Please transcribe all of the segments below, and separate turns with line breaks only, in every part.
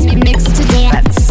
mix to dance.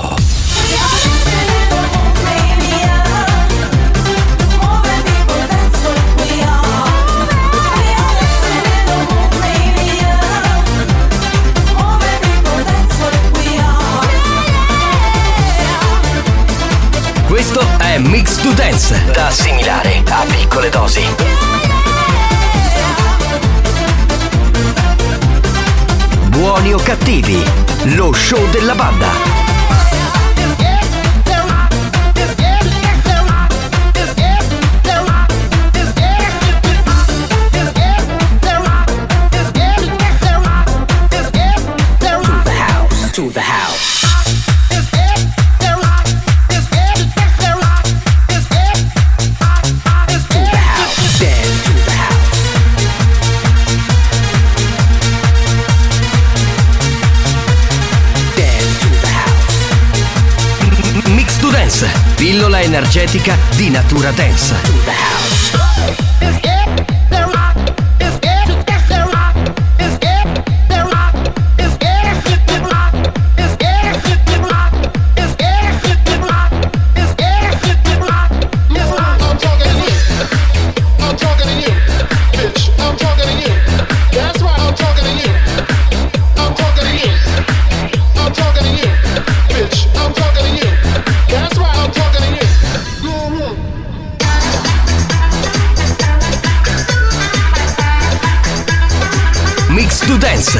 Questo è Mix to Dance, da assimilare a piccole dosi. Buoni o cattivi, lo show della banda.
To the house.
Mix to Dance, pillola energetica di natura dance. Mix to Dance,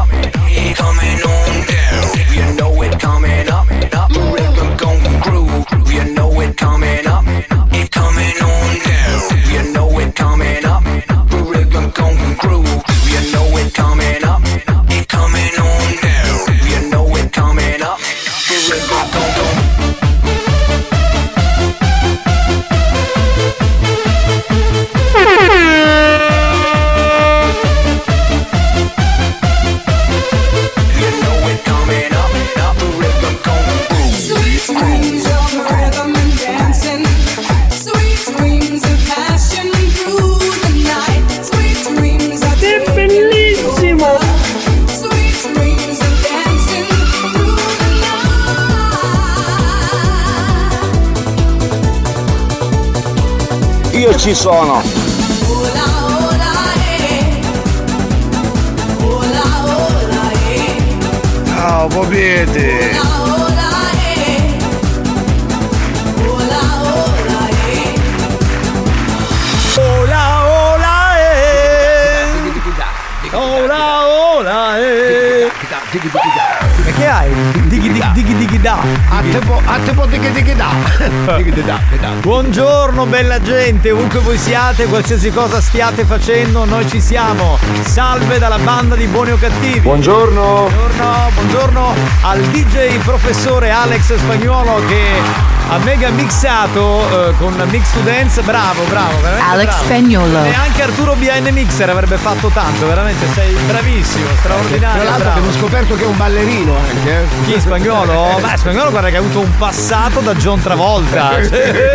it coming on down. You know it coming up, up the rhythm going groove. You know it coming up, it coming on down. You know it coming up, the rhythm going groove. You know it coming up, it coming on down. You know it coming up, the rhythm going groove.
Che bellissimo!
Io ci sono.
oh,
Ciao, popete!
eh.
Ola ola eh. Ola ola eh.
E che hai? Dighi dighi dighi dighi da. A te po', a te po' dighi dighi da. Buongiorno bella gente, ovunque voi siate, qualsiasi cosa stiate facendo, noi ci siamo. Salve dalla banda di buoni o cattivi.
Buongiorno.
Buongiorno, buongiorno al DJ professore Alex Spagnuolo che ha mega mixato eh, con Mix to Dance. Bravo, bravo, veramente.
Alex
bravo.
Spagnuolo.
E anche Arturo BN Mixer avrebbe fatto tanto, veramente sei bravissimo, straordinario.
Tra l'altro
bravo.
abbiamo scoperto che è un ballerino anche. eh.
Chi spagnolo? Beh, spagnolo guarda che ha avuto un passato da John Travolta.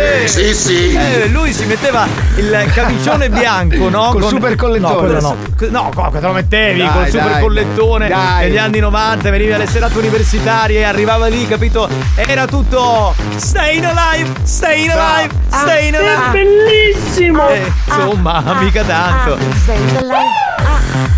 Sì, sì.
Eh, lui si metteva il camicione bianco, no?
Col super collettone.
No, quello no. No, co- te lo mettevi
Dai,
col super
dai.
collettone
Dai.
negli anni 90, veniva alle serate universitarie, arrivava lì, capito? Era tutto Stay in alive, stay in alive, stay in
Ah,
alive.
che bellissimo! Ah,
Eh, insomma, mica tanto.
Bella.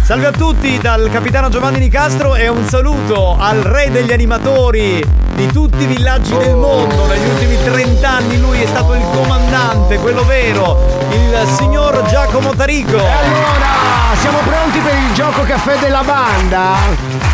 Salve a tutti dal capitano Giovanni Nicastro e un saluto al re degli animatori di tutti i villaggi
Oh.
del mondo. Negli ultimi 30 anni lui è stato il comandante, quello vero, il signor Giacomo Tarico.
allora, Ah, siamo pronti per il gioco caffè della banda?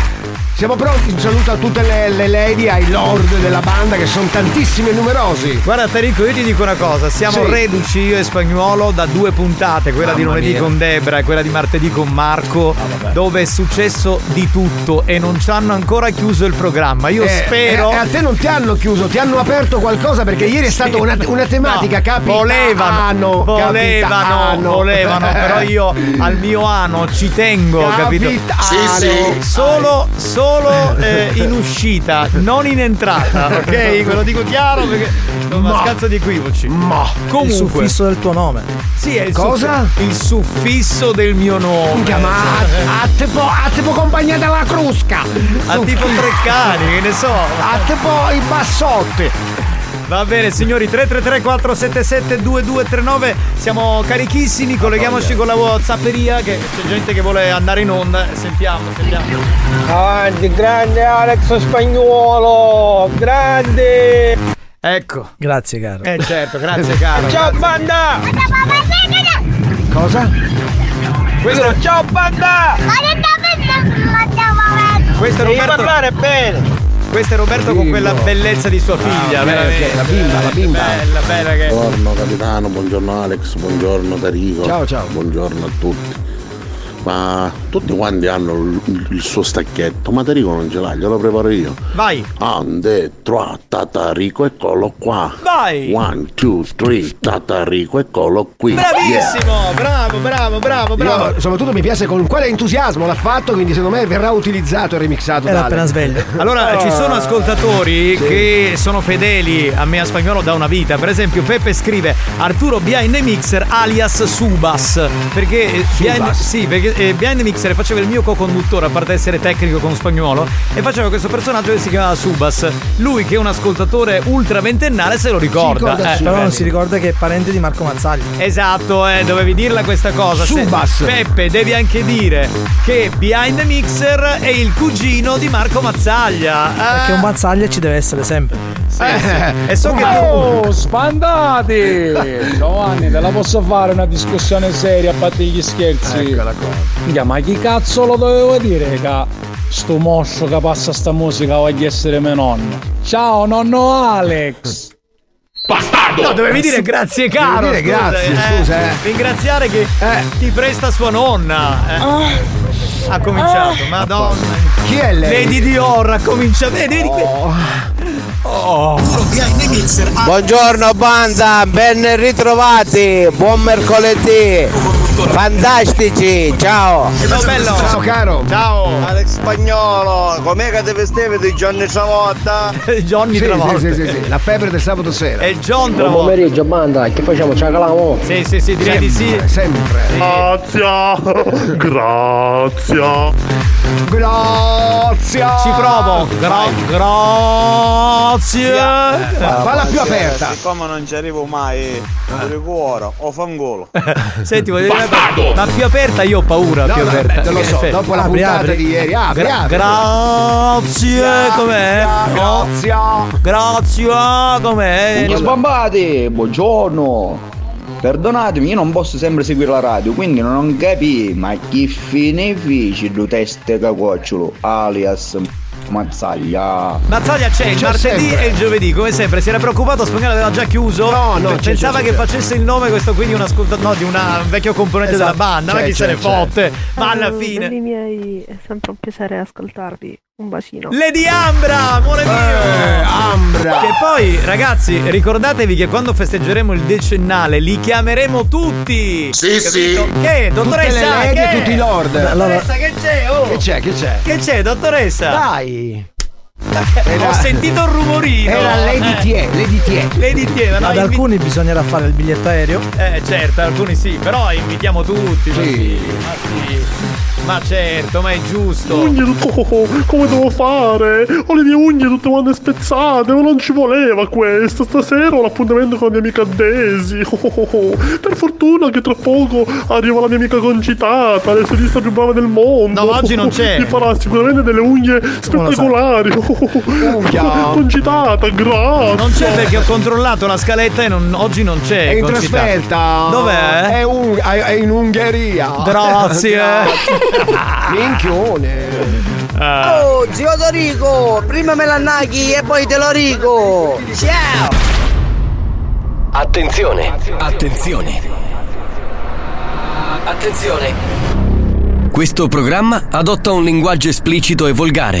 Siamo pronti, un saluto a tutte le, le lady, ai lord della banda che sono tantissimi e numerosi.
Guarda Tarico, io ti dico una cosa, siamo
Sì.
reduci io e Spagnuolo da due puntate, quella di
Mamma
lunedì
mia. Ah,
con Debra e quella di martedì con Marco, dove è successo di tutto e non ci hanno ancora chiuso il programma. Io
Eh,
spero...
eh, a te non ti hanno chiuso, ti hanno aperto qualcosa perché ieri è stata una, una tematica capitano.
Volevano, volevano,
capitano.
volevano,
Eh.
però io al mio ano ci tengo, capito?
Capitano. Sì, sì.
Solo, solo eh, in uscita, non in entrata, ok? Ve lo dico chiaro perché non mi scazzo di equivoci. Ma
Il
comunque
suffisso del tuo nome.
Sì, è il
Cosa?
suff- il suffisso del mio nome. Esatto.
Minchia, ma a, a tipo, a tipo compagnia della crusca.
A tipo Treccani, che ne so.
A tipo i bassotti.
Va bene signori 333 477 2239 Siamo carichissimi Colleghiamoci con la Whatsapperia Che c'è gente che vuole andare in onda Sentiamo sentiamo
Avanti, grande Alex Spagnuolo! Grande!
Ecco.
Grazie, caro.
Eh certo grazie caro
Ciao banda!
Cosa?
Questo ciao banda!
Questo è
Devi
Roberto
parlare bene!
Questo è Roberto con quella bellezza di sua figlia veramente.
ok, la Ah, bimba, la bimba. Oh.
Bella bella che
Buongiorno capitano, buongiorno Alex, buongiorno Tarico.
Ciao, ciao.
Buongiorno a tutti. Ma tutti quanti hanno il, il suo stacchetto, ma Tarico non ce l'ha, glielo preparo io.
Vai!
Ande, tra, tatarico, eccolo qua.
Vai!
One, two, three, tatarico, eccolo qui. Yeah.
Bravissimo Bravo bravo bravo bravo
Io, soprattutto mi piace con quale entusiasmo l'ha fatto, quindi secondo me verrà utilizzato e remixato. Oh.
Era
da
appena
Alex.
sveglio.
Ah.
Allora, ci sono ascoltatori che sono fedeli a me a spagnolo da una vita. Per esempio, Peppe scrive Arturo Behind the Mixer alias Subas. Perché, eh, Behind, sì, perché eh, Behind the Mixer faceva il mio co-conduttore, a parte essere tecnico con spagnolo, e faceva questo personaggio che si chiamava Subas. Lui, che è un ascoltatore ultra ventennale, se lo ricorda. Eh,
però non
vedi.
si ricorda che è parente di Marco Mazzagli.
Esatto, eh, dovevi dirla questa cosa. Se-
Subas.
Peppe, devi anche dire che Behind the Mixer è il cugino di Marco Mazzaglia. Ah.
Perché un Mazzaglia ci deve essere sempre.
Eh, e so che tu.
Oh, spandate! Giovanni, te la posso fare una discussione seria a parte gli scherzi? Eccola qua. ma chi cazzo lo dovevo dire che sto moscio che passa sta musica voglia essere mio nonno? Ciao nonno Alex!
Bastardo! No, dovevi dire grazie caro.
Eh, Dovevi dire
scusa,
grazie,
eh.
scusa, eh.
Ringraziare che ti presta sua nonna. eh. Ha cominciato, madonna.
Chi è lei?
Lady Dior ha cominciato. Vedi, vedi. Oh.
Buongiorno Banza, ben ritrovati, buon mercoledì, fantastici, ciao!
Ciao bello!
Ciao caro!
Ciao!
Alex Spagnolo, com'è che ti vestivi di Johnny Travolta?
Johnny
Sì,
Travolta.
sì, sì, sì, sì, la febbre del sabato sera.
E John
Buon
Travolta.
pomeriggio, banda, che facciamo? Ciao calamo?
Sì, sì, sì, direi di sì.
Sempre.
Grazie, grazie.
Grazie!
Ci provo! Gra- grazie!
Falla più aperta! Eh.
Siccome non ci arrivo mai, ti ricuoro, o fangolo.
Senti, voglio dire una cosa, ma più aperta io ho paura,
No,
più
no,
aperta.
beh, lo so,
Perfetto.
dopo la
Apri,
puntata
apri.
di ieri, apri,
Gra-
apri.
Grazie, com'è? Grazie. Grazie, com'è?
Buongiorno sbambati, buongiorno. Perdonatemi, io non posso sempre seguire la radio, quindi non capì, ma chi fine fece due teste cacocciolo, alias Mazzaglia.
Mazzaglia c'è il
C'è
martedì
sempre.
e il giovedì, come sempre. Si era preoccupato, Spagnolo aveva già chiuso. No,
no, c'è,
Pensava
c'è,
che
c'è.
facesse il nome questo qui di un ascoltatore, no, di una- un vecchio componente
Esatto.
della banda. Ma
C'è,
chi se
c'è,
ne
c'è.
fotte? Ma alla
Ciao,
fine.
belli miei, è sempre un piacere ascoltarvi. Un bacino.
Lady Ambra, amore mio!
Eh,
Ambra! Che poi, ragazzi, ricordatevi che quando festeggeremo il decennale li chiameremo tutti! Sì, sì! Che, dottoressa?
Tutte le
che?
lady e tutti i lord.
Dottoressa, che c'è? Oh?
Che c'è, che c'è?
Che c'è, dottoressa?
Dai!
Ho sentito il rumorino!
Era Lady
Eh.
T.E., Lady T.E..
Lady T.E., ma no,
Ad
invi-
alcuni bisognerà fare il biglietto aereo.
Eh, certo, alcuni sì, però invitiamo tutti! ma Sì. Ma sì. Ma certo, ma è giusto.
Ugne tutto oh, oh, come devo fare? Ho le mie ugne tutte quante spezzate, ma non ci voleva questo. Stasera ho l'appuntamento con la mia amica Daisy. Oh, oh, oh. Per fortuna che tra poco arriva la mia amica concitata, la stylista più brava del mondo.
No, oggi non c'è.
Mi farà sicuramente delle unghie spettacolari. Oh, oh, oh. Concitata, grazie.
Non c'è perché ho controllato la scaletta e non- oggi non c'è.
È in
Concitata.
trasferta.
Dov'è?
È, un- è- è in Ungheria.
Grazie.
Minchione.
Ah.
Oh, zio Dorico, prima me la naghi e poi te lo rico. Ciao.
Attenzione, attenzione. Attenzione. Questo programma adotta un linguaggio esplicito e volgare,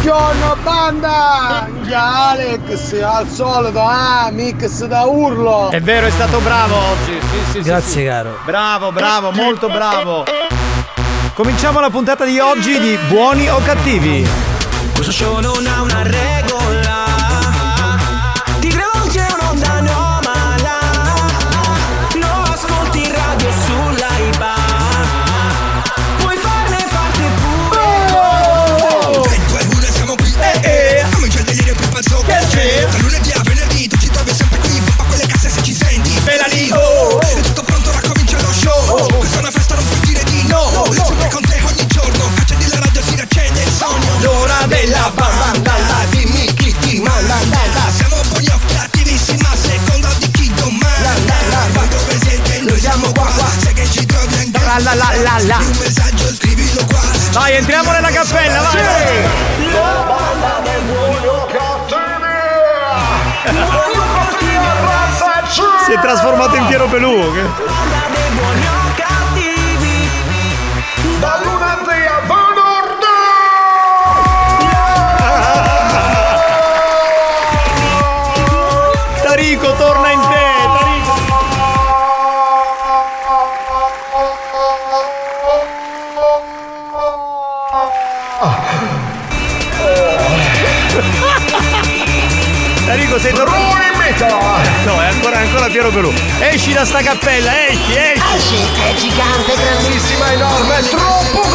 Buongiorno banda! Già Alex, al solito, ah, mix da urlo!
È vero, è stato bravo oggi. Sì, sì, sì,
Grazie,
sì.
caro.
Bravo, bravo, molto bravo. Cominciamo la puntata di oggi di Buoni o Cattivi.
Questo show non ha una regola. Ti rivolge un'onda anomala. Lo ascolti in radio sull'AIBA. Puoi farne parte pure. 3, 2, 1, siamo qui. Eh, eh. Siamo in delirio più pazzo che c'è. Da lunedì a venerdì, tu ci trovi sempre qui. Pompa quelle casse se ci senti. Bella lì, oh. È tutto pronto, ora comincia lo show. Questa è una festa, non puoi dire di Oh, no. Sempre con te ogni giorno. Accendi la radio, si riaccende il sogno. L'ora della bandalla, dimmi chi ti manda. Siamo buoni o cattivissimi a seconda di chi domanda. Quando presente, noi siamo qua. Sai che ci trovi anche
La, la, la, la, la.
un messaggio, scrivilo qua.
Vai, entriamo nella cappella, vai. Si è trasformato in Piero Pelù. che-
Da lunedì a venerdì
Tarico, torna in te. Tarico. Tarico, sei tornato. Eh, No, è ancora, è ancora Piero Pelù. Esci da sta cappella, eh. esci, esci.
è gigante, grandissima, enorme, è troppo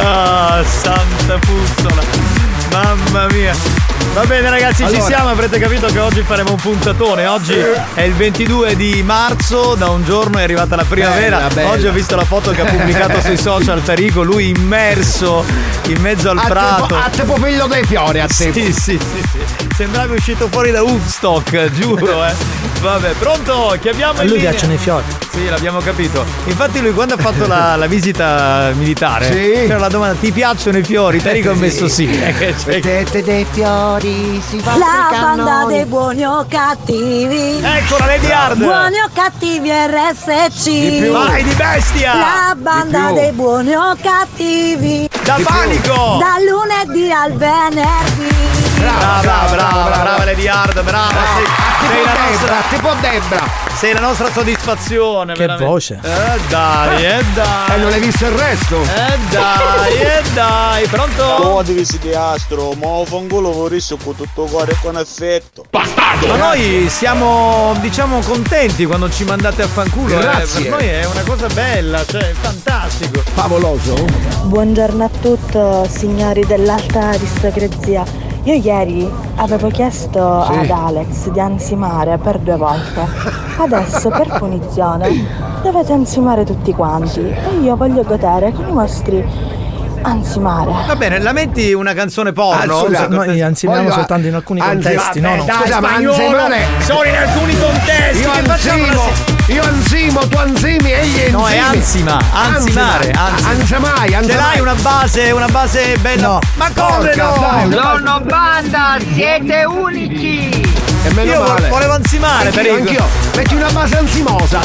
Ah, santa puzzola. Mamma mia. Va bene ragazzi, ci
Allora. Eh.
siamo, avrete capito che oggi faremo un puntatone. Oggi è il 22 di marzo, da un giorno è arrivata la primavera.
Bella, bella.
Oggi ho visto la foto che ha pubblicato sui social Tarico, lui immerso in mezzo al
A te-
prato.
a te pupillo dei fiori, a te.
Sì, sì, sì, sì. Sembrava uscito fuori da Woodstock, giuro, eh. Vabbè, pronto? Chiamiamo
A
in
lui
linea.
piacciono i fiori.
Sì, l'abbiamo capito. Infatti lui quando ha fatto la, la visita militare,
Sì.
c'era la domanda, ti piacciono i fiori? Tarico ha messo sì. Eh, che-
Vedete dei fiori, si va
La banda dei buoni o cattivi.
Eccola, Lady Hard.
Buoni o cattivi RSC.
Di più. Vai, di bestia.
La
Di
banda
più.
dei buoni o cattivi.
Da Di più. panico.
Da lunedì al venerdì.
Brava, brava, brava, brava Lady Hard, brava. Sei, sei la nostra,
tipo Ah, Debra.
sei la nostra soddisfazione.
Che
veramente.
voce.
Eh dai, eh dai.
E non hai visto il resto?
Eh dai, eh dai, pronto?
Codevis di astro, ma ho un culo vorrei con tutto il cuore e con affetto.
Ma noi siamo, diciamo, contenti quando ci mandate a fanculo. eh.
Grazie.
Per noi è una cosa bella, cioè, è fantastico.
Favoloso?
Buongiorno a tutti signori dell'alta aristocrazia. Io ieri avevo chiesto
Sì.
ad Alex di ansimare per due volte. Adesso per punizione dovete ansimare tutti quanti e io voglio godere con i vostri
Anzi mare.
Va bene, la metti una canzone porno?
Scusa,
Scusa,
noi anzimiamo
voglio-
soltanto in alcuni
anzi,
contesti,
vabbè,
no? no.
dai, Scusa, ma spagnolo, anzimare- sono in alcuni contesti,
Io
che facciamo la
anzimo, io anzimo, tu anzimi, egli enzimi.
No, è anzima, anzimare, anzima.
Anzamai, anzamai.
Ce l'hai una base, una base bella. Ma come
Porca,
no?
dai, una base-
Nonno
banda, siete unici!
E meno
Io vo-
male.
volevo anzimare,
anch'io,
Perico.
anch'io. Metti una base anzimosa.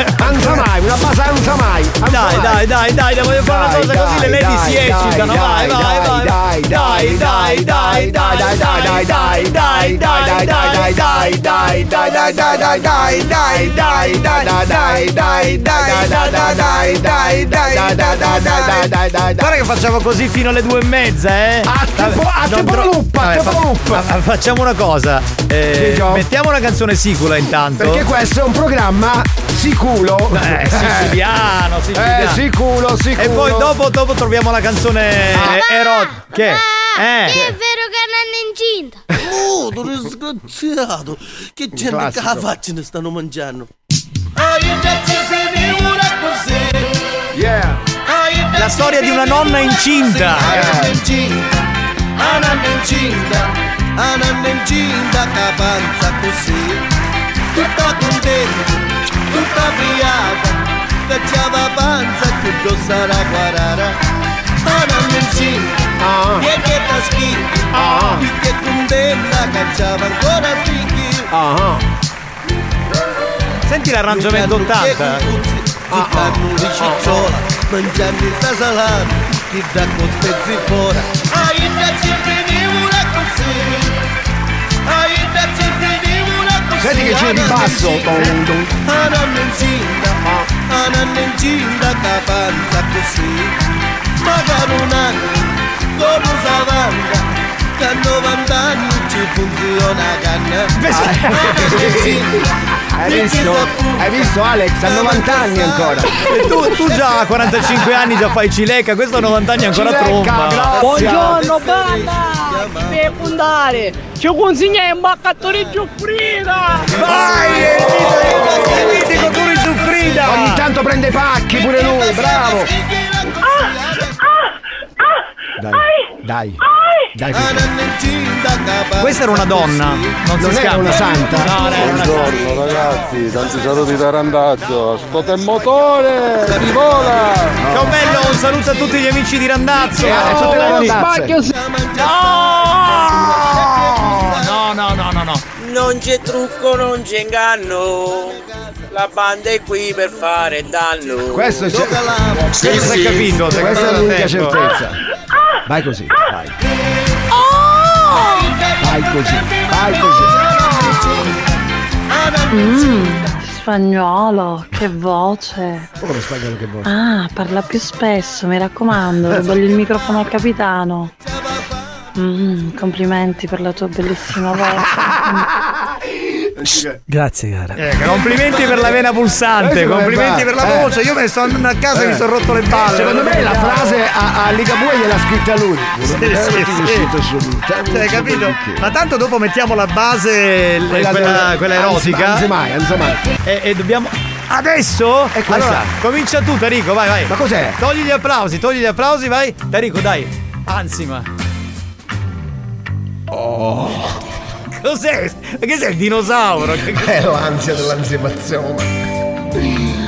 Anzamai, una base anzamai.
Dai, dai, dai, dai, dai, voglio fare una cosa così le lady si eccitano. Vai, vai, vai. Dai, dai, dai, dai, dai, dai, dai, dai, dai, dai, dai, dai, dai, dai, dai, dai, dai, dai, dai, dai, dai, dai, dai, dai, dai, dai, dai, dai, dai, dai, dai, dai, dai. Guarda che facciamo così fino alle due e mezza, eh? A
tipo- a tipo loop, a tipo loop.
Facciamo una cosa. eh,
Dico.
Mettiamo una canzone sicula intanto.
Perché questo è un programma siculo.
Eh, siciliano, siciliano.
Eh, siculo, siculo.
E poi dopo, dopo troviamo la canzone
Ah.
erotica. Che? Eh.
Che è vero che non è incinta? Oh, tu disgraziato! Che gente che
classico.
la faccia ne stanno mangiando?
Yeah.
La storia di una nonna incinta.
A nanna incinta, a nanna incinta che avanza così, tutta contenta, tutta briaca, che ci avanza tutto sarà guarara. A nanna
Ah.
incinta, e che taschina, più che contenta, cacciava ancora figli.
Ah,
Senti l'arrangiamento 80.
ah,
Zuccarno di cicciola, mangiando il salame, chi dà con spezzi fora. Aiuta ci veniva una così, aiuta ci veniva una così.
Senti che c'è di basso. Dun, dun.
Ananenzinda, ananenzinda capanza così, magari un anno, come savanda, che a 90 anni ci funziona a canna.
Hai visto? Hai visto Alex? Ha 90 anni ancora.
E tu, tu già a 45 anni già fai cileca, questo a 90 anni ancora
Cileca,
tromba.
grazie.
Buongiorno banda! Ci deve puntare! Ci consegna un baccattone giuffrida!
Vai! Mitico pure Giuffrida!
Ogni tanto prende pacchi pure lui, bravo!
Ah,
Dai, dai, dai.
Questa era una donna, non,
Non
si
era
scappa.
una santa?
No, non era una santa.
Buongiorno ragazzi, tanti saluti da Randazzo, ascolta il motore, si vola!
Ciao bello, un saluto a tutti gli amici di Randazzo.
Eh, a tutte le
Oh,
randazze.
spacchio se- Ah! No, no, no, no, no, no.
Non c'è trucco, non c'è inganno. La banda è qui per fare danno.
Questo è
Tocca la-
Sì, Questo hai sì. capito, sei
Questa è
capito
l'unica
da tempo.
certezza. Vai così, vai. Vai così, vai così.
Mm, spagnolo, che voce.
Come spagnolo che vuoi?
Ah, parla più spesso, mi raccomando, voglio il microfono al capitano.
Mm-hmm,
Mm, complimenti per la tua bellissima voce.
Grazie, cara.
Eh, complimenti per la vena pulsante,
Questo come
complimenti
va?
per la
Eh.
voce. Io me ne sto andando a casa e
Eh.
mi sono rotto le palle.
Secondo me la frase a, a Ligabue gliel'ha scritta lui.
Sì,
Eh,
sì,
ti
sì.
uscito subito, eh,
Cioè,
subito
capito?
perché.
Ma tanto dopo mettiamo la base, l-
Quella
quella,
del-
quella
anzi-
erotica.
anzi mai, anzi mai.
E, e dobbiamo. Adesso?
E questa?
Allora, comincia tu, Tarico, vai, vai.
Ma cos'è?
Togli gli applausi, togli gli applausi, vai. Tarico, dai. Anzima.
Oh.
Cos'è? Ma che sei il dinosauro? Che-
È l'ansia dell'ansiemazione.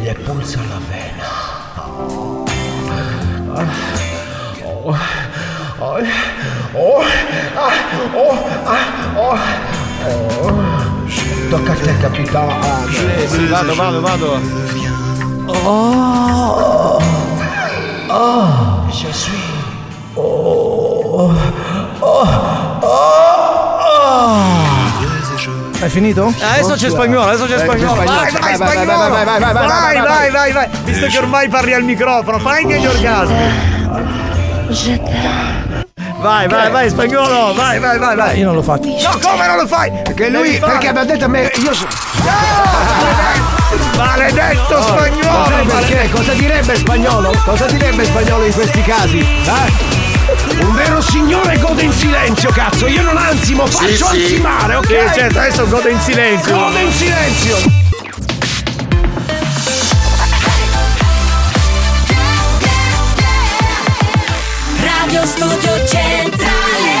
Gli pulsa la vena.
Oh. Oh. Oh. Ah. Oh. Ah. Oh. Oh. Tocca a te capitano.
Eh, sì, vado, vado, vado.
Oh. Oh. Je suis. Oh. Oh.
Oh!
Hai finito?
Adesso c'è spagnolo, adesso Eh, c'è spagnolo. Vai, vai, spagnolo. Vai, vai, vai, vai, vai, vai, vai. Visto che ormai parli al microfono, fai anche gli orgasmi. Vai, vai, vai, spagnolo. Vai, vai, vai, vai.
Io non lo faccio.
No, come non lo fai?
Perché lui,
Devi farlo.
perché mi ha detto a me, io sono...
Maledetto spagnolo!
Sai perché? Cosa direbbe il spagnolo? Cosa direbbe il spagnolo in questi casi? Eh? Un vero signore gode in silenzio, cazzo! Io non ansimo,
Sì,
faccio
sì. Eh,
ansimare, ok?
Sì, certo, adesso gode in silenzio.
Gode in silenzio!
Radio Studio Centrale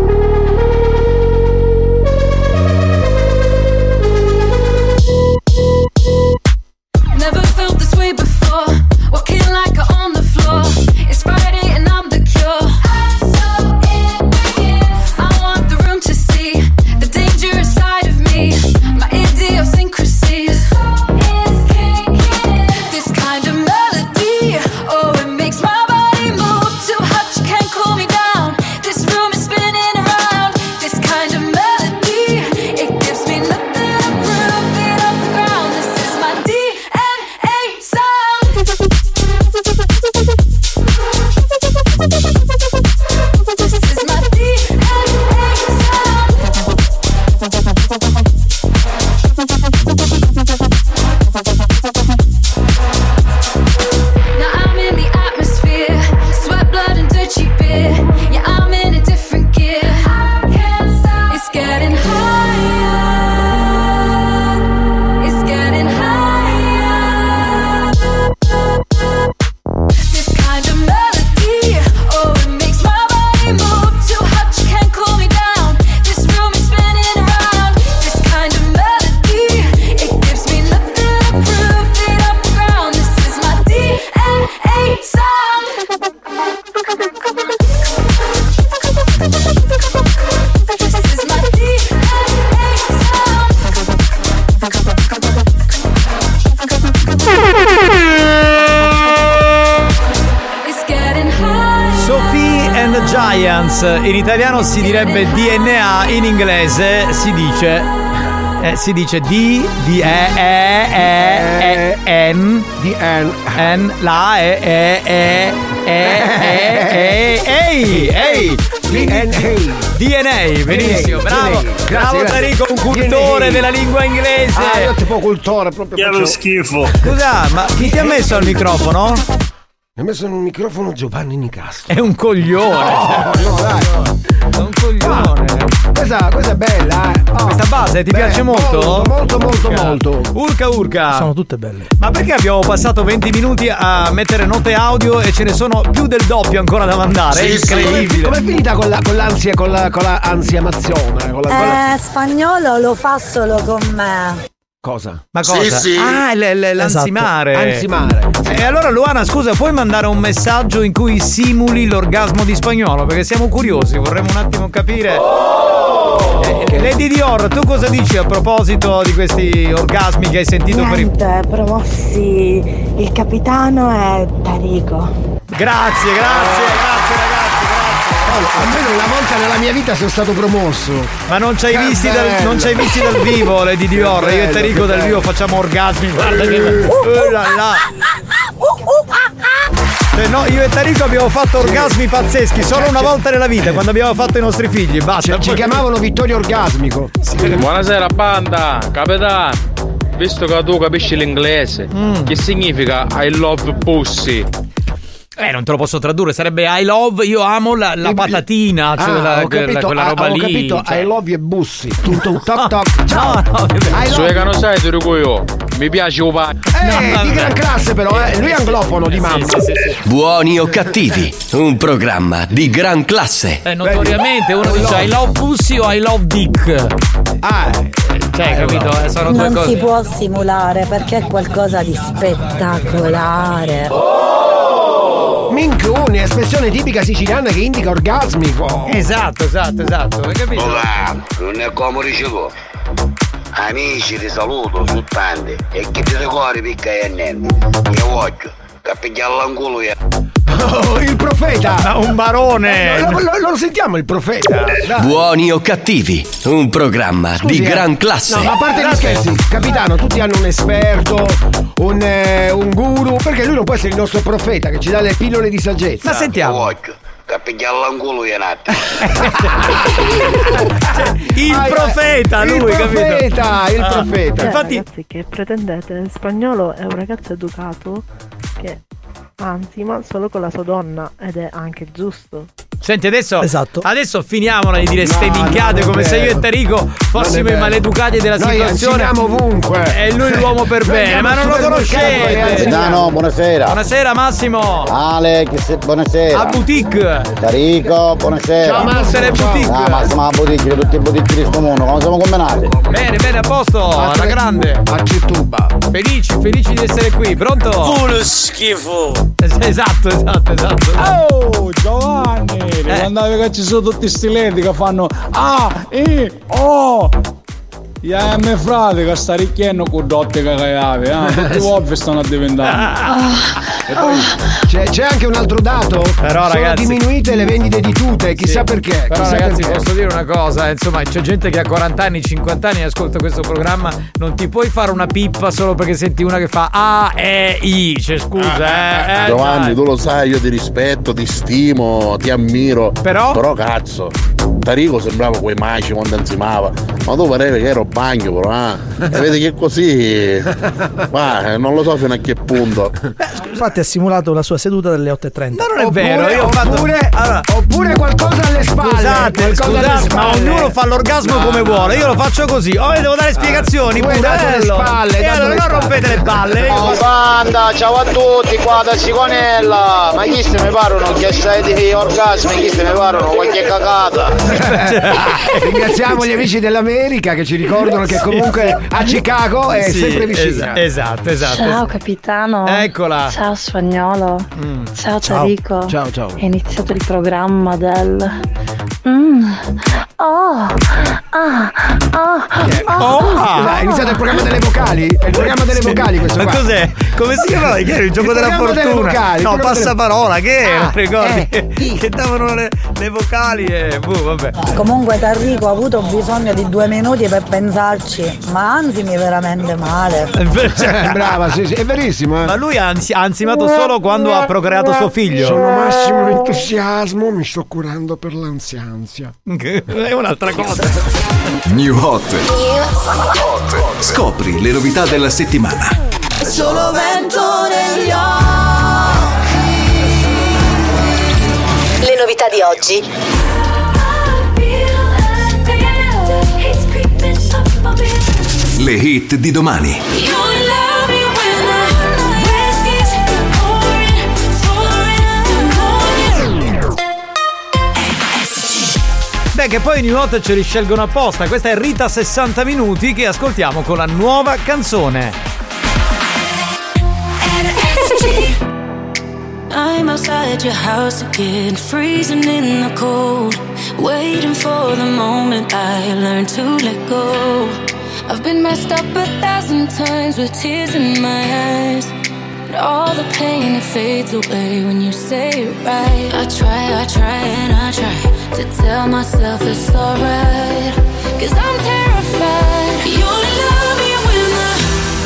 Never felt this way before. Walking like I on the floor. It's Friday and I'm the cure. I'm so in I want the room to see the dangerous side of me. My idiosyncrasies. This kind of melody, oh, it makes my body move. Too hot, you can't cool me down. This room is spinning around. This kind of melody, it gives me nothing to prove. It off the ground. This is my DNA sound. This is my Now I'm in the atmosphere, sweat, blood, and dirt cheap beer. Yeah, I'm in a different gear. I can't stop. It's getting higher. It's getting higher. This kind of melody, oh, it makes my body move. Too hot, you can't cool me down. This room is spinning around. This kind of melody, it gives me nothing to prove. It off the ground. This is my DNA sound. This is my DNA sound. It's getting high.
Sophie and Giants, in italiano si direbbe DNA, in inglese si dice eh, si dice D, D, E, E, E, E, N, D, N, N, la E, E, E, E, E, E, Ehi, ehi! DNA! DNA, benissimo,
DNA.
bravo!
Grazie,
Bravo
grazie.
Tarico, un cultore
DNA.
della lingua inglese!
Ah, io tipo cultore proprio.
Che è lo
faccio-
schifo. Scusa, ma chi ti ha messo al microfono?
Mi ha messo il microfono Giovanni Nicastro.
È un coglione!
Oh, no, dai.
È un coglione.
Ah, Questa, questa è bella, eh. Oh.
Ah. Questa base ti
Beh,
piace molto?
Molto, molto, molto.
Urca.
molto.
Urca urca.
Sono tutte belle.
Ma perché abbiamo passato 20 minuti a mettere note audio e ce ne sono più del doppio ancora da mandare? Ah, è incredibile.
Com'è finita con, la, con l'ansia, con la, con la ansia mazione? Con la, con la-
Eh, spagnolo lo fa solo con me.
cosa?
Ma cosa? Ah, l-
Esatto.
l- l'ansimare.
Esatto. Ansimare.
E allora Luana, scusa, puoi mandare un messaggio in cui simuli l'orgasmo di spagnolo? Perché siamo curiosi, vorremmo un attimo capire.
Oh!
Eh, Lady Dior, tu cosa dici a proposito di questi orgasmi che hai sentito per i...
Niente, eh, promossi il capitano è Tarico.
Grazie, grazie, grazie ragazzi,
grazie. Almeno una volta nella mia vita sono stato promosso.
Ma non ci hai
Che
visti, dal,
bello.
non ci hai visti dal vivo, Lady Dior. Io e
bello,
Tarico
che
dal vivo
bello. Uh, ah,
facciamo orgasmi. Guarda che. Oh là là. Cioè, no, io e Tarico abbiamo fatto orgasmi pazzeschi solo una volta nella vita, quando abbiamo fatto i nostri figli. Basta.
Ci chiamavano Vittorio Orgasmico.
Buonasera banda, capitano. Visto che tu capisci l'inglese,
Mm.
che significa I love pussy?
Eh, non te lo posso tradurre, sarebbe I love, io amo la, la patatina, cioè
Ah,
la-
ho
quella,
capito,
quella
ah,
roba
ho
lì.
capito,
cioè.
I love you e bussi. Tutto un toc toc. Ciao. I
Su
love
che non
you.
sai, ti dico io. Mi piace un pa-
Eh, di gran classe però, eh. Lui è anglofono di mamma.
Buoni o cattivi, un programma di gran classe.
Eh, notoriamente uno dice I love pussy o I love dick.
Ah,
cioè, capito? Eh, sono due
Non si
cose.
può simulare perché è qualcosa di spettacolare.
Minconi, Oh. espressione tipica siciliana che indica orgasmico.
Esatto, esatto, esatto, hai capito?
non è come ricevo. Amici ti saluto su tante e chi ti ricordi picca e niente. Io voglio capigliare l'angolo e...
Oh, il profeta. Eh,
un barone.
lo, lo- lo sentiamo il profeta. Dai.
Buoni o cattivi, un programma
Scusi,
di
eh.
gran classe.
No, ma a parte gli scherzi, capitano, tutti hanno un esperto, un, eh, un guru, perché lui non può essere il nostro profeta che ci dà le pillole di saggezza.
Ma sentiamo.
Io voglio
pigliare l'angulo io un attimo.
Il profeta,
Ah, eh, il
lui, capito?
profeta, il
Ah.
profeta.
Cioè,
Infatti-
ragazzi, che pretendete? In spagnolo è un ragazzo educato che anzi, ma solo con la sua donna ed è anche giusto.
Senti, adesso, adesso finiamola di dire ste
No, non
minchiate
è
come se io
vero.
e Tarico fossimo
Non
i
è vero.
maleducati della
Noi
situazione.
anziamo ovunque.
E lui l'uomo per
Noi
bene,
andiamo eh,
ma non
al
lo
supermercato e
conoscete.
anziamo.
No, no, buonasera.
Buonasera Massimo.
Alex, buonasera.
A boutique.
Tarico, buonasera.
Ciao, Massimo. Buonasera, boutique.
Ah, Massimo, a boutique, tutti i boutique di sto mondo. Come siamo combinati?
Bene, bene, a posto, alla grande. A Cituba. Felici, felici di essere qui, pronto?
Culo schifo.
Es- Esatto, esatto, esatto.
Oh, Giovanni,
Eh.
ricordate Eh, che ci sono tutti questi lenti che fanno A, E, O. Ya me frate che sta ricchiendo con dotte che cagavi, eh. Tutti uomini stanno diventando.
Ah.
C'è, c'è anche un altro dato.
Però,
Sono
ragazzi-
diminuite le vendite di tute, chissà
Sì.
perché.
Però
chissà
ragazzi
perché.
posso dire una cosa, eh, insomma c'è gente che ha 40 anni, 50 anni e ascolta questo programma, non ti puoi fare una pippa solo perché senti una che fa A, E, I, cioè scusa eh. eh,
Giovanni,
dai.
tu lo sai, io ti rispetto, ti stimo, ti ammiro.
Però?
cazzo, Tarico sembrava quei maci quando anzimava. Ma tu parevi che ero bagno, però, eh. E vedi che è così. Ma eh, non lo so fino a che punto.
Eh,
Infatti ha simulato la sua seduta delle 8.30. Ma
non è vero, io ho fatto-
Oppure, oppure qualcosa alle spalle.
Scusate,
qualcosa alle
scusate, ma
spalle.
ognuno fa l'orgasmo
No,
come
no,
vuole, io
no.
lo faccio così, oh, devo dare spiegazioni,
Tu hai dato le
puntello.
spalle, hai
E
dato
allora
le
non
spalle.
rompete le palle.
Oh, banda, ciao a tutti, qua da Sigonella. Ma chi se ne parlano? Che stai di orgasmi? Chi se ne parlano? Qualche cagata.
Ah, Ringraziamo gli amici dell'America che ci ricordano che
Sì.
comunque a Chicago è
Sì,
sempre vicina.
es- esatto, esatto.
Ciao capitano.
Eccola.
Ciao spagnolo. Ciao
Ciao.
Tarico.
Ciao, ciao.
È iniziato il programma del. Mm. Oh. Ah. Ah.
Oh, ah.
Scusa, è iniziato il programma delle vocali? È eh, il programma delle
Sì.
vocali questo
Ma
qua.
cos'è? Come si chiamava? Che era il gioco della
programma delle
fortuna?
vocali, il
no,
programma delle-
passaparola, che era?
Ah,
Ricordi? che davano le, le vocali e boh, vabbè.
Comunque Tarrico ha avuto bisogno di due minuti per pensarci, ma anzi mi veramente male.
Brava, sì, sì, è verissimo. eh.
Ma lui ha anzi- ha anzimato solo quando ha procreato suo figlio.
Sono massimo entusiasmo, mi sto curando per l'anzianza.
È un'altra cosa.
New Hot. Scopri le novità della settimana.
Solo vento negli occhi. Le novità di oggi.
Le hit di domani.
Beh, che poi i New Hot ce li scelgono apposta. Questa è Rita 60 minuti che ascoltiamo con la nuova canzone.
I'm outside your house again, freezing in the cold, waiting for the moment I learn to let go. I've been messed up a thousand times with tears in my eyes. But all the pain it fades away when you say it right. I try, I try, and I try to tell myself it's alright. Cause I'm terrified. You only love me when the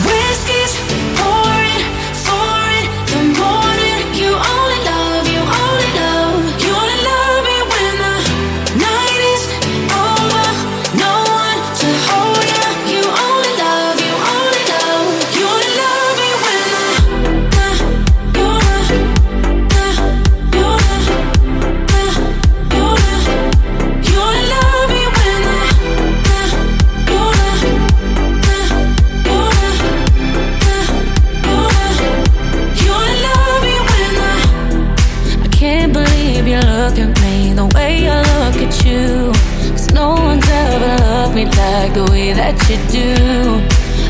whiskey's pouring, pouring the morning. You only love, you only love, you only love me when the night is over. No one to hold you. You only love, you only love, you only love me when the I can't believe you look at me the way I look at you. Cause no one's ever loved me like the way that you do.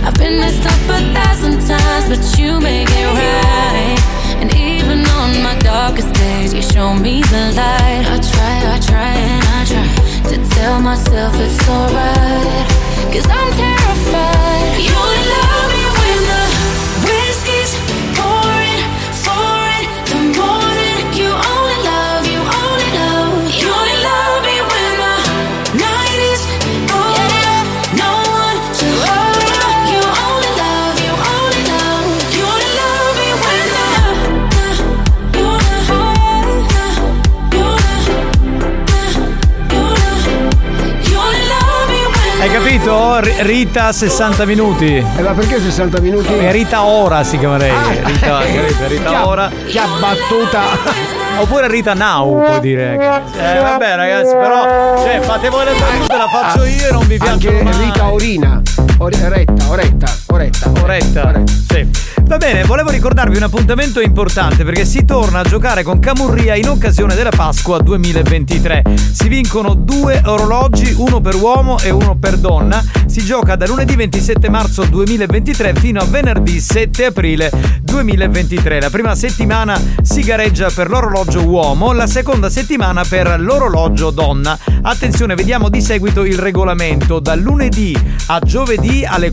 I've been messed up a thousand times, but you make it right. And even on my darkest days, you show me the light. I try, I try, and I try to tell myself it's alright. Cause I'm terrified. You only love me when the whiskey's pouring, pouring the morning. You only love, you only love, you only love me when the night is over. No one to hold you. You only love, you only love, you only love me when the you only, you only.
Hai capito? R- Rita 60 minuti. E Eh, ma perché 60 minuti? Ah. Rita Ora si chiamerei. Rita, Rita, Rita Ora.
Che abbattuta.
Oppure Rita Now puoi dire. Eh, vabbè ragazzi, però cioè, fate voi le battute, la faccio io e non vi piace.
Anche Rita Orina. Ore- Retta, oretta, oretta.
Oretta. Sì. Va bene, volevo ricordarvi un appuntamento importante perché si torna a giocare con Camurria in occasione della Pasqua 2023. Si vincono due orologi, uno per uomo e uno per donna. Si gioca da lunedì 27 marzo 2023 fino a venerdì 7 aprile 2023. La prima settimana si gareggia per l'orologio uomo, la seconda settimana per l'orologio donna. Attenzione, vediamo di seguito il regolamento. Da lunedì a giovedì alle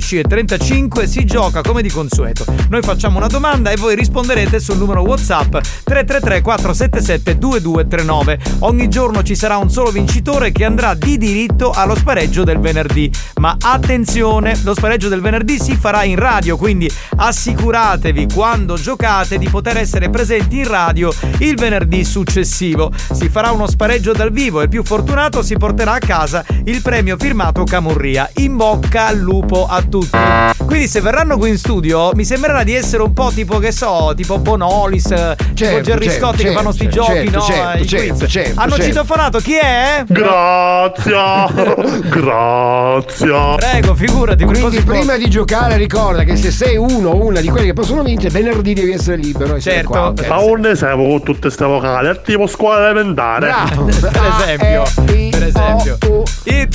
14.35 si gioca come di consueto. Noi facciamo una domanda e voi risponderete sul numero WhatsApp 333 477 2239. Ogni giorno ci sarà un solo vincitore che andrà di diritto allo spareggio del venerdì. Ma attenzione, lo spareggio del venerdì si farà in radio, quindi assicuratevi quando giocate di poter essere presenti in radio il venerdì successivo. Si farà uno spareggio dal vivo e il più fortunato si porterà a casa il premio firmato Camurria. In bocca al lupo a tutti. Quindi se verranno qui in studio mi sembrerà di essere un po' tipo che so, tipo Bonolis, eh, tipo Gerry
certo,
Scotti che
certo,
fanno sti
certo,
giochi,
certo,
no?
certo,
I quiz.
certo, certo,
Hanno
certo.
citofonato chi è?
Grazie, grazie.
Prego, figurati. per
Quindi
cose
prima
poche.
di giocare ricorda che se sei uno o una di quelli che possono vincere, venerdì devi essere libero
Certo.
e essere qua. ok?
Ma onde servo con tutte queste vocali? È tipo scuola elementare.
Bravo.
Per
esempio, per esempio.
Oh.
Y.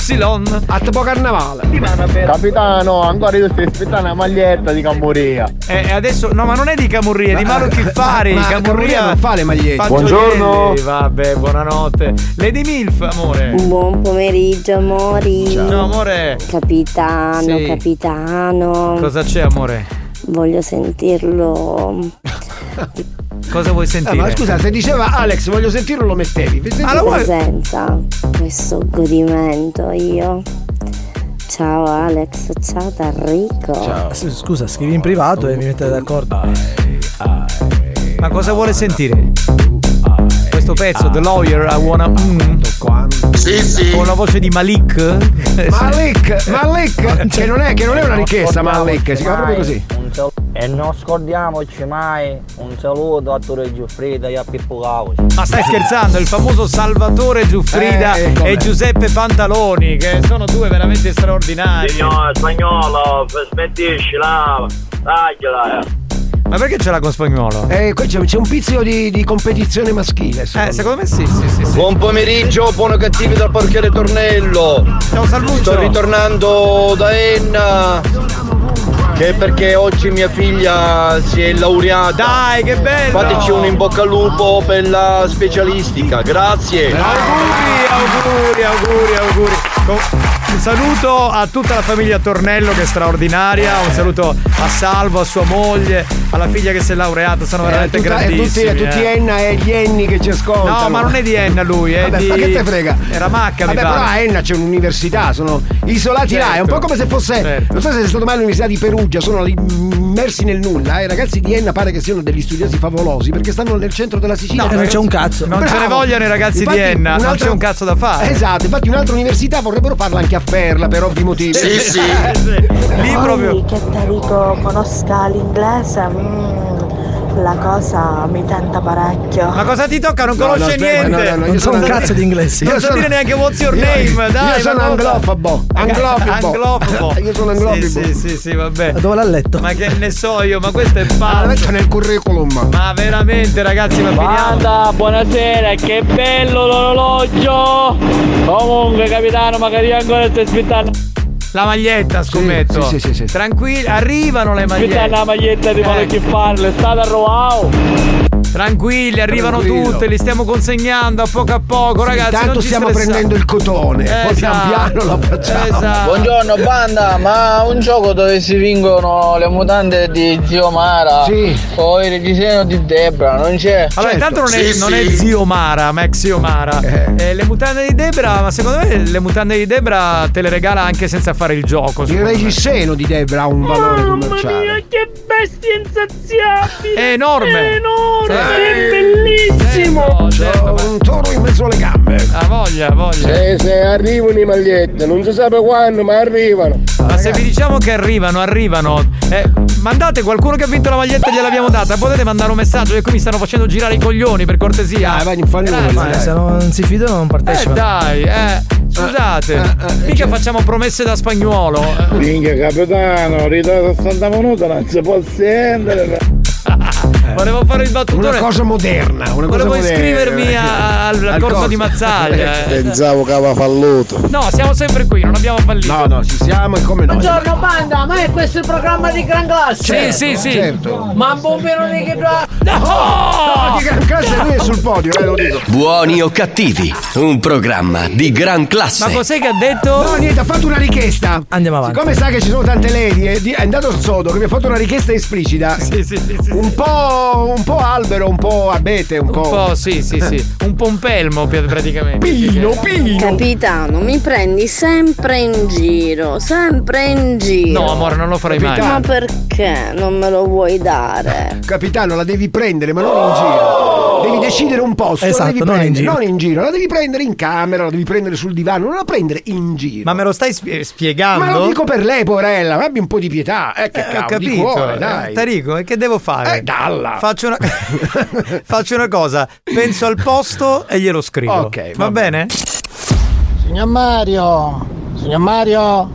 A tipo carnavale.
Capitano, ancora io stai aspettando una maglietta di Camboria.
Eh, adesso, no, ma non è di Camurria, è di Maro Chiffari.
eh, ma
Camurria
Camurria non fa le magliette.
Fa
Buongiorno.
gioielli. Vabbè, buonanotte. Lady Milf, amore.
Buon pomeriggio amori.
Eh. Ciao, amore.
Capitano,
Sì.
capitano.
Cosa c'è, amore?
Voglio sentirlo.
Cosa vuoi sentire?
Eh, ma scusa, se diceva Alex voglio sentirlo lo mettevi. Vi
Ah,
sentite?
la presenza, questo godimento io. Ciao Alex, ciao Tarrico.
Ah, S- Scusa, scrivi in privato e mi mettete d'accordo.
Ma cosa vuole sentire? Ah, Questo pezzo, The Lawyer, I
Ah,
Wanna Mm. eh, Sì, sì. Con la voce di Malik.
Malik, Malik, che non è, che non è una ricchezza, Malik, si chiama proprio così.
E non scordiamoci mai un saluto a Torre Giuffrida e a Pippo Cauci.
Ma stai scherzando? Il famoso Salvatore Giuffrida
Eh, ecco
e
me.
Giuseppe Pantaloni, che sono due veramente straordinari.
Signor spagnolo, smettisci là, tagliala. eh.
Ma perché ce l'ha con spagnolo?
Eh, qui c'è, c'è un pizzico di, di competizione maschile. Secondo
eh, secondo me sì, sì, sì.
Buon pomeriggio, buono cattivi dal parchiere Tornello.
Ciao Salvuccio.
Sto ritornando da Enna. Che è perché oggi mia figlia si è laureata.
Dai, che bello!
Fateci un in bocca al lupo per la specialistica. Grazie.
Auguri, auguri, auguri, auguri. Co- Un saluto a tutta la famiglia Tornello che è straordinaria, un saluto a Salvo, a sua moglie, alla figlia che si è laureata, sono
me. Eh,
veramente
tutta- e tutti,
grandissimi.
e tutti
eh.
Enna e gli Enni che ci ascoltano.
No, ma non è di Enna lui, è
Vabbè,
di-
ma che te frega?
Era Macca, mi
Vabbè, però
pare.
a Enna c'è un'università, sono isolati là, è un po'
Certo.
come se fosse.
Certo.
Non so se è stato mai all'università di Perugia, sono lì immersi nel nulla. eh. I ragazzi di Enna pare che siano degli studiosi favolosi perché stanno nel centro della Sicilia.
No, non c'è un cazzo. Non ce ne vogliono i ragazzi di Enna, non c'è un cazzo da fare.
Esatto, infatti un'altra università vorrebbero farla anche a Ferla per ovvi motivi.
Sì, sì. Lì proprio.
Che Tarico conosca l'inglese, mm, la cosa mi tenta parecchio.
Ma cosa ti tocca? Non conosce niente.
non so un cazzo di inglese.
Non so dire neanche what's your name. Dai,
io sono
ma cosa?
anglofobo. Anglofobo.
Anglofobo.
Io sono anglofobo.
Sì, sì, sì, sì, vabbè.
Ma dove l'ha letto?
Ma che ne so io, ma questo è
Allora,
pazzo.
metto nel curriculum.
Ma veramente ragazzi, ma finiamo.
Banda, buonasera, che bello l'orologio! Comunque capitano, magari ancora stai aspettando.
La maglietta, scommetto.
sì,
sì, Tranquilli, arrivano le magliette. Eh.
Aspettando la maglietta di Paolo che parla, è stata rovao!
Tranquilli, arrivano
Tranquillo.
tutte, li stiamo consegnando a poco a poco, ragazzi.
Intanto
non ci
stiamo
stressate. Eh,
prendendo il cotone, poi pian piano lo facciamo.
Esatto.
Buongiorno banda, ma un gioco dove si vincono le mutande di zio Mara o il disegno di Debra, non c'è?
Allora,
Certo.
Certo.
intanto non, è, non è zio Mara, ma è zio Mara. Eh, le mutande di Debra, ma secondo me le mutande di Debra te le regala anche senza fare il gioco.
Il
secondo me.
reggiseno di Debra ha un valore commerciale.
che bestia insazia!
È enorme. È enorme.
è
Eh,
bellissimo!
certo,
C'ho un toro in mezzo alle gambe.
Ha Ah, voglia, ha voglia.
Se, se arrivano i maglietti, non si sa quando, ma arrivano.
Ma se vi diciamo che arrivano, arrivano. eh, mandate qualcuno che ha vinto la maglietta, gliel'abbiamo data. Potete mandare un messaggio che qui mi stanno facendo girare i coglioni, per cortesia. Dai,
vai, non fa
Eh, ma se non si fidano non
Eh,
partecipa.
dai, eh. Scusate, mica facciamo promesse da spagnuolo. eh.
Minchia capitano, ritardo a 60 minuti, non si può sentire.
Volevo fare il battutone.
Una cosa
moderna, eh. una
Volevo
cosa moderna.
iscrivermi a- al,
Al
corso
corso.
di Mazzaglia. eh.
Pensavo che aveva falluto.
No, siamo sempre qui, non abbiamo fallito. No,
no, ci siamo e come
Buongiorno banda, ma è questo il programma di Gran Classe?
Sì, sì, sì. Certo.
Ma un bombero di che
No, di gran classe lui è sul podio, eh, lo dico.
Buoni o cattivi, un programma di gran classe.
cos'è che ha detto?
No, niente, ha fatto una richiesta. Andiamo
avanti.
Siccome sa che ci sono tante lady, è di- è andato sodo che mi ha fatto una richiesta esplicita.
Sì, sì, sì.
un, po', un po' albero, un po' abete, un po'.
Un po', sì, sì, sì. Un pompelmo pi- praticamente.
Capitano, mi prendi sempre in giro, sempre in giro.
No, amore, non lo farai mai.
Ma perché non me lo vuoi dare?
Capitano, la devi prendere, ma non in giro. Devi decidere un posto. la
Esatto,
devi
non in
prendere,
giro.
non in giro. La devi prendere in camera, la devi prendere sul divano, non la prendere in giro.
Ma me lo stai spie- spiegando?
Ma lo dico per lei, poverella, ma abbi un po' di pietà. Eh, che
Eh, ho
cavolo,
capito.
di cuore,
eh,
dai.
Tarico, e che devo fare?
Eh, dalla.
Faccio una... Faccio una cosa. Penso al posto e glielo scrivo.
Ok,
va, bene?
Signor Mario, signor Mario,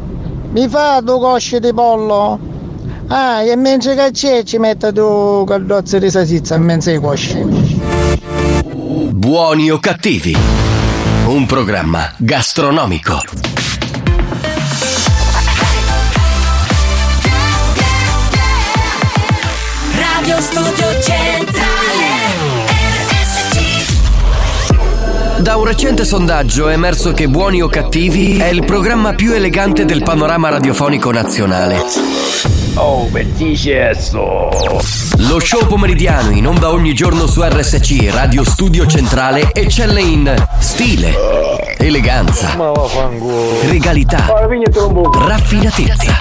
mi fa due cosce di pollo? Ah, e mentre che c'è ci mette due caldozze di salsiccia, mentre i cosci.
Buoni o cattivi, un programma gastronomico.
Radio Studio Centrale RSC
Da un recente sondaggio è emerso che Buoni o cattivi è il programma più elegante del panorama radiofonico nazionale.
Oh, bellicesso!
Lo show pomeridiano in onda ogni giorno su RSC Radio Studio Centrale eccelle in stile, eleganza, regalità, raffinatezza.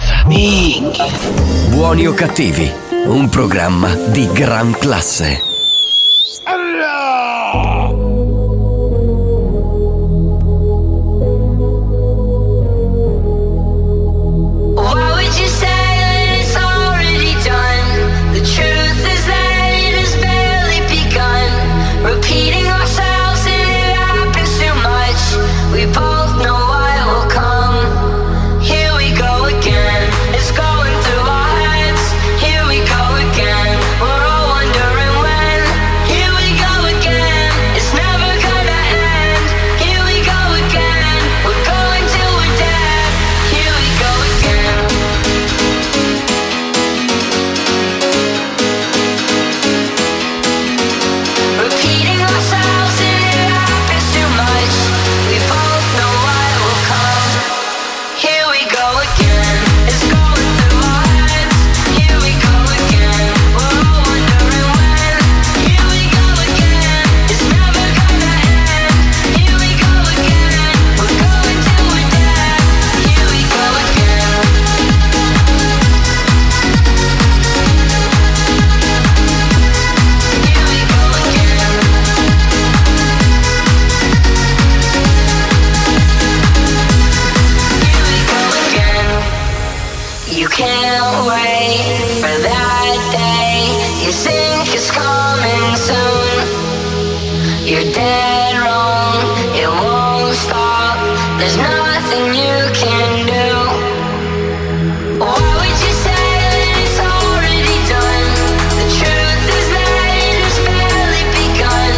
Buoni o cattivi, un programma di gran classe.
Why would you say that it's already done? The truth is that it has barely begun Repeating ourselves and it happens too much We both know why it will come Here we go again It's going through our heads Here we go again We're all wondering when Here we go again It's never gonna end Here we go again We're going till we're dead Here we go again Repeating ourselves and it happens too much We both know why it will come Here we go again It's going through our heads Here we go again We're all wondering when Here we go again It's never gonna end Here we go again We're going till we're dead Here we go again You can't wait for that day. You think it's coming soon. You're dead wrong, it won't stop. There's nothing you can do. Why would you say that it's already done? The truth is that it has barely begun.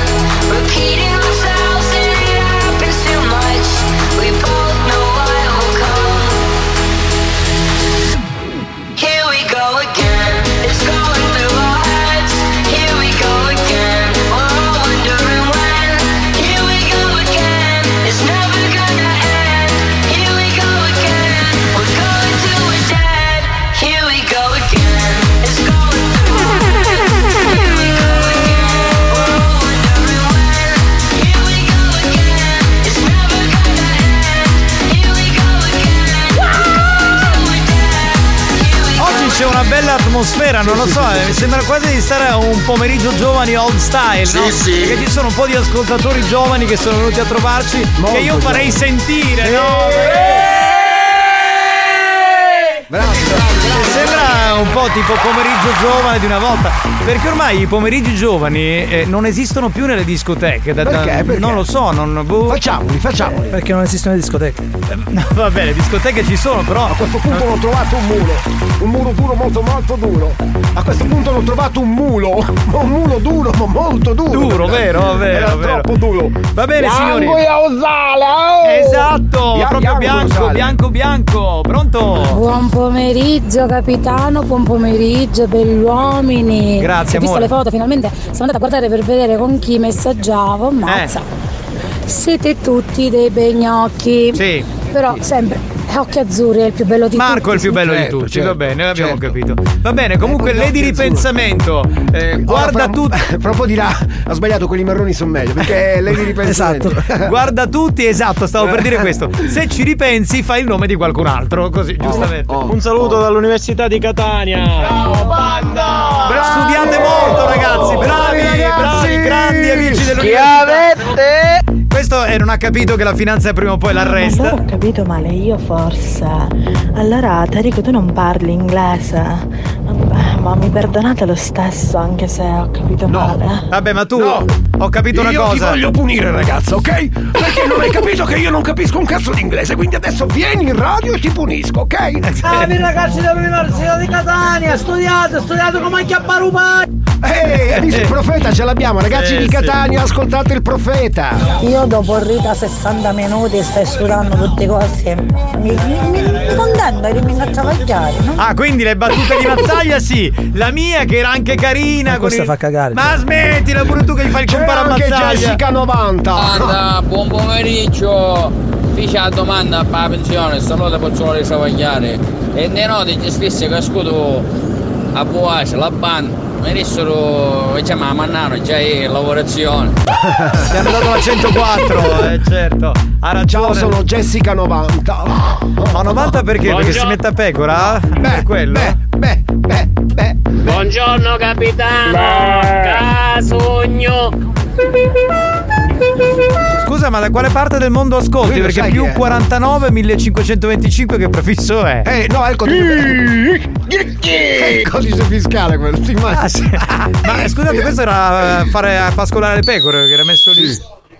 Repeating ourselves and it happens too much. We both know why it will come. Here we go again. It's going through our heads. Here we go again. We're all wondering when. Here we go again. It's never gonna end.
l'atmosfera, non lo so, eh, sembra quasi di stare a un pomeriggio giovani old style, no? Perché ci sono un po' di ascoltatori giovani che sono venuti a trovarci che io farei sentire, no?
Eh!
Sembra un po' tipo pomeriggio giovane di una volta, perché ormai i pomeriggi giovani eh, non esistono più nelle discoteche. da- da-
Perché? Perché?
Non lo so, non. Boh.
Facciamoli, facciamoli.
Perché non esistono le discoteche.
No, va bene, discoteche ci sono, però.
A questo punto l'ho trovato un muro. Un muro duro, molto molto duro. A questo punto l'ho trovato un mulo. Un mulo duro, ma molto duro.
Duro, vero, vero,
Era
vero.
troppo duro.
Va bene,
Bianco
signori.
e Ausala, oh!
Esatto,
Bia-
proprio
bianco e
bianco,
ausale.
bianco, bianco. Pronto?
Buon pomeriggio capitano, buon pomeriggio bell'uomini.
Grazie,
Ho visto le
amore.
foto finalmente, sono andata a guardare per vedere con chi messaggiavo, mazza. Siete tutti dei bei gnocchi.
Sì.
Però sempre occhi azzurri è il più bello di
Marco è
tutti.
il più bello
Certo,
di tutti, va bene, abbiamo capito. Va bene,
Ecco,
comunque lei di ripensamento. eh, guarda tutti.
Fra un po' di là ha sbagliato, quelli marroni sono meglio. Perché lei di ripensamento.
Esatto. Guarda tutti, esatto, stavo per dire questo. Se ci ripensi, fai il nome di qualcun altro, così,
Oh,
giustamente.
Un saluto dall'Università di Catania. Ciao banda!
Studiate molto,
Oh,
ragazzi, bravi, bravi, grandi amici dell'università. Questo eh, non ha capito che la finanza prima o poi l'arresta.
Allora ho capito male io forse. Allora Tarico tu non parli inglese. Vabbè, ma mi perdonate lo stesso anche se ho capito male.
Vabbè, ma tu ho capito una
Io ti
cosa.
voglio
punire, ragazza, ok? Perché non hai capito che io non capisco un cazzo di inglese, quindi adesso vieni in radio e ti punisco, ok?
Bravi ragazzi dell'Università di Catania, studiate, studiate come acchiappare un
Ehi, amici,
Eh.
il profeta ce l'abbiamo, ragazzi
Eh,
di
sì.
Catania, ascoltate il profeta.
Io dopo Rita 60 minuti stai sudando tutte cose. Mi, mi, mi, mi contento di venire a travagliare, no?
Ah, quindi le battute di Mazzaglia sì, la mia che era anche carina. con
Questa
il-
fa cagare.
Ma smettila pure tu che gli fai il compare a
anche
Mazzaglia.
Jessica
90.
Guarda, buon pomeriggio. Fici la domanda per la pensione, stavolta posso risavagliare. E ne noti gli stessi che ascolto a Boas, la ban, venissero diciamo, a Mannano, già in lavorazione.
Ti hanno dato la 104, eh, certo. Ha ragione.
Ciao, sono Jessica 90.
Ma 90 perché? Perché si mette a pecora? Beh, è quello.
Buongiorno capitano, casogno.
Scusa, ma da quale parte del mondo ascolti?
Lui lo
Perché
sai
più
chi è.
49 1525 che prefisso è?
Eh, no, è il
È
il codice fiscale quello, ti
Ah,
immagini?
Ma scusate, questo era eh, fare a pascolare le pecore che era messo lì.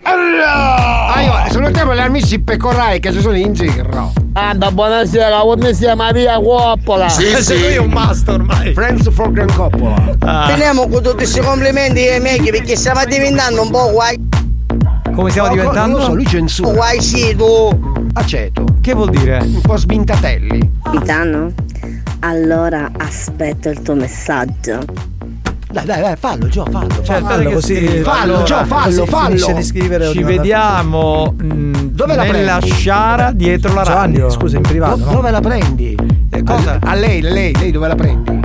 Ah, io sono sempre gli amici pecorai che ci sono in giro.
Anda, buonasera, come si chiama via Coppola?
Lui è un masto ormai.
Friends for Grand Coppola.
Ah.
Teniamo con tutti questi complimenti ai miei perché stiamo diventando un po' guai.
Ah, Come stiamo diventando?
Non lo so, lui censura.
Guai cibo.
Aceto.
Che vuol dire?
Un po' sbintatelli.
Capitano, allora aspetto il tuo messaggio.
Dai, dai, dai, fallo, Gio, fallo.
Cioè,
Aspetta che si-
fallo, Gio, fallo, fallo.
Ci vediamo Dove
Dove la
nella
prendi?
sciara dietro la
Giovanni,
radio.
scusa,
in privato.
Do- Dove la prendi?
cosa?
A lei, lei, lei dove la prendi?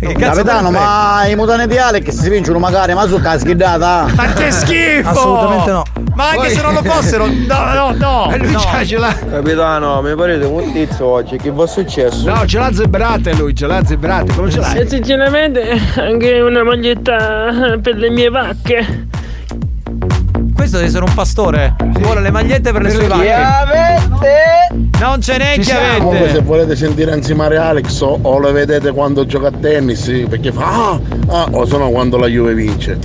Eh,
Che
Capitano,
te ne
ma i mutani di Alex si vincono magari, ma su caschiddata.
Ma che schifo! Ma anche se non lo fossero, no, no, no! no.
Capitano, mi parete un tizio oggi, che vi è successo?
No, ce l'ha zebrate lui, ce l'ha zebrate, come ce l'hai?
sinceramente anche una maglietta per le mie vacche.
Questo deve essere un pastore. Vuole le magliette per le sue vacche. Non ce n'è
Comunque se
chiavette!
volete sentire anzimare Alex o, o lo vedete quando gioca a tennis, sì, perché fa ah, ah, o sono quando la Juve vince.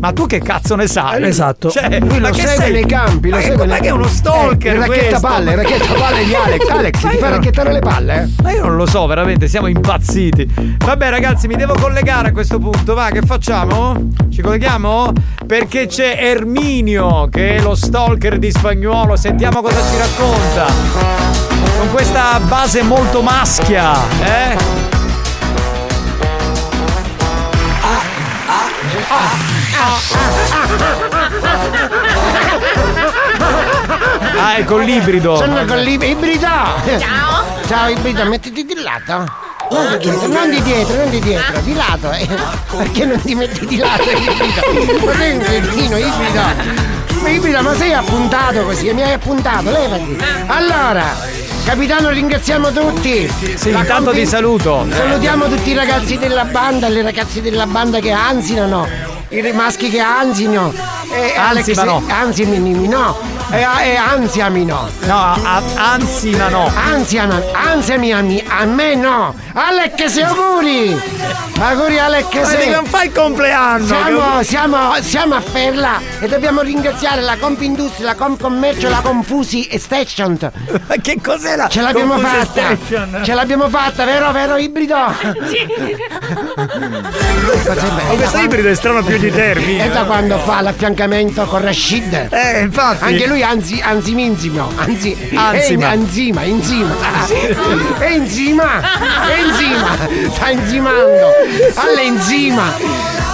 Ma tu che cazzo ne sai?
Esatto.
Cioè,
Lui
ma
lo
che
segue
sei?
nei campi, lo
ma che-
segue
Ma
nei
che è uno
campi.
stalker
Eh, il racchetta
questo?
palle, il racchetta palle di Alex. Alex, ti
Ma io
fa
non-
racchettare le palle, eh?
Ma io non lo so, veramente, siamo impazziti. Vabbè ragazzi, mi devo collegare a questo punto, va, che facciamo? Ci colleghiamo? Perché c'è Erminio, che è lo stalker di Spagnuolo, sentiamo cosa ci racconta. Con questa base molto maschia, eh? Ah, è con l'ibrido.
Sono con l'ibrida. Ciao. Ciao, ibrida, mettiti di lato. Non di dietro, non di dietro, non di dietro, di lato. eh. Perché non ti metti di lato, ibrida? Ma sei un cretino, ibrida. Ma ibrida, ma sei appuntato così, mi hai appuntato, levati. Allora, Capitano, ringraziamo tutti.
Sì,
La
intanto
confi-
ti saluto.
Salutiamo tutti i ragazzi della banda, le ragazze della banda che ansinano, i re- maschi che ansino. E
Ansimano.
Ansimini, no. E, eh, e ansiamino.
No, a, ansimano.
Ansiano, ansiami, a me no. Alec, se auguri. Auguri Alec,
Ma
se.
dico, non fai il compleanno,
Siamo,
che-
siamo, siamo a Ferla e dobbiamo ringraziare la Compindustria, la Compcommercio, la Confusi e Station. Ma
che cos'è la
Ce l'abbiamo
Confusi
fatta.
Station?
Ce l'abbiamo fatta, vero, vero, ibrido?
Oh, questo ibrido è strano più di termini.
E da quando fa l'affiancamento con Rashid?
Eh, infatti.
Anche lui anzi, anzi minzimo, anzi,
Anzima.
eh, anzima, enzima. È enzima, è enzima, sta enzimando, all'enzima.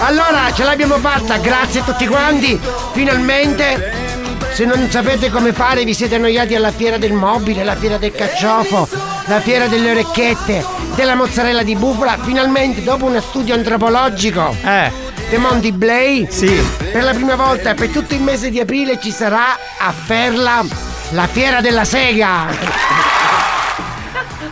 Allora, ce l'abbiamo fatta, grazie a tutti quanti, finalmente. Se non sapete come fare, vi siete annoiati alla fiera del mobile, la fiera del carciofo, la fiera delle orecchiette, della mozzarella di bufala, finalmente dopo uno studio antropologico.
Eh.
De Monti Blay? Sì. Per la prima volta, per tutto il mese di aprile ci sarà a Ferla la fiera della sega.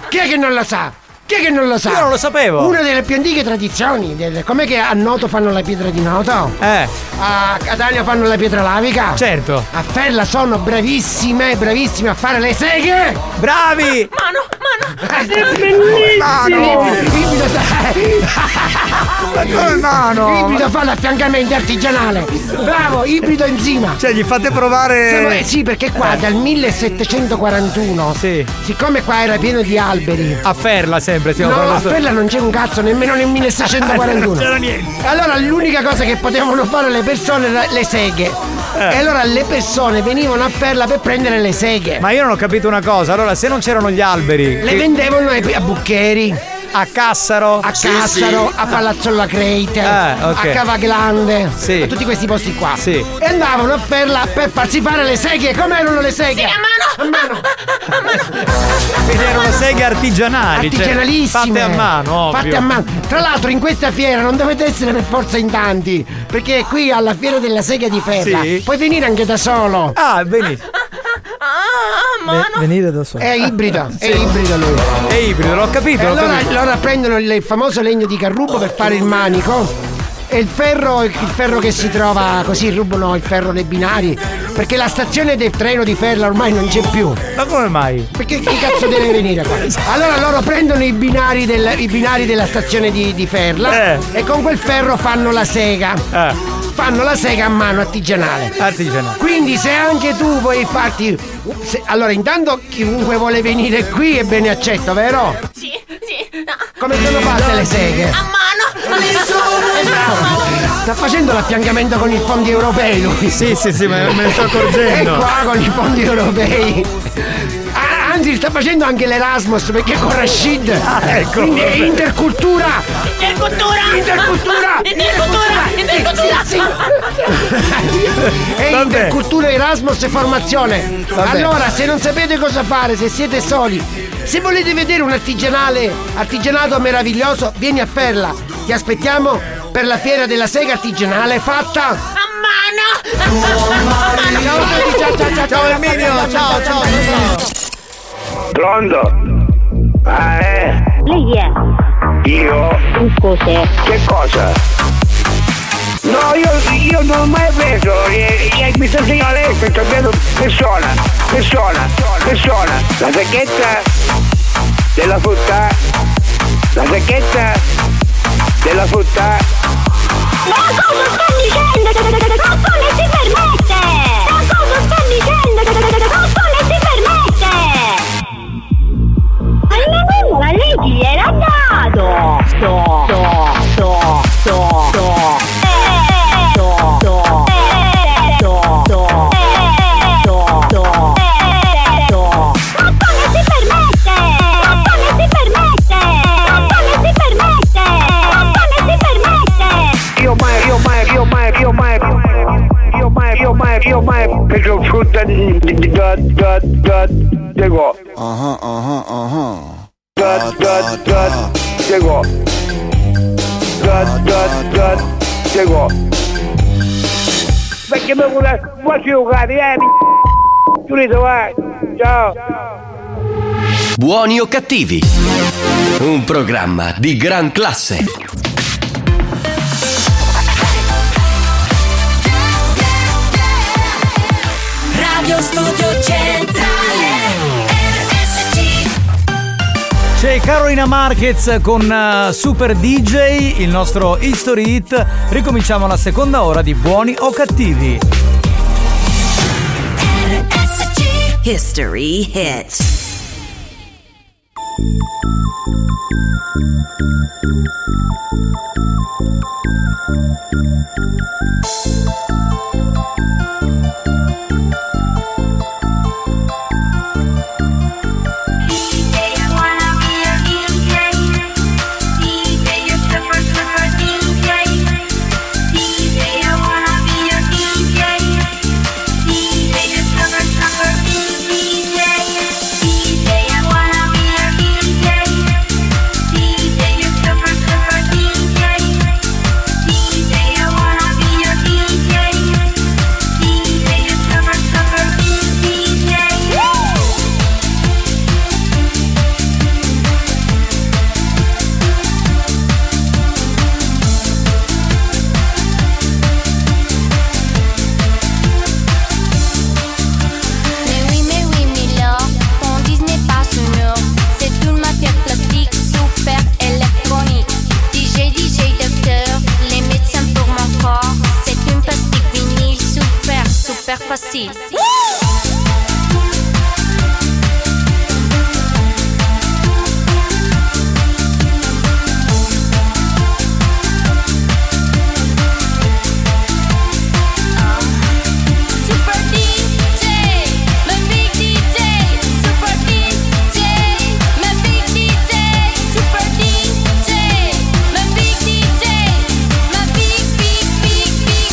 Chi è che non lo sa? Chi è che non lo sa?
Io non lo sapevo.
Una delle più antiche tradizioni. del- com'è che a Noto fanno la pietra di Noto?
Eh.
A Catania fanno la pietra lavica?
Certo.
A Ferla sono bravissime, bravissime a fare le seghe!
Bravi!
Mano, mano! È
bellissimo!
Ma
come mano?
Ibrido fa l'affiancamento artigianale! Bravo, ibrido enzima!
Cioè, gli fate provare-
Siamo- eh sì, perché qua
Eh.
dal 1741, siccome qua era pieno di alberi.
A Ferla sempre, stiamo
No, a
parlando-
Ferla non c'è un cazzo, nemmeno nel 1641.
Non c'era niente.
Allora l'unica cosa che potevano fare le persone era le seghe.
Eh.
E allora le persone venivano a Ferla per prendere le seghe.
Ma io non ho capito una cosa, allora se non c'erano gli alberi.
Le vendevano ai- a Buccheri.
A Cassaro.
A
Sì,
Cassaro,
sì.
a Palazzolla Crete,
Ah, ok.
a Cavaglande,
Sì.
a tutti questi posti qua.
Sì.
E andavano a Ferla per farsi fare le seghe. Com'erano le seghe? a mano! A mano!
Quindi erano seghe artigianali. cioè,
Artigianalissime
fatte a mano, ovvio.
Fatte a mano. Tra l'altro in questa fiera non dovete essere per forza in tanti Perché qui alla fiera della sega di ferra
Sì.
Puoi venire anche da solo
Ah benissimo
Ve- venire da solo.
È ibrido È ibrido lui
È ibrido, l'ho capito.
E
Eh,
l'ho
allora,
capito.
allora prendono il il famoso legno di carrubo per fare il manico e il ferro, il ferro che si trova così rubano il ferro dei binari perché la stazione del treno di Ferla ormai non c'è più.
Ma come mai?
Perché chi cazzo deve venire qua? Allora loro prendono i binari, del- i binari della stazione di, di Ferla
Eh.
e con quel ferro fanno la sega. Fanno la sega a mano artigianale.
Ah, Artigianale.
Quindi se anche tu vuoi farti... se- allora intanto chiunque vuole venire qui è bene accetto, vero?
Sì, sì.
Come sono fatte le seghe? Esatto.
A mano!
Sta facendo l'affiancamento con i fondi europei lui.
Sì, sì, sì, ma me ne sto accorgendo.
E qua con i fondi europei. Ah, Anzi, sta facendo anche l'Erasmus perché è con Rashid.
Ah,
ecco.
Quindi è intercultura.
Intercultura! Intercultura! Intercultura! Intercultura!
È intercultura Erasmus e formazione. Allora, se non sapete cosa fare, se siete soli, se volete vedere un artigianale, artigianato meraviglioso, vieni a Ferla. Ti aspettiamo per la fiera della sega artigianale fatta. Ciao a tutti, ciao ciao ciao ciao Emilio, ciao ciao
Pronto? Ah, eh? Lei è? Io? Cos'è? Che cosa? No, io, io non ho mai preso, eh, eh, mi sto segno adesso, sto prendendo persona, persona, persona, la sacchetta della frutta, la sacchetta della frutta.
Ma cosa sta dicendo? Ma come si permette? Ma cosa sta dicendo? Ma come si permette? Ma mamma, ma lei chi gliel'ha dato? Sto, sto, sto, sto, sto. Sto, sto, sto, sto, sto, sto, sto. Ma come si permette? Ma come si permette? Ma come si permette? Ma come si permette?
Io mai, io mai, io mai, io mai, io mai, io mai, io mai preso frutta di- di- di- da, da, da, da, go.
Ah
어,
ah ah
da, da, da, da, go. Da, da, da, da, go. Perché mi vuole, faccio giocare, eh, mi... Tu li vai, ciao.
Buoni o cattivi? Un programma di gran classe.
Radio Studio Centrale RSC
C'è Carolina Marquez con eh, Super DJ, il nostro History Hit. Ricominciamo la seconda ora di Buoni o Cattivi.
History hit.
Mais oui, mais oui, Milo, ton disque n'est pas sonore. C'est une matière plastique super électronique. DJ, DJ, docteur, les médecins pour mon corps. C'est une plastique vinyle super, super facile. Super DJ, le big DJ, super DJ, le big DJ, super DJ, le big DJ, le big big big big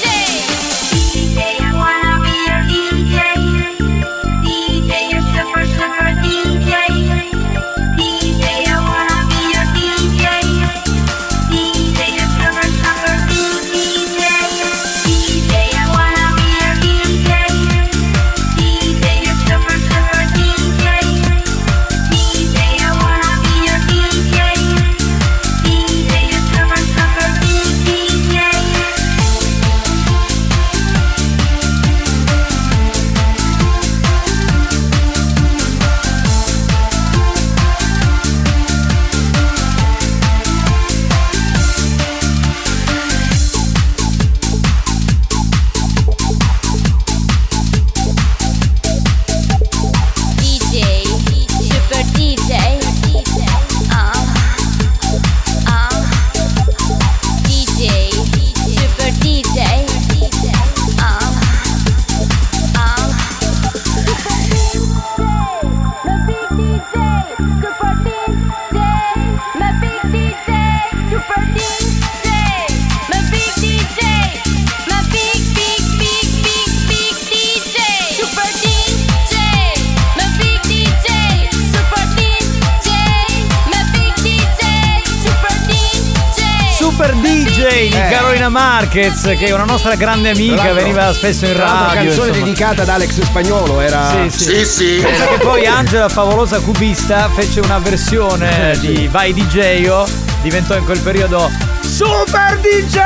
big DJ. DJ, I wanna be your DJ. DJ, you're super super DJ. DJ, I wanna be your DJ. DJ, you're super super DJ. DJ, I wanna be your DJ. DJ, you're super super DJ. DJ, I wanna be your DJ. DJ, you're super super DJ. DJ, super DJ. Ah, ah. DJ, super DJ. Ah, ah. My big DJ, super DJ. My big DJ, my big big big big big DJ, super DJ. My big DJ, super DJ. My big DJ, super DJ.
Super DJ di
Eh.
Carolina Marquez, che è una nostra grande
Tra
amica,
l'altro-
veniva spesso in
tra l'altro
radio.
canzone
insomma.
dedicata ad Alex Spagnolo era.
Sì, sì. Pensa che poi Angela, favolosa cubista, fece una
Eh,
versione di Vai DJO, diventò in quel periodo Super DJ!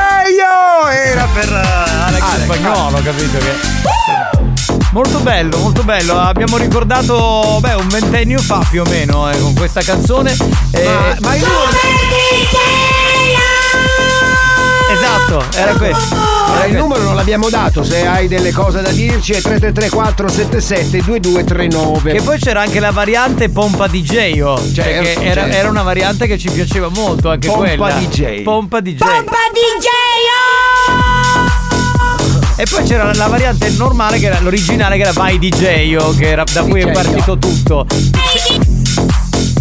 Era per eh, Alex Spagnolo, capito che. Molto bello, molto bello. Abbiamo ricordato, beh, un ventennio fa più o meno eh, con questa canzone. Eh, Ma, ma io. Esatto, era questo.
Ma il numero non l'abbiamo dato, se hai delle cose da dirci è 333 477 2239.
Che poi c'era anche la variante Pompa DJ, oh, cioè che
Certo,
era,
certo.
era una variante che ci piaceva molto anche
Pompa
quella.
DJ.
Pompa DJ.
Pompa DJ
E poi c'era la variante normale che era l'originale che era Vai DJ, oh, che era da cui è
oh.
partito tutto.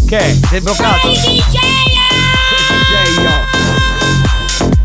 Che? è? Sei bloccato?
DJ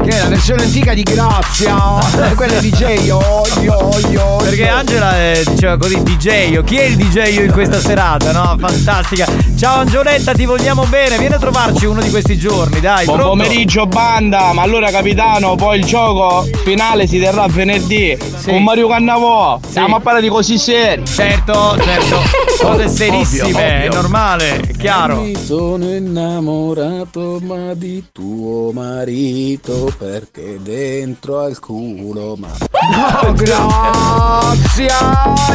Che è la versione antica di Grazia. oh, Quella di DJ. Yo, yo, yo.
Perché Angela eh, diceva così DJ, io. chi è il DJ io in questa serata? No, fantastica. Ciao Angioletta, ti vogliamo bene, vieni a trovarci uno di questi giorni, dai.
Buon
pronto?
pomeriggio banda, ma allora capitano, poi il gioco finale si terrà venerdì con Mario Cannavò. Stiamo a parlare di cose serie.
Certo, certo. Cose serissime, è
ovvio.
normale, è chiaro.
Mi sono innamorato ma di tuo marito perché dentro al culo ma...
No, grazia,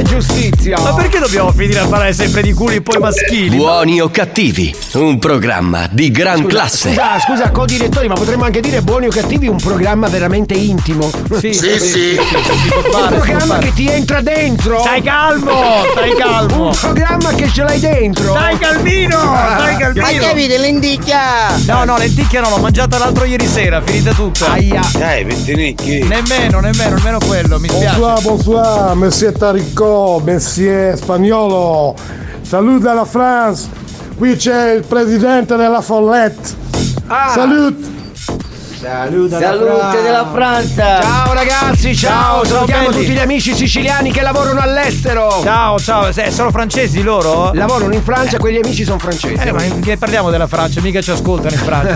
giustizia.
Ma perché dobbiamo finire a parlare sempre di culi e poi maschili?
Buoni o cattivi, un programma di gran
Scusa,
classe.
Scusa, scusa, co-direttori, ma potremmo anche dire buoni o cattivi un programma veramente intimo.
Sì, sì, sì, sì, si può
Un
fare, si può
programma
fare.
che ti entra dentro.
Stai calmo, stai calmo.
Un programma che ce l'hai dentro.
Stai calmino, stai calmino.
Ma che vedi,
lenticchia?
No, no, lenticchia no, l'ho mangiata l'altro ieri sera, finita tutta. Aia.
Dai, ventinicchi.
Nemmeno, nemmeno, nemmeno quello, mi spiace.
Bonsoir, bonsoir, monsieur Taricò, monsieur Spagnolo. Saluta la France. Qui c'è il presidente della Follette.
Ah.
Salute.
Saluta
Salute della Francia.
Ciao ragazzi, ciao,
Ciao, ciao,
salutiamo
belli.
tutti gli amici siciliani che lavorano all'estero.
Ciao, ciao, se- sono francesi loro?
Lavorano in Francia, quegli amici sono francesi.
Eh, ma che parliamo della Francia, mica ci ascoltano in Francia.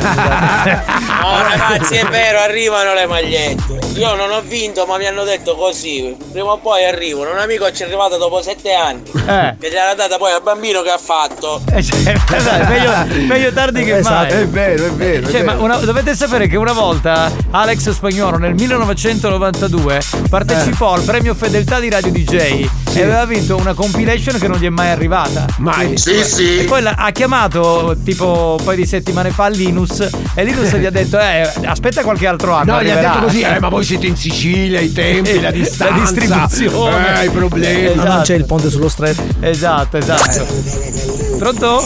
No, ragazzi, è vero, arrivano le magliette. Io non ho vinto, ma mi hanno detto così. Prima o poi arrivano. Un amico ci è arrivato dopo sette anni.
Eh.
Che gliel'ha data poi al bambino che ha fatto.
Eh, cioè, dai, meglio, meglio tardi che
Esatto,
mai.
è vero, è vero, è
Cioè, ma
vero.
una- dovete sapere che una volta Alex Spagnolo nel 1992
Eh.
partecipò al premio Fedeltà di Radio DJ e aveva vinto una compilation che non gli è mai arrivata.
Mai.
Sì, sì. E poi la- ha chiamato tipo un paio di settimane fa Linus e Linus gli ha detto: Eh, aspetta qualche altro anno.
No, gli ha
arriverà."
detto così, eh, ma voi siete in Sicilia, i tempi, la distanza.
distribuzione.
Eh, i problemi.
Ma non c'è il ponte sullo stretto.
Esatto, esatto. Pronto?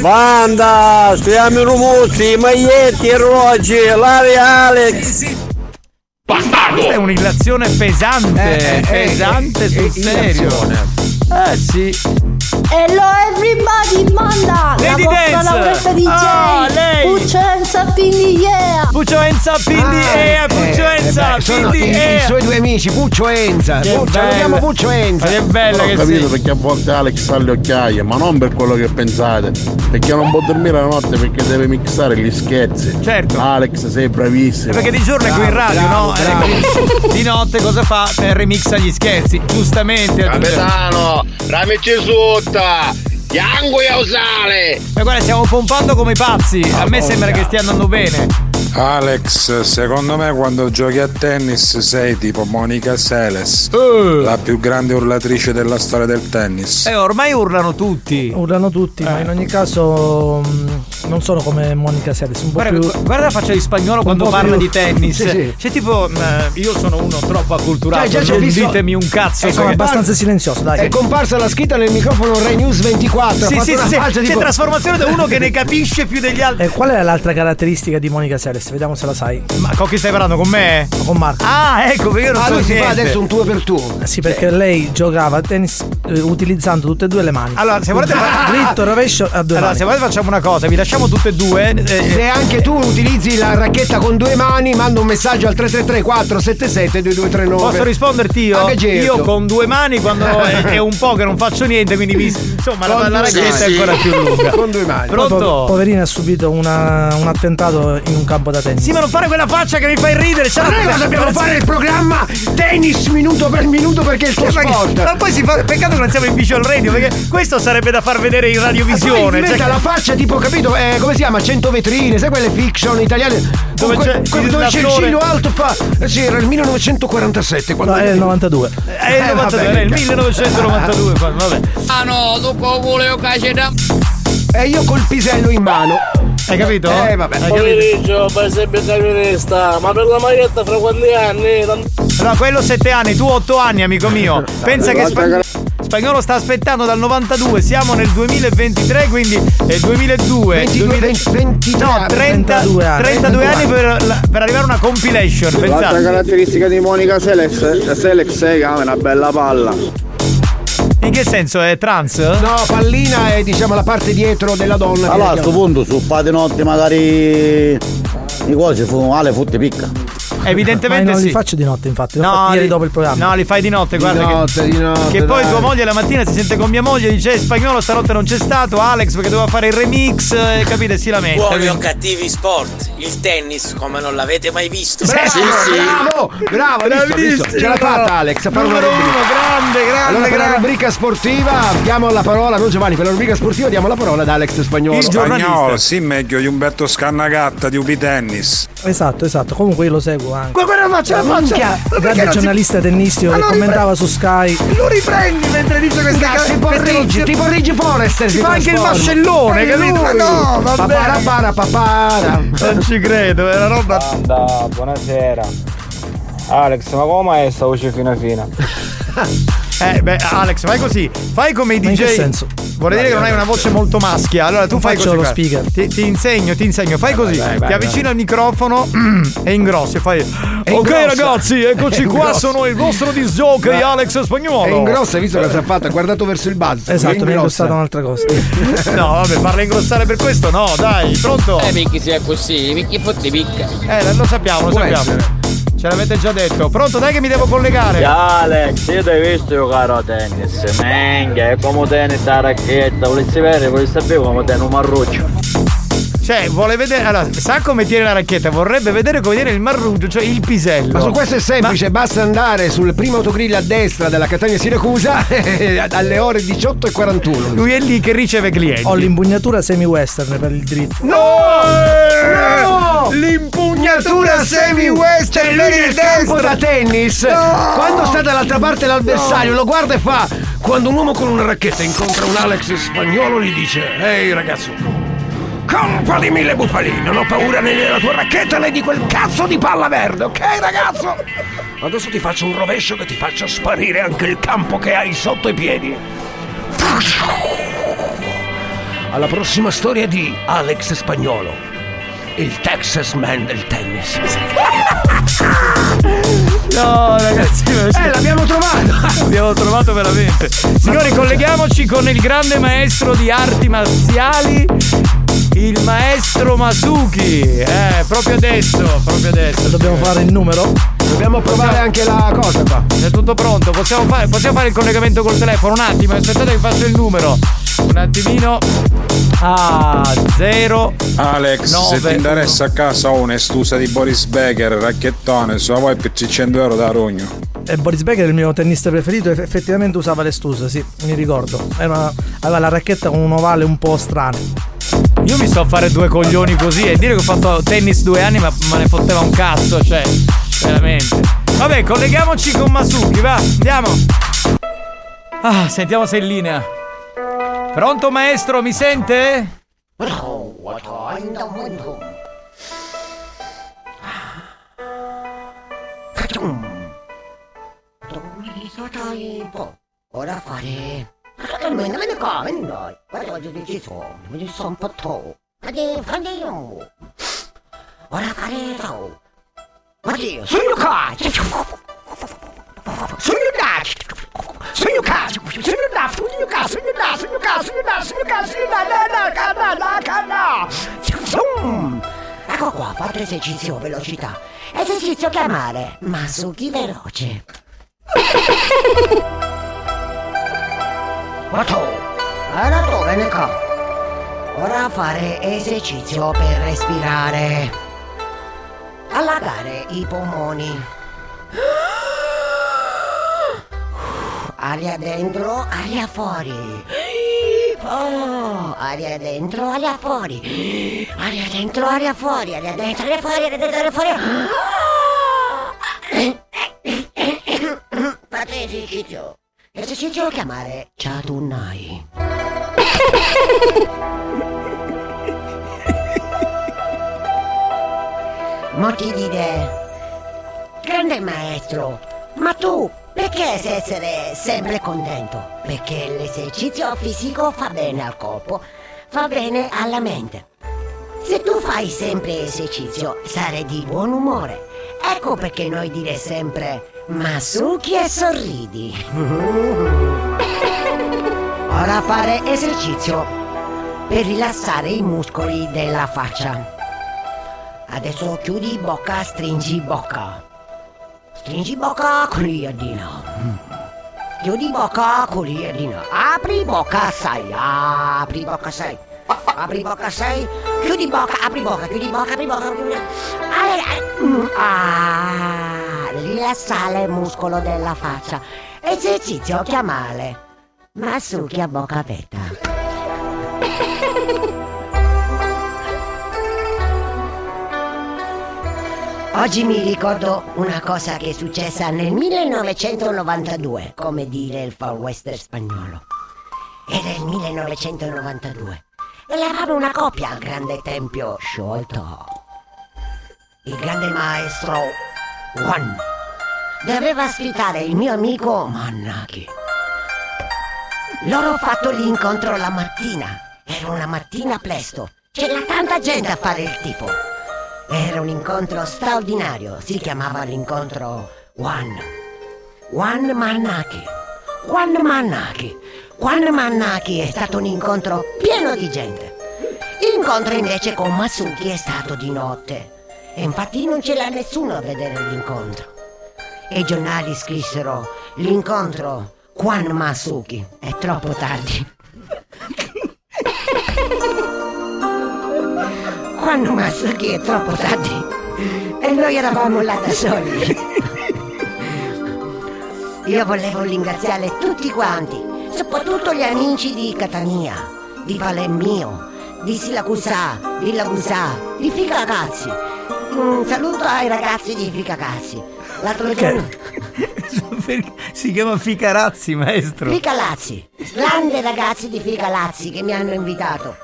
Banda, stiamo in rumuzzi, maglietti e roggi, l'aria Alex.
Questa è un'illazione pesante,
Eh, eh,
pesante
eh,
sul
eh,
serio.
illazione.
Eh sì.
Hello everybody, manda
Lady
la vostra
Dance.
laureata di
Ah, lei.
Jay Puccio and Sapini, yeah
Puccio Enza, Pindi
Ah,
e Puccio Enza,
Eh, sono
Pindi
i, i
e
suoi due amici, Puccio e Enza.
Che
Puccio,
bella.
salutiamo Puccio e Enza.
Ma che bella
Però ho
che
capito
sei.
perché a volte Alex sa le occhiaie, ma non per quello che pensate. Perché non può dormire la notte perché deve mixare gli scherzi.
Certo.
Alex, sei bravissimo.
Perché di giorno è qui in
Bravo,
radio,
bravo,
no?
bravo.
Eh, quindi Di notte cosa fa? Eh, Remixa gli scherzi, giustamente.
Capitano, ramici sutta, piango e usale.
Ma guarda, stiamo pompando come pazzi. A me sembra che stia andando bene.
Alex, secondo me quando giochi a tennis sei tipo Monica Seles, la più grande urlatrice della storia del tennis.
Eh, ormai urlano tutti.
Urlano tutti, ma in ogni caso mh, non sono come Monica Seles, un po'
Guarda,
più.
gu- guarda la faccia di spagnolo quando
po'
parla
più-
di tennis.
Sì, sì.
C'è tipo, mh, io sono uno troppo acculturato.
Cioè, già c'è
non
visto- Eh,
ditemi un cazzo.
Sono
perché-
abbastanza silenzioso, dai.
È comparsa la scritta nel microfono Rai News 24.
Sì,
ha fatto
sì,
una
sì, sì,
faccia
c'è
tipo-
trasformazione da uno che ne capisce più degli altri.
E Eh, qual è l'altra caratteristica di Monica Seles? Vediamo se la sai.
Ma con chi stai parlando? Con me?
Con Marco.
Ah, ecco, perché io non
Ah,
so
lui si fa
niente.
adesso un tuo per tuo.
Ah, Sì, perché lei giocava a tennis eh, utilizzando tutte e due le mani.
Allora, se volete, fa-
Dritto, rovescio, a due
allora,
mani.
se volete facciamo una cosa, vi lasciamo tutte e due. eh,
Se anche tu utilizzi la racchetta con due mani, manda un messaggio al 333 477 2239.
Posso risponderti io?
Anche certo.
Io con due mani quando è, è un po' che non faccio niente, quindi mi- insomma la,
Con
la
due
racchetta è
mani.
ancora più lunga.
Con due mani.
Poi, po-
Pronto?
poverina ha subito una- un attentato in un campo da tennis.
Sì, ma non fare quella faccia che mi fai ridere, c'è
Ma noi cosa dobbiamo fare il programma tennis minuto per minuto perché è il tuo
Ma
sport.
poi si fa. Peccato che non siamo in visual radio, perché questo sarebbe da far vedere in
Ah, Poi
radiovisione.
diventa
cioè-
la faccia tipo, capito, eh, come si chiama? 100 vetrine, sai quelle fiction italiane?
Dove
Con
c'è il
dove c'è il
lattore.
ciglio alto fa... eh Sì, era il 1947 quando...
No, è il 92.
È il
Eh,
92,
vabbè.
è il 1992, fa- vabbè.
Ah no, dopo volevo cacere.
E Eh, io col pisello in mano.
Hai capito?
Eh, vabbè.
Hai capito?
Pomeriggio, per esempio camionista, ma per la maglietta fra quanti anni? Tanto-
Allora, quello 7 anni, tu 8 anni, amico mio. Pensa che Spagn- Spagnolo sta aspettando dal 92, siamo nel 2023, quindi è 2002.
22,
2000
20, 23,
No, 30,
32 anni.
32 anni per, la- per arrivare a una compilation,
L'altra
pensate.
caratteristica di Monica Selex, Selex è che ha una bella palla.
In che senso è trans?
No, pallina è diciamo la parte dietro della donna. che
Allora a
la
sto
chiama.
punto su di notte magari i cosi fu male futti picca.
Evidentemente
Ma non
sì.
li faccio di notte, infatti. L'ho fatto ieri
li-
dopo il programma.
No, li fai di notte,
Di
guarda. che-
notte, di notte,
Che poi
dai.
tua moglie la mattina si sente con mia moglie e dice: "Eh, Spagnolo stanotte non c'è stato, Alex perché doveva fare il remix, eh, capite? Si lamenta.
Buoni o
quindi-
cattivi sport, il tennis come non l'avete mai visto.
Bravo, bravo,
bravo,
visto, visto. Ce l'ha fatta Alex a fare una
Numero
rubrica.
uno, grande, grande,
Allora per la
grande.
rubrica sportiva diamo la parola, non Giovanni, per la rubrica sportiva diamo la parola ad Alex Spagnolo.
Spagnolo, sì, meglio di Umberto Scannagatta di Ubi Tennis.
Esatto, esatto. Comunque io lo seguo anche.
Guarda, guarda la faccia, la faccia.
Minchia,
Ma perché
grande
non si-
giornalista tennistio
Ma
che
non
commentava su Sky.
Lo riprendi mentre dice queste
Cazzo,
cose.
tipo Riggi, tipo Riggi Forrester si trasforma. Eh, lui.
Ah,
No, vabbè.
Papara, para,
papara.
Non ci credo, è una roba.
Banda, buonasera. Alex, ma come mai sta voce fino a fino?
Eh, beh, Alex, fai così. Fai come i
Ma in
DJ.
che senso?
Vorrei dire che non hai una voce molto maschia. Allora tu
Non
fai
faccio
così.
lo
guarda.
speaker.
Ti, ti insegno, ti insegno. Fai
Vai,
così.
vai, vai,
ti
vai,
avvicino al microfono mm, e ingrossi. e Fai.
E
ok,
ingrossa.
ragazzi,
E
eccoci qua.
ingrossa.
Sono il vostro disjockey
Ma-
Alex Spagnolo.
È ingrossa, hai visto cosa ha fatto? Ha guardato verso il basso.
Esatto, mi è costata
ingrossa.
un'altra cosa.
No, vabbè, parla ingrossare per questo? No, dai, pronto?
Eh, picchi se è così, picchi fotti picca.
Eh, lo sappiamo, lo
Può
sappiamo.
essere.
Ce l'avete già detto. Pronto, dai che mi devo collegare.
Alex, io ti ho visto giocare a tennis. Menga, è come tennis a racchetta. Volessi vedere, volessi sapere come tennis un marruccio.
Cioè, vuole vedere. Allora, sa come tiene la racchetta? Vorrebbe vedere come tiene il marrugio, cioè il pisello.
Ma su questo è semplice, basta andare sul primo autogrill a destra della Catania Siracusa eh, alle ore 18.41.
Lui è lì che riceve clienti.
Ho l'impugnatura semi-western per il dritto.
No!
No!
L'impugnatura
semi-western
Cioè, lui
per
nel
il
campo
destro.
da tennis,
No!
quando sta dall'altra parte l'avversario, lo guarda e fa. Quando un uomo con una racchetta incontra un Alex spagnolo, gli dice: Ehi ragazzo, colpa di mille bufalini, non ho paura né della tua racchetta né di quel cazzo di palla verde, ok ragazzo? Adesso ti faccio un rovescio che ti faccia sparire anche il campo che hai sotto i piedi. Alla prossima storia di Alex Spagnolo, il Texas Man del tennis.
No, ragazzi,
Eh, l'abbiamo trovato!
L'abbiamo trovato veramente. Signori, colleghiamoci con il grande maestro di arti marziali, il maestro Masuki. Eh, proprio adesso, proprio adesso. Dobbiamo
fare il numero?
Dobbiamo provare anche la cosa qua.
È tutto pronto, possiamo fare, possiamo fare il collegamento col telefono. Un attimo, aspettate che faccio il numero. Un attimino. Ah, zero.
Alex,
Nove,
se ti interessa a casa ho un'estusa di Boris Becker, racchettone, se la vuoi per 500 euro da rogno.
E Boris Becker, il mio tennista preferito, eff- effettivamente usava le stuse, sì, mi ricordo. Era una- aveva la racchetta con un ovale un po' strano.
Io mi sto a fare due coglioni così e dire che ho fatto tennis due anni ma me ne fotteva un cazzo, cioè, veramente. Vabbè, colleghiamoci con Masuki, va, andiamo. Ah, sentiamo se è in linea. Pronto maestro, mi sente?
Ora fare. Almeno me ne qua, me ne dai. Guarda, oggi non ci sono, non ci sono un po' troppo. Guarda, prende io. Ora fare troppo. Guarda, sono qua. Sono là. Sono qua. Sono là, sono qua, sono là, sono qua, sono là, sono qua, sono là, là, là, là, là, là, là, là. Zoom. Ecco qua, fate esercizio velocità. Esercizio chiamare Masuki veloce. Ma tu, era dove ne ca? Ora fare esercizio per respirare. Allagare i polmoni. Aria dentro, aria fuori. Oh, aria dentro, aria fuori. Aria dentro, aria fuori. Aria dentro, aria fuori, aria dentro, aria fuori. Fate esercizio. Esercizio chiamare Chatunnai. Molti dire, grande maestro, ma tu perché sei essere sempre contento? Perché l'esercizio fisico fa bene al corpo, fa bene alla mente. Se tu fai sempre esercizio, sarai di buon umore. Ecco perché noi dire sempre Masuki e sorridi. Ora fare esercizio per rilassare i muscoli della faccia. Adesso chiudi bocca, stringi bocca. Stringi bocca con lì e di là. Chiudi bocca con lì e di là. Apri bocca assai, apri bocca assai. Apri bocca assai, chiudi bocca, apri bocca, chiudi bocca, apri bocca, chiudi bocca. Ah, rilassare il muscolo della faccia. Esercizio chiamale. Masucchi a bocca aperta. Oggi mi ricordo una cosa che è successa nel 1992, come dire il far western spagnolo. Era il 1992. Eravamo una coppia al grande tempio sciolto. Il grande maestro Juan doveva ospitare il mio amico Mannaki. Loro ho fatto l'incontro la mattina. Era una mattina presto. C'era tanta gente a fare il tifo. Era un incontro straordinario. Si chiamava l'incontro Juan. Juan Mannaki. Juan Mannaki. Juan Mannaki è stato un incontro pieno di gente. L'incontro invece con Masuki è stato di notte. E infatti non c'era nessuno a vedere l'incontro. E i giornali scrissero l'incontro Juan Masuki. È troppo tardi. Juan Masuki è troppo tardi. E noi eravamo là da soli. Io volevo ringraziare tutti quanti, soprattutto gli amici di Catania, di Palermo, di Siracusa, di Lagusa, di Ficacazzi. Un saluto ai ragazzi di Ficacazzi. L'altro giorno,
Perché si chiama Ficarazzi, maestro.
Ficalazzi, grandi ragazzi di Ficalazzi che mi hanno invitato.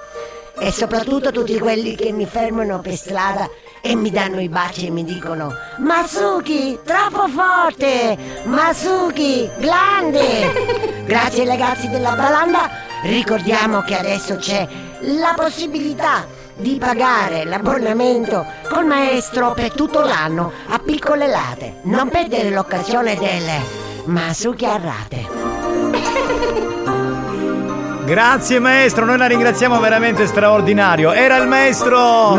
E soprattutto tutti quelli che mi fermano per strada e mi danno i baci e mi dicono Masuki, troppo forte! Masuki, grande! Grazie ragazzi della Balanda, ricordiamo che adesso c'è la possibilità di pagare l'abbonamento col maestro per tutto l'anno a piccole late. Non perdere l'occasione delle Masuki a rate.
Grazie maestro, noi la ringraziamo veramente straordinario. Era il maestro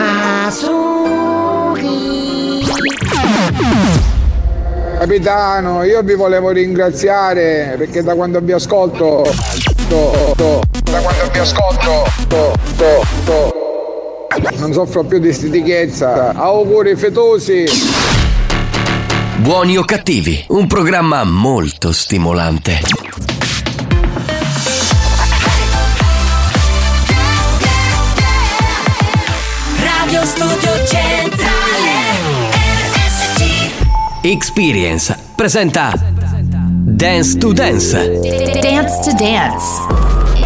Capitano, io vi volevo ringraziare perché da quando vi ascolto. to- to- da quando vi ascolto. to- to- to- non soffro più di stitichezza. Auguri fetosi.
Buoni o cattivi, un programma molto stimolante.
Radio Studio Centrale RSC
Experience presenta Dance to Dance.
Dance to dance.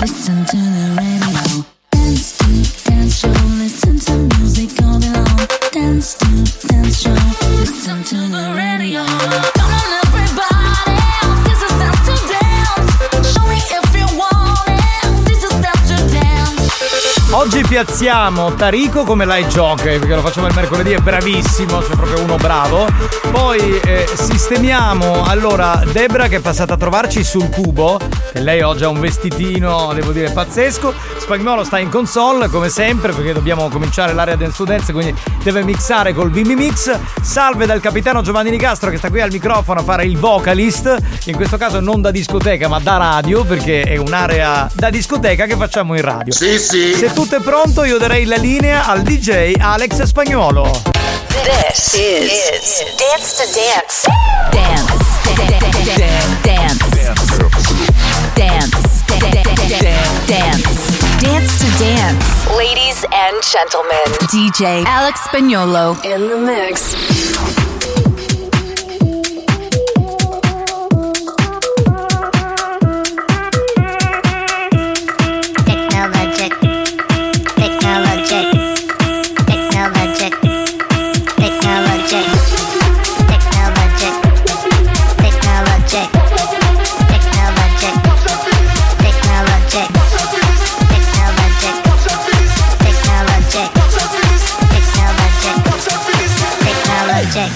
Listen to the radio Dance to dance show Listen to music all day long Dance to dance show Listen to the radio Come on everybody This is dance to dance Show me if you want it This is dance to dance
Oggi piazziamo Tarico come live jockey, perché lo facciamo il mercoledì, è bravissimo, c'è proprio uno bravo. Poi eh, sistemiamo allora Debra che è passata a trovarci sul cubo, e lei oggi ha un vestitino, devo dire, pazzesco. Spagnolo sta in console, come sempre, perché dobbiamo cominciare l'area del studente, quindi deve mixare col Bimbi Mix. Salve dal capitano Giovanni Nicastro che sta qui al microfono a fare il vocalist, in questo caso non da discoteca ma da radio, perché è un'area da discoteca che facciamo in radio.
Sì, sì.
Se tutto è pronto, io darei la linea al DJ Alex Spagnolo.
This is, Dance to Dance. Dance. Dance. Dance. Dance. Dance. Dance to dance. Ladies and gentlemen. DJ Alex Spagnolo. In the mix.
faccia.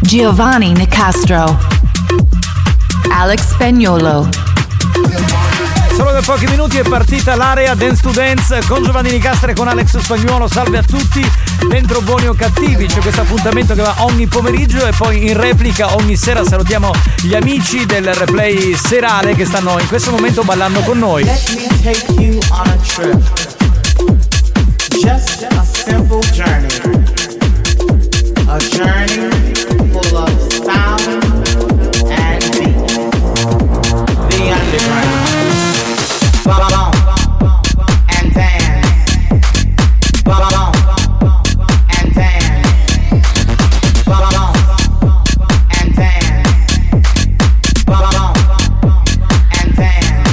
Giovanni Nicastro. Alex Spagnolo.
Solo per pochi minuti è partita l'area Dance to Dance con Giovanni Nicastre e con Alex Spagnuolo. Salve a tutti. Dentro Buoni o Cattivi c'è questo appuntamento che va ogni pomeriggio e poi in replica ogni sera salutiamo gli amici del replay serale che stanno in questo momento ballando con noi.
me take you on a trip. Just a simple journey. A journey full of sound and beat. The underground. Bump and dance. Bump and dance. Bump and dance. Bump and dance.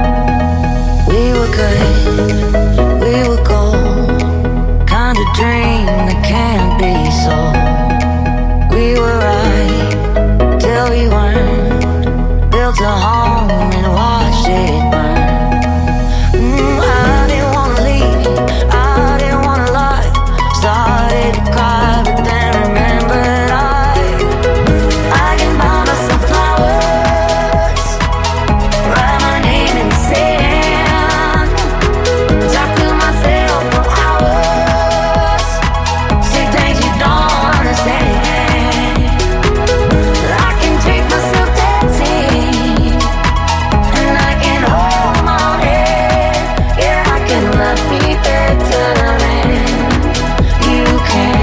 We were good, we were gold. Kind of dream that can't be sold. We were right till we weren't. Built a home and watched it burn. Mm, I didn't wanna leave, I didn't wanna lie. Started to cry, but then remembered I. I can buy myself flowers, write my name in the sand. Talk to myself for hours. Say things you don't understand. I can take myself dancing, and I can hold my head. Yeah, I can love me better than you can.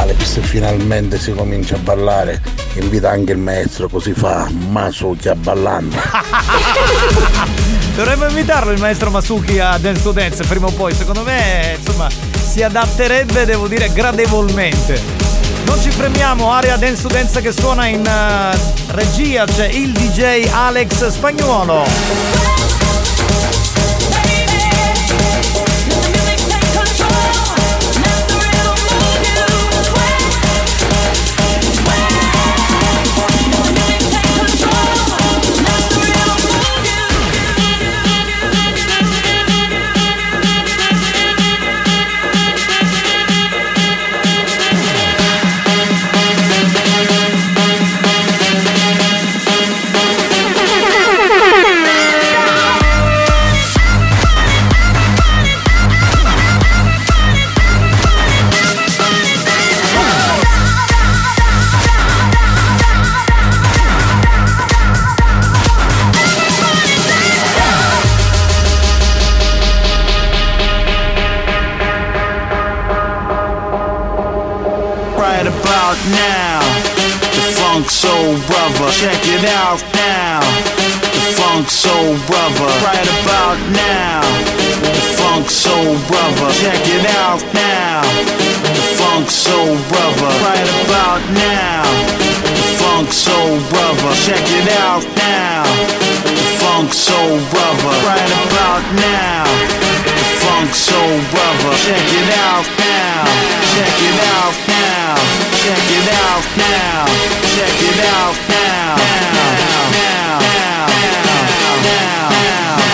Alex finalmente si comincia a ballare invita anche il maestro così fa ma già ballando
Dovremmo invitarlo il maestro Masuki a Dance to Dance prima o poi, secondo me insomma si adatterebbe devo dire gradevolmente. Non ci premiamo, area Dance to Dance che suona in eh, regia, c'è il DJ Alex Spagnuolo.
out now. The Funk Soul Brother, check it out now. The Funk Soul Brother, right about now. The Funk Soul Brother, check it out now. The Funk Soul Brother, right about now. The Funk Soul Brother, check it out now. The Funk Soul Brother, right about now. The Funk Soul Brother, check it out now. Check it out now. Check it out now. Check it out now. Now, now, now, now, now, now, now.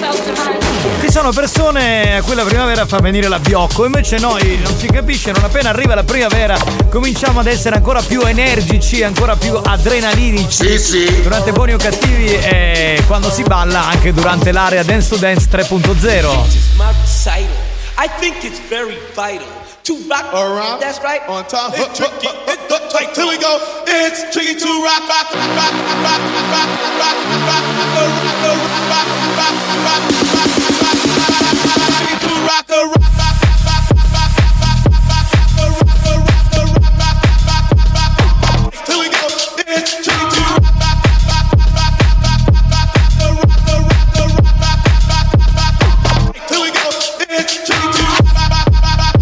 Uh-huh,
Ci sono persone a cui la primavera fa venire la biocco, invece noi non si capisce, non appena arriva la primavera cominciamo ad essere ancora più energici, ancora più adrenalinici. Durante buoni o cattivi e quando si balla anche durante l'area Dance to Dance 3.0.
my recital. I think it's very vital to rock. Around. That's right. On time. It's tricky. It's the trick. Till we go. It's tricky to rock, rock, rock, rock, rock, rock, rock, rock, rock, rock, rock, rock, rock, rock, rock, rock, rock, tricky to rock, a rock. Till we go. It's tricky to rock. Here we go. It's tricky to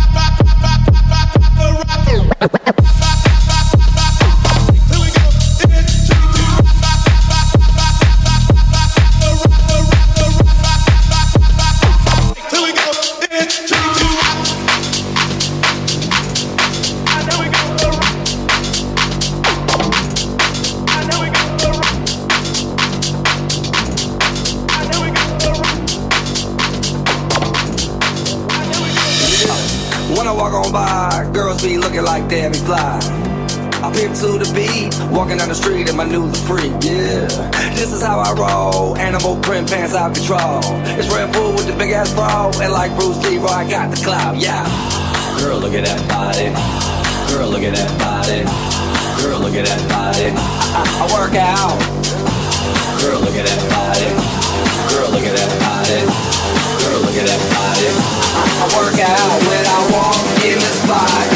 Here we go. It's tricky to
When I walk on by, girls be looking like they be fly. I pimp to the beat, walking down the street in my new the freak, yeah. This is how I roll, animal print pants out control. It's Red Bull with the big ass bra, and like Bruce Leroy, I got the clout, yeah.
Girl, look at that body. Girl, look at that body. Girl, look at that body.
I, I work out,
Girl, look at that body. Girl, look at that body. Girl, look at that body.
I, I work out when I walk in the spot.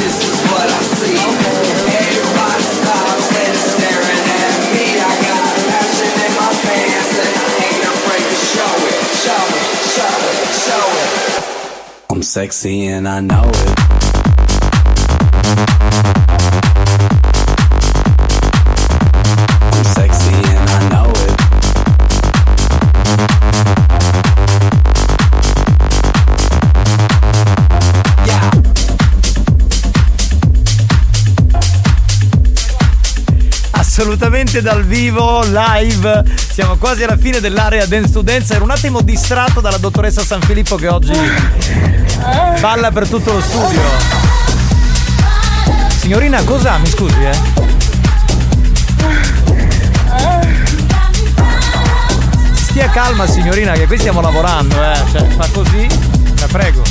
This is what I see. Everybody stops and is staring at me. I got passion in my pants, and I ain't afraid to show it, show it, show it, show it.
I'm sexy and I know it. I'm sexy and I know it.
assolutamente dal vivo, live. Siamo quasi alla fine dell'area Dance to Dance. Ero un attimo distratto dalla dottoressa San Filippo che oggi balla per tutto lo studio. Signorina, cosa? Mi scusi, eh? Stia calma, signorina, che qui stiamo lavorando, eh. Cioè, fa così, la prego.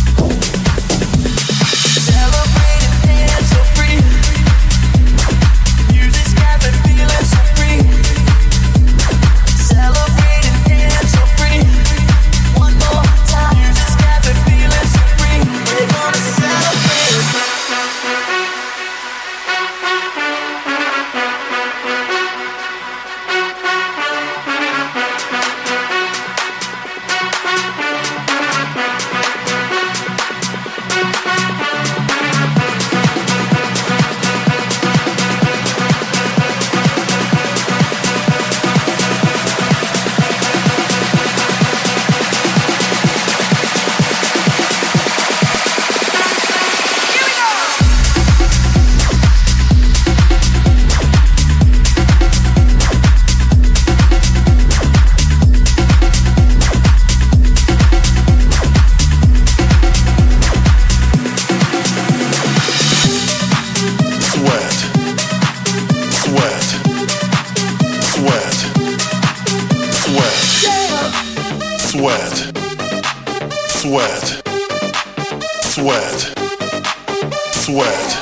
rock.
Sweat. Sweat. Sweat. Sweat.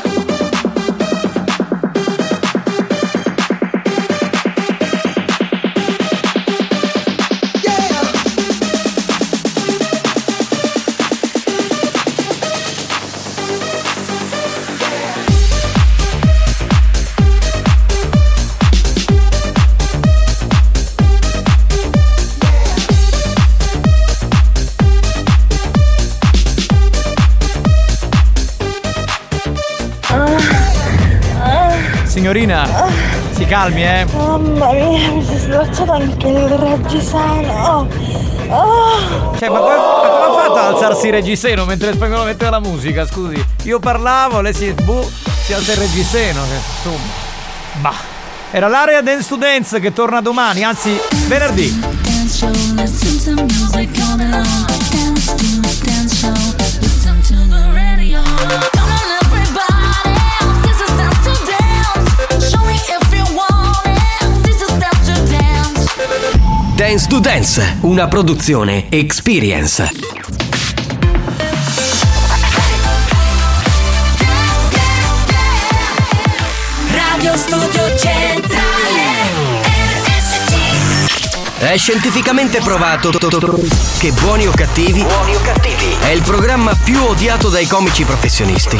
Ah.
Signorina, si calmi, eh.
Mamma mia, mi si è sbocciato anche il reggiseno. Oh.
Cioè, ma come, ma come ha fatto ad alzarsi il reggiseno mentre il spagnolo metteva la musica? Scusi, io parlavo, lei si. Buh, si alza il reggiseno. che Insomma, bah. Era l'area Dance to Dance che torna domani, anzi, venerdì.
Dance show, listen to music all day long. Dance to the dance show, listen to the radio. Come on, everybody, this is dance to dance. Show me if you want it. This is dance to dance.
Dance to Dance, una produzione Experience.
Radio Studio Centrale.
È scientificamente provato che buoni o cattivi è il programma più odiato dai comici professionisti.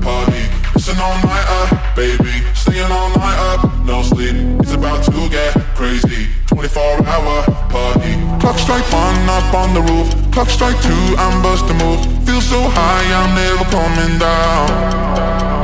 party. It's an all nighter, baby. Staying all nighter, no sleep. It's about to get crazy. 24 hour party. Clock strike one up on the roof. Clock strike two, I'm busting move. Feel so high, I'm never coming down.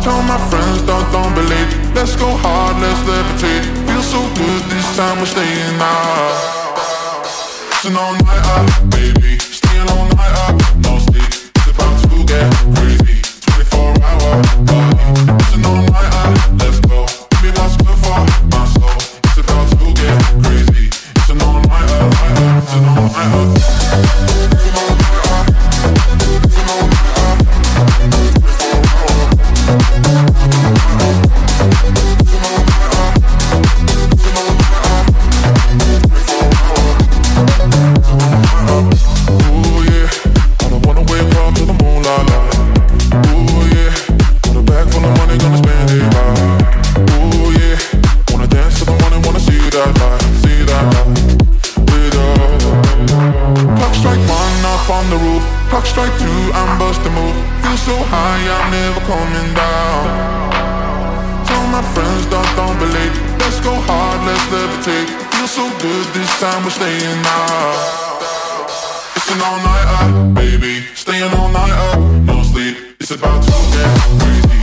Tell my friends, don't, don't believe. Let's go hard, let's levitate. Feel so good this time, we're staying out. It's an all nighter, baby. Staying all nighter, no sleep. It's about to get crazy. 24 hour party. It's an all nighter, let's go. Give me what's good for my soul. It's about to get crazy. It's an all nighter, nighter. It's an all nighter. Ooh yeah, I don't wanna wake up to the moonlight light. Ooh yeah, on the back for the money, gonna spend it right. Ooh yeah, wanna dance to the morning, wanna see that light, see that light. With us. Clock strike one up on the roof, clock strike two, I'm busting move. Feel so high, I'm never coming down. Tell my friends, don't don't believe. Let's go hard, let's levitate. Feel so good this time, we're staying out. It's an all nighter, baby. Staying all nighter, no sleep. It's about to get crazy.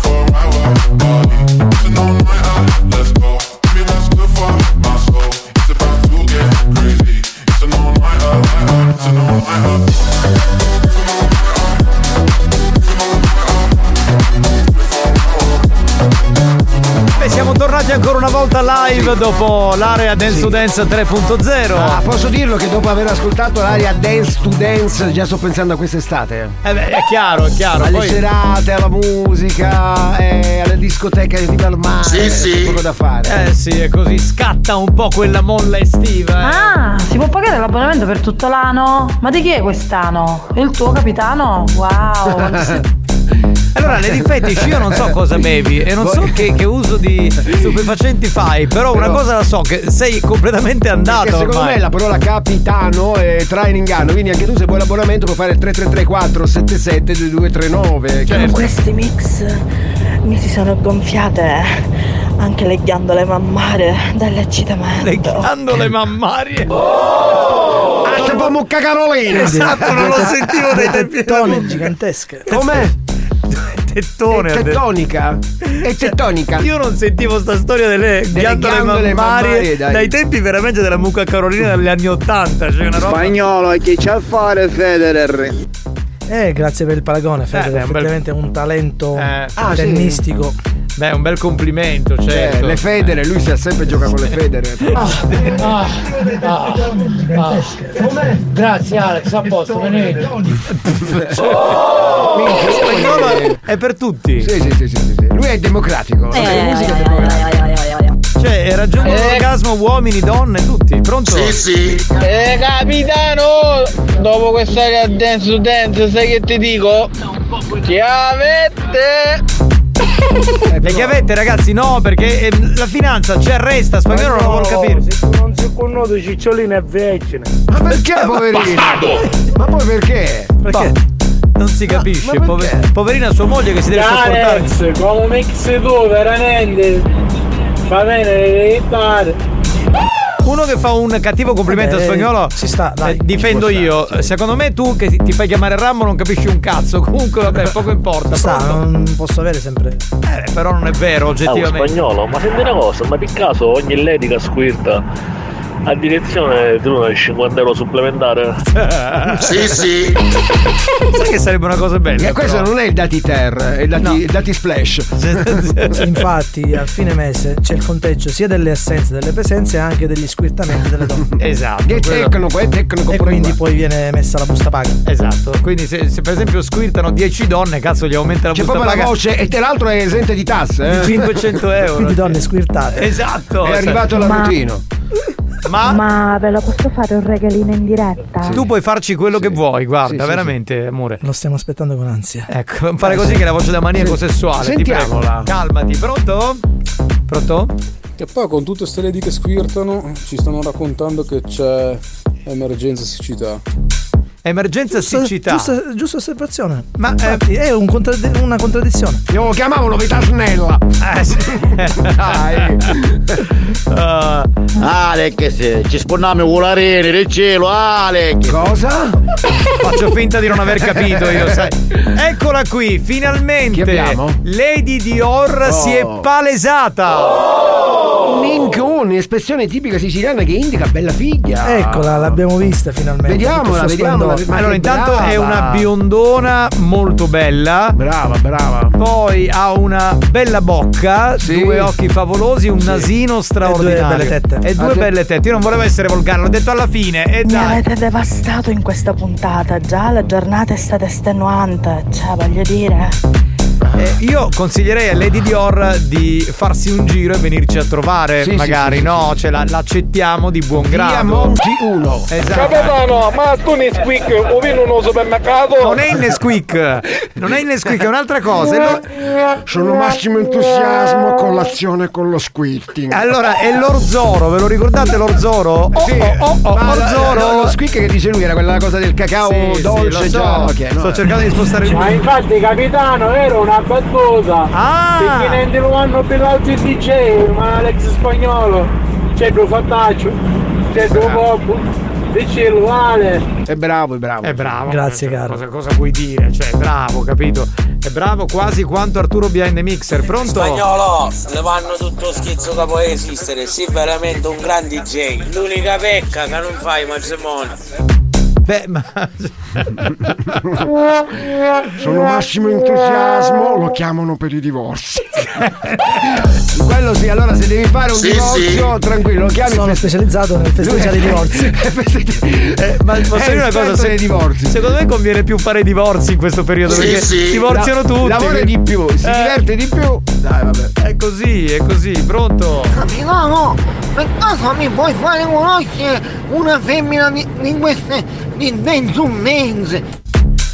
24 hour party. It's an all nighter, let's go. Give me what's good for my soul. It's about to get crazy. It's an all nighter, nighter. It's an all nighter.
Beh, siamo tornati ancora una volta live dopo l'area Dance to Dance 3.0.
Ah, posso dirlo che dopo aver ascoltato l'aria Dance to Dance già sto pensando a quest'estate.
Eh beh, è chiaro, è chiaro.
Alle
poi-
serate, alla musica, eh, alle discoteche di Palmare. Sì, sì. Poco da fare.
Eh sì, è così, scatta un po' quella molla estiva. eh.
Ah, si può pagare l'abbonamento per tutto l'anno? Ma di chi è quest'anno? Il tuo capitano? Wow!
Allora, Lady Fetish, io non so cosa bevi e non so che, che uso di stupefacenti fai, però una cosa la so, che sei completamente andato.
Perché secondo
ormai.
me la parola capitano eh, trae in inganno, quindi anche tu se vuoi l'abbonamento puoi fare 3334 77 2239.
Certo.
Con questi mix mi si sono gonfiate anche le ghiandole mammare dall'eccitamento.
Le ghiandole mammarie.
Ah, tipo mucca carolina!
Esatto, non lo sentivo dai tempi
tettone gigantesche. Com'è?
Tettone.
È tettonica. È tettonica.
Io non sentivo sta storia delle, ghiandole, mammarie,
dai.
dai tempi veramente della mucca Carolina degli anni 80, cioè una roba.
Spagnolo, chi c'ha a fare Federer?
Eh, grazie per il paragone, Fede.
Eh, è un bel-
Cioè, effettivamente è un talento
Ah, sì.
tennistico.
Beh, un bel complimento, certo. Eh.
le Federe, lui si è sempre giocato con le Federe.
Ah, ah, ah. Grazie Alex, a posto, venite.
No, ma
è per tutti.
Sì, sì, sì, sì, sì, sì. Lui è democratico. la sua musica è democratica.
Cioè, raggiungono
Eh.
l'orgasmo uomini, donne, tutti. Pronto? Sì, sì.
Eh capitano, dopo quest'area dance to dance, sai che ti dico? Chiavette!
Le chiavette, ragazzi, no, perché eh, la finanza ci arresta, spagnolo non lo vuol capire.
Non si conosce Cicciolino è vecchio.
Ma perché, poverino? Ma poi perché?
Perché? Non si capisce, pover- poverina sua moglie che si deve sopportare.
Alex, come mix tu, veramente. Va bene, devi fare.
Uno che fa un cattivo
Eh
Eh.
complimento
Vabbè,
al spagnolo
ci sta, dai,
eh, difendo
ci può
io.
stare, sì.
Secondo me tu che ti fai chiamare Rambo non capisci un cazzo. Comunque vabbè, poco importa.
Sta,
pronto?
non posso avere sempre.
Eh, però non è vero, oggettivamente.
Ah, spagnolo, ma senti una cosa, ma per caso ogni lady che squirta a direzione ti dona 50 euro supplementare?
Sì, sì.
Sai che sarebbe una cosa bella.
E questo non è il dati ter, è il dati, il dati splash.
Infatti, a fine messe c'è il conteggio sia delle assenze, delle presenze, e anche degli squirtamenti delle donne.
Esatto.
Che
quello-
tecnico, è tecnico. E quindi poi viene messa la busta paga.
Esatto. Quindi se, se per esempio squirtano 10 donne, cazzo gli aumenta la
C'è
busta
proprio la
paga
voce e tra l'altro è esente di tasse.
di
eh.
500 euro.
Quindi donne squirtate.
Ah, Esatto.
È arrivato la
Ma-
routine.
Ma...
ve lo posso fare un regalino in diretta?
Tu puoi farci quello che vuoi, guarda,
sì,
veramente, amore.
Lo stiamo aspettando con ansia.
Ecco, Fare così che è la voce da maniaco sessuale, ti prego.
Eh, Sentiamola.
Calmati, pronto? Pronto?
Che poi con tutte ste lady che squirtano ci stanno raccontando che c'è emergenza siccità.
Emergenza
Giusta,
siccità.
giusta, giusta osservazione.
Ma eh,
Infatti, è un contradde- una contraddizione.
Io lo chiamavo novità snella.
Eh sì.
Dai.
Ah.
Ah,
Alex, ci sponniamo con l'arena del cielo, Alex!
Cosa?
Faccio finta di non aver capito io, sai. Eccola qui, finalmente. Lady Dior si è palesata.
Oh. Minchioni, espressione tipica siciliana che indica bella figlia.
Eccola, l'abbiamo vista finalmente.
Vediamola,
Tutto il suo
vediamola.
splendore.
Ma
allora,
che
intanto
brava.
è una biondona molto bella.
Brava, brava.
Poi ha una bella bocca, due occhi favolosi, un nasino straordinario.
belle tette.
E due
Ah, sì.
belle tette. Io non volevo essere volgare, l'ho detto alla fine. E
Mi
Eh, dai.
avete devastato in questa puntata, già la giornata è stata estenuante, cioè voglio dire.
Eh, io consiglierei a Lady Dior di farsi un giro e venirci a trovare,
Sì, sì,
magari,
sì, sì,
no? Ce la, l'accettiamo di buon grado. Esatto.
Monti
1.
Capitano, ma tu ne squeak, o vino uno supermercato?
Non è il Nesquik, non è il Nesquik, è un'altra cosa. E lo-
Sono massimo entusiasmo colazione con lo squirting.
Allora, è l'Orzoro, ve lo ricordate l'Orzoro? Oh, oh, oh, oh,
Ma la-
Orzoro.
la- lo squeak che dice lui era quella cosa del cacao
Sì, sì,
dolce
lo so.
già. ok, no,
Sto
eh.
cercando di spostare il
Ma infatti capitano era una battuta.
Ah!
Perché niente lo hanno pilato il DJ, ma Alex spagnolo. C'è due fattaccio,
Eh,
c'è due popolo, dice lo Ale.
È bravo, è bravo.
È bravo.
Grazie,
caro. Cosa, cosa vuoi dire? Cioè, è bravo, capito? È bravo quasi quanto Arturo Behind the Mixer. Pronto?
Spagnolo, le vanno tutto schizzo che può esistere, sei veramente un grande DJ. L'unica pecca che non fai matrimonio.
Beh, ma.
Sono massimo entusiasmo, lo chiamano per i divorzi. Quello sì, allora se devi fare un
Sì,
divorzio,
sì.
tranquillo, lo chiami.
Sono specializzato nel festeggiare i divorzi.
Eh,
Ma posso dire una cosa? Se- Secondo me conviene più fare i divorzi in questo periodo
Sì,
perché
sì.
divorziano
La-
tutti. Eh.
lavora di più, si diverte di più. Dai, vabbè.
È così, è così, pronto?
Capitano, per caso mi puoi fare conoscere una femmina di, di queste di men's un men's?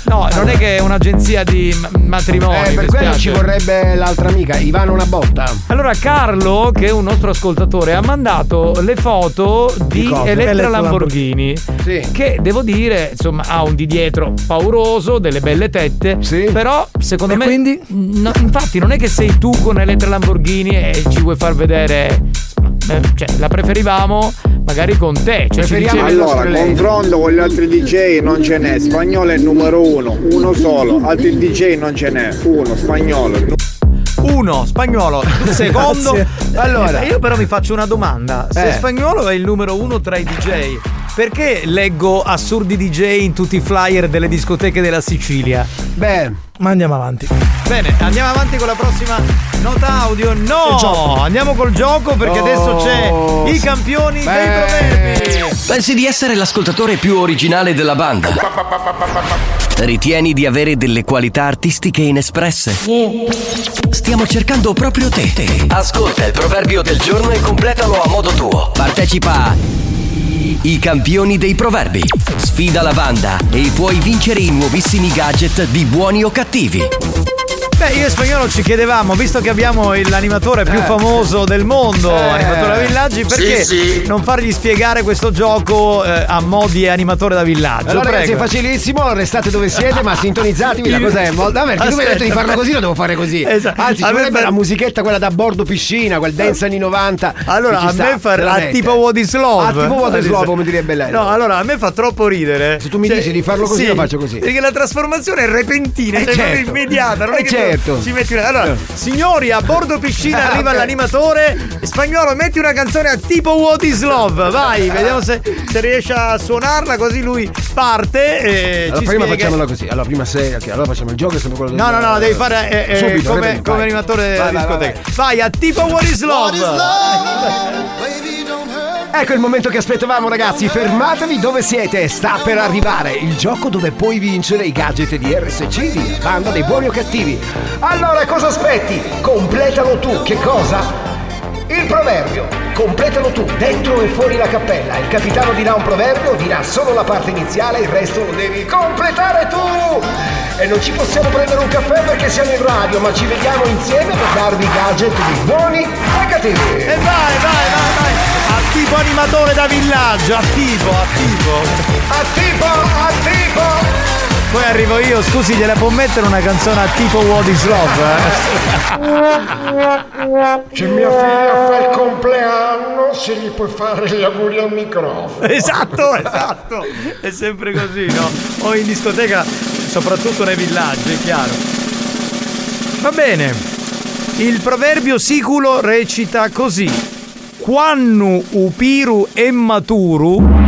No, non è che è un'agenzia di m- matrimoni.
Eh, per
mi
quello
spiace.
ci vorrebbe l'altra amica, Ivana una botta.
Allora, Carlo, che è un nostro ascoltatore, ha mandato le foto di,
Di cosa?
Elettra
Elettra
Lamborghini. Che devo dire, insomma, ha un di dietro pauroso, delle belle tette. Però, secondo me. No, infatti, non è che sei tu con Elettra Lamborghini e ci vuoi far vedere. insomma, eh, Cioè, la preferivamo magari con te. Cioè, ci dicevi-
allora, confronto con gli altri DJ non ce n'è. Spagnolo è il numero uno, uno solo. Altri DJ non ce n'è, uno. Spagnolo.
Uno, spagnolo, secondo.
Grazie.
Eh, allora, io però mi faccio una domanda. Se
Eh.
spagnolo è il numero uno tra i DJ, Perché leggo assurdi DJ in tutti i flyer delle discoteche della Sicilia?
Beh,
ma andiamo avanti.
Bene, andiamo avanti con la prossima nota audio. No, andiamo col gioco perché adesso c'è i campioni dei proverbi.
Pensi di essere l'ascoltatore più originale della banda? Ritieni di avere delle qualità artistiche inespresse? Stiamo cercando proprio te. Ascolta il proverbio del giorno e completalo a modo tuo. Partecipa a I campioni dei proverbi. Sfida la banda e puoi vincere i nuovissimi gadget di buoni o cattivi.
Beh, io e Spagnolo ci chiedevamo, visto che abbiamo il- l'animatore
Eh.
più famoso del mondo, animatore da villaggi,
Sì,
perché
sì.
non fargli spiegare questo gioco eh, a modi animatore da villaggio?
Allora, ragazzi, è
prego.
facilissimo, restate dove siete, ma sintonizzatevi. La cosa è molto. Ah, perché tu mi hai detto di
Aspetta.
farlo così, lo devo fare così.
Esatto.
Anzi,
A
ci
me
vorrebbe
fa- Ah.
la musichetta, quella da bordo piscina, quel dance anni 90.
Allora,
che ci
a
sta,
me fa a
veramente.
tipo Wodislav.
A tipo Wodislav, come direbbe lei.
No, allora a me fa troppo ridere. Se
tu mi dici di farlo così, lo faccio così.
Perché la trasformazione è repentina,
Eh
cioè
certo.
proprio immediata. Non è
Eh
che
certo. Ah,
tu ci metti una. Allora, signori, a bordo piscina arriva
Ok.
l'animatore. Spagnolo, metti una canzone a tipo Wodislav. Vai, vediamo se, se riesci a suonarla così lui parte. E
Allora,
eh, ci
prima
spiega.
facciamola così. Allora, prima sei. ok, allora facciamo il gioco e sono quello del
No, no, no, devi fare eh, eh,
Subito,
come,
ripeto,
come
vai.
animatore della
Vai, vai, vai,
discoteca. Vai, a tipo What is love?
Ecco il momento che aspettavamo ragazzi, fermatevi dove siete, sta per arrivare il gioco dove puoi vincere i gadget di RSC di Banda dei Buoni o Cattivi. Allora cosa aspetti? Completalo tu, che cosa? Il proverbio, completalo tu, dentro e fuori la cappella. Il capitano dirà un proverbio, dirà solo la parte iniziale, il resto lo devi completare tu! E non ci possiamo prendere un caffè perché siamo in radio, ma ci vediamo insieme per darvi i gadget di buoni e cattivi. E
vai, vai, vai, vai! A tipo animatore da villaggio, a tipo, a tipo.
A tipo, a tipo!
Poi arrivo io, scusi, gliela può mettere una canzone a tipo What is love?
C'è mia figlia fa il compleanno, se gli puoi fare gli auguri al microfono.
Esatto, esatto. È sempre così, no? O in discoteca, soprattutto nei villaggi, è chiaro. Va bene. Il proverbio siculo recita così. Quannu upiru emmaturu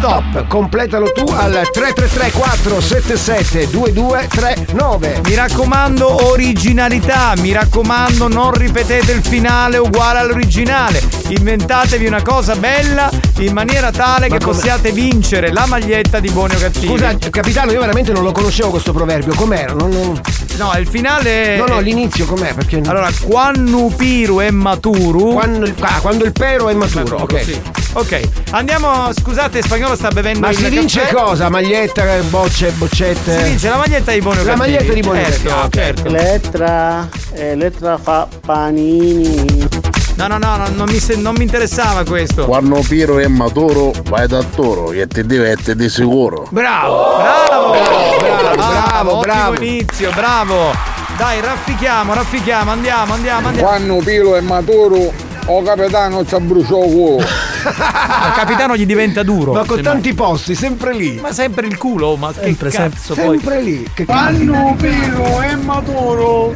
Stop, completalo tu al 3334 77 2239.
Mi raccomando originalità, mi raccomando non ripetete il finale uguale all'originale. Inventatevi una cosa bella in maniera tale che possiate vincere la maglietta di buoni o cattivi.
Scusa, capitano, io veramente non lo conoscevo questo proverbio. Com'era? Non- non-
No, il finale.
No, no, l'inizio com'è? Perché
Allora, quando piru è maturo.
Quando il, ah, quando il pero è maturo, ok.
sì. Ok, andiamo. Scusate, spagnolo sta bevendo
Ma
il
si vince
caffè.
cosa? Maglietta, eh, bocce, boccette.
Si vince la maglietta di Bonio
Eh. La
Cattivi.
maglietta di Bonio
Certo,
Cattivi, ok.
certo.
Letra, eh, letra fa panini.
No, no, no, no, non mi, se- non mi interessava questo.
Quando Piero è maturo, vai da toro che ti diverte di sicuro.
Oh.
Bravo, bravo, bravo, bravo, bravo. Ottimo inizio, bravo. Dai, raffichiamo, raffichiamo, andiamo, andiamo, andiamo.
Quando Pilo è maturo, o capitano ci abbruciò il culo.
Il capitano gli diventa duro.
Ma con
tanti posti, sempre lì.
Ma sempre il culo, ma che cazzo poi.
lì. Che
Quando Pilo è maturo,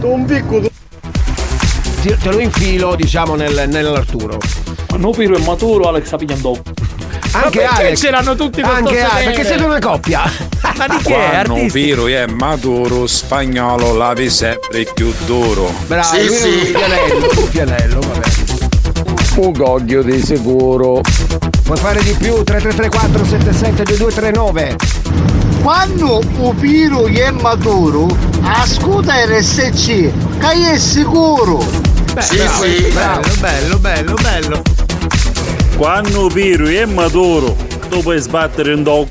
un picco
Ti- te lo infilo, diciamo, nel, nell'Arturo.
Quando Piro è maturo, Alex Pignandò.
Anche
perché
Alex.
ce l'hanno tutti questo
Anche Alex,
sedere?
perché siete una coppia.
Ma di
Quando Piero è maturo, spagnolo lavi sempre più duro.
Bravo, lui è un pianello, un pianello, vabbè.
Un goglio di sicuro.
Puoi fare di più? 3334 772239.
Quando Upiro è maturo, ascolta RSC, che è sicuro.
bravo, bello, bello, bello, bello.
Quando Piru è maturo, tu puoi sbattere un doc.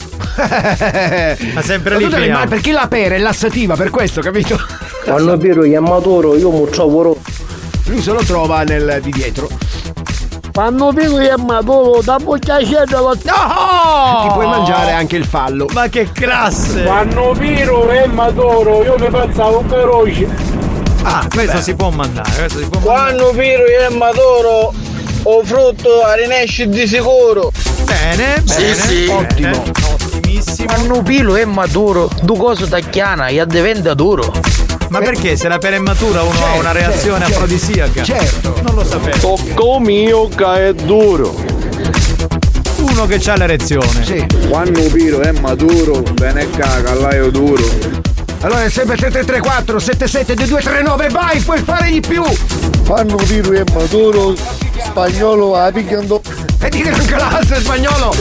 Ma sempre
Ma tu te le ma perché la pera è lassativa, per questo, capito?
Quando Piru è maturo, io mi trovo.
Lui se lo trova nel di dietro.
Quando Piru è maturo, da bocciacella lo...
Ti puoi mangiare anche il fallo.
Ma che classe!
Quando Piro è maturo, io mi pensavo feroce.
Ah, questo si può mandare, questo si può
Quando Piro è maturo, o frutto rinesce di sicuro.
Bene,
bene,
ottimo. Ottimissimo.
Quando Piru è maturo, due cose da chiana, e diventa duro.
Ma perché se la pera è matura uno ha
Certo,
una reazione afrodisiaca?
certo.
Non lo sapevo.
Tocco mio che è duro.
uno che ha l'erezione. Sì.
Quando un piro è maturo, bene caga, l'aio duro.
Allora è sempre 334 77 2239 vai, puoi fare di più!
Fanno tiro e maturo, spagnolo ah, a picchiando.
E dire anche l'altro spagnolo!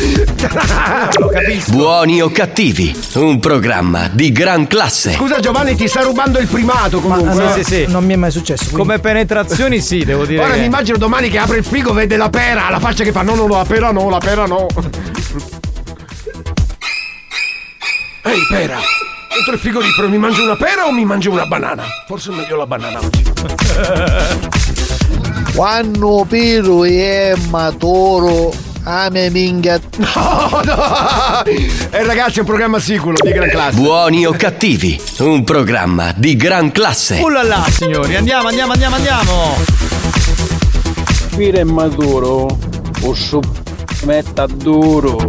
Lo capisco!
Buoni o cattivi, un programma di gran classe.
Scusa Giovanni, ti sta rubando il primato comunque.
Ma-
eh.
sì, sì, sì.
Non mi è mai successo.
Come penetrazioni sì, devo dire.
Ora
che-
mi immagino domani che apre il frigo vede la pera, la faccia che fa no no no la pera no, la pera no. Ehi pera, dentro il frigorifero mi mangio una pera o mi mangio una banana? Forse è meglio la banana oggi.
Quando Piru è maturo, ame minchia.
No, Oh, no! E ragazzi è un programma sicuro di gran classe.
Buoni o cattivi, un programma di gran classe.
Oh là là, signori, andiamo, andiamo, andiamo, andiamo.
Piro è maturo, o su metta duro.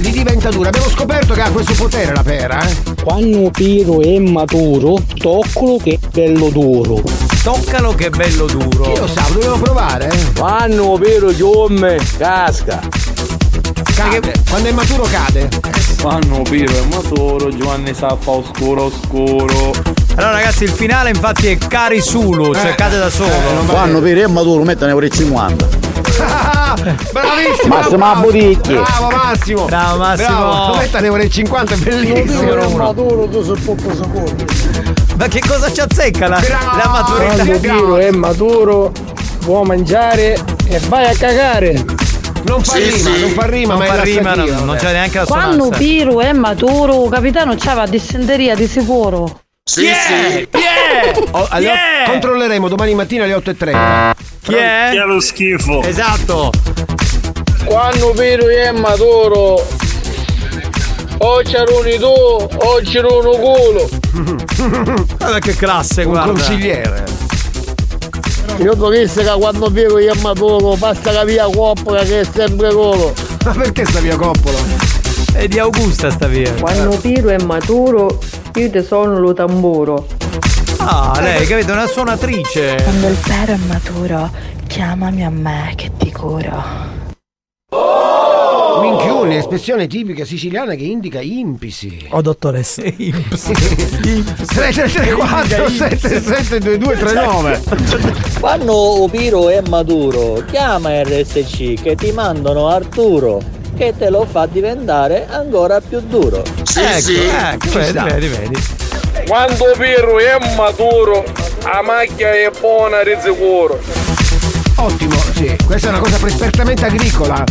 Lì diventa dura, abbiamo scoperto che ha questo potere la pera, eh.
Quando Piro è maturo, toccolo che bello duro.
Toccalo che bello duro.
Chi lo sa, dovevo provare. eh.
Quando Piro giumme, casca.
Cade. Quando è maturo cade.
Quando Piro è maturo, Giovanni Sappa oscuro oscuro.
Allora ragazzi, il finale infatti è Cari
Eh.
Sulu, cioè cade da solo.
Quando Piru è maturo, mettene pure 50.
Bravissimo!
Massimo
Eh, bravo.
Aburicchi.
Bravo Massimo!
Bravo Massimo.
Bravo, metta ne vuole 50, è bellissimo!
maturo, tu sei poco secondo.
Ma che cosa ci azzecca la, la maturità?
Quando Piro
è maturo, può mangiare e vai a cagare.
Non fa
Sì,
rima,
sì.
non fa rima,
Non
ma è
fa rima,
lasciativa,
non- non
vabbè.
c'è neanche la
Quando Piru è maturo, capitano c'ava dissenteria di sicuro.
Sì, sì. Oh, alle
Yeah!
otto- Controlleremo domani mattina alle 8.30.
Chi è? Chi è
lo schifo?
Esatto.
Quando Piru è maturo, o c'eruni tu, o c'eruno culo.
Guarda che classe, guarda.
consigliere.
Io dovessi che quando Piru è maturo, basta che via coppola che è sempre colo.
Ma perché sta via coppola?
È Eh, di Augusta sta via.
Quando Piru è maturo, io te sono lo tamburo.
Ah, lei, capito, è una suonatrice.
Quando il pero è maturo, chiamami a me che ti curo.
Minchione, espressione tipica siciliana che indica impisi.
Oh dottoressa. Impsi.
3334
Esatto.
772239
Quando Opiro è maturo, chiama RSC che ti mandano Arturo che te lo fa diventare ancora più duro.
ecco, ecco,
Ci
vedi,
sta.
vedi, vedi.
Quando Piru è maturo, la macchia è buona di sicuro.
Ottimo, sì, questa è una cosa perfettamente agricola.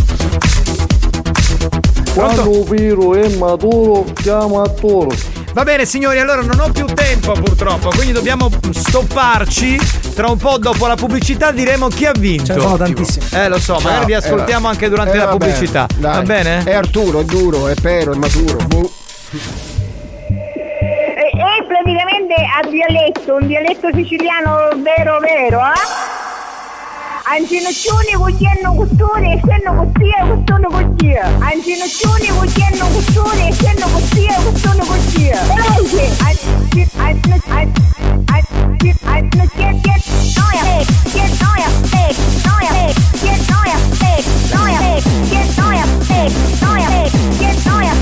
Quando Piru è maturo, chiama a toro.
Va bene signori, allora non ho più tempo purtroppo, quindi dobbiamo stopparci. Tra un po' dopo la pubblicità diremo chi ha vinto.
Ce ne sono
tantissimi. Eh lo so, magari vi
Ah,
ascoltiamo
eh,
anche durante
eh,
la
va bene,
pubblicità.
dai.
Va bene?
È Arturo, è duro, è pero, è maturo. boh.
E, e Eh, praticamente a dialetto, un dialetto siciliano vero vero, eh? Ancinoccioni cucchiano costone, essendo costia, costone costia. Ancinoccioni cucchiano costone, essendo costia, costone costia. Veloce!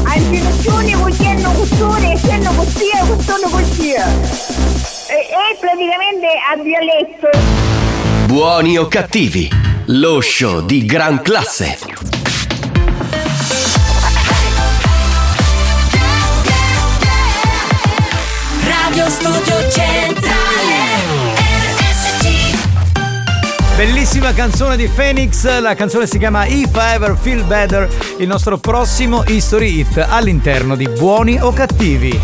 Ancinoccioni cucchiano costone, essendo costia, costone costia. E, e praticamente a dialetto.
Buoni o cattivi, lo show di gran classe.
Radio Studio Centrale RSC
Bellissima canzone di Phoenix, la canzone si chiama If I Ever Feel Better, il nostro prossimo History Hit all'interno di Buoni o Cattivi.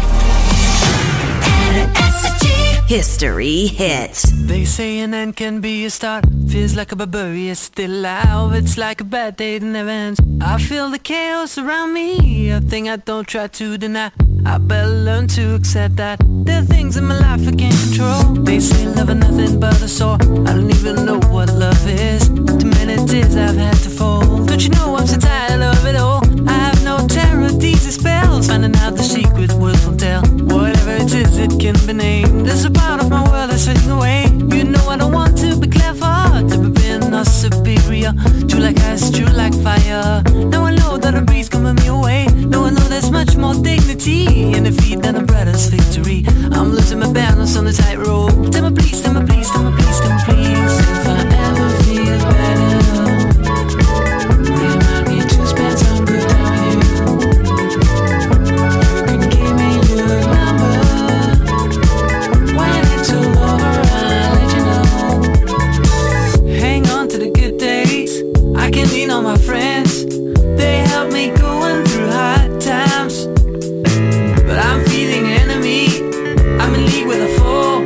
History hits. They say an end can be a start. Feels like a barbarian is still alive. It's like a bad day that never ends. I feel the chaos around me. A thing I don't try to deny. I better learn to accept that there are things in my life I can't control. They say love is nothing but a sore. I don't even know what love is. Too many tears I've had to fold. Don't you know I'm so tired of it all? I have no terror, these are spells. Finding out the secret words will tell. Whatever it is, it can be named. There's a part of my world that's fading away. You know I don't want to be clever, to be being us superior. True like ice, true like fire. Now I know that a breeze coming me away. Now I know there's much more dignity in defeat than a brother's victory. I'm losing my balance on the tightrope. Tell me please, tell me please, tell me please, tell me please. If I ever feel better, remind me to spend some good time with you. You can give me your number. When it's all over, I'll let you know. Hang on to the good days. I can lean on my friends. They help me going through hard times. But I'm feeling enemy. I'm in league with a fool.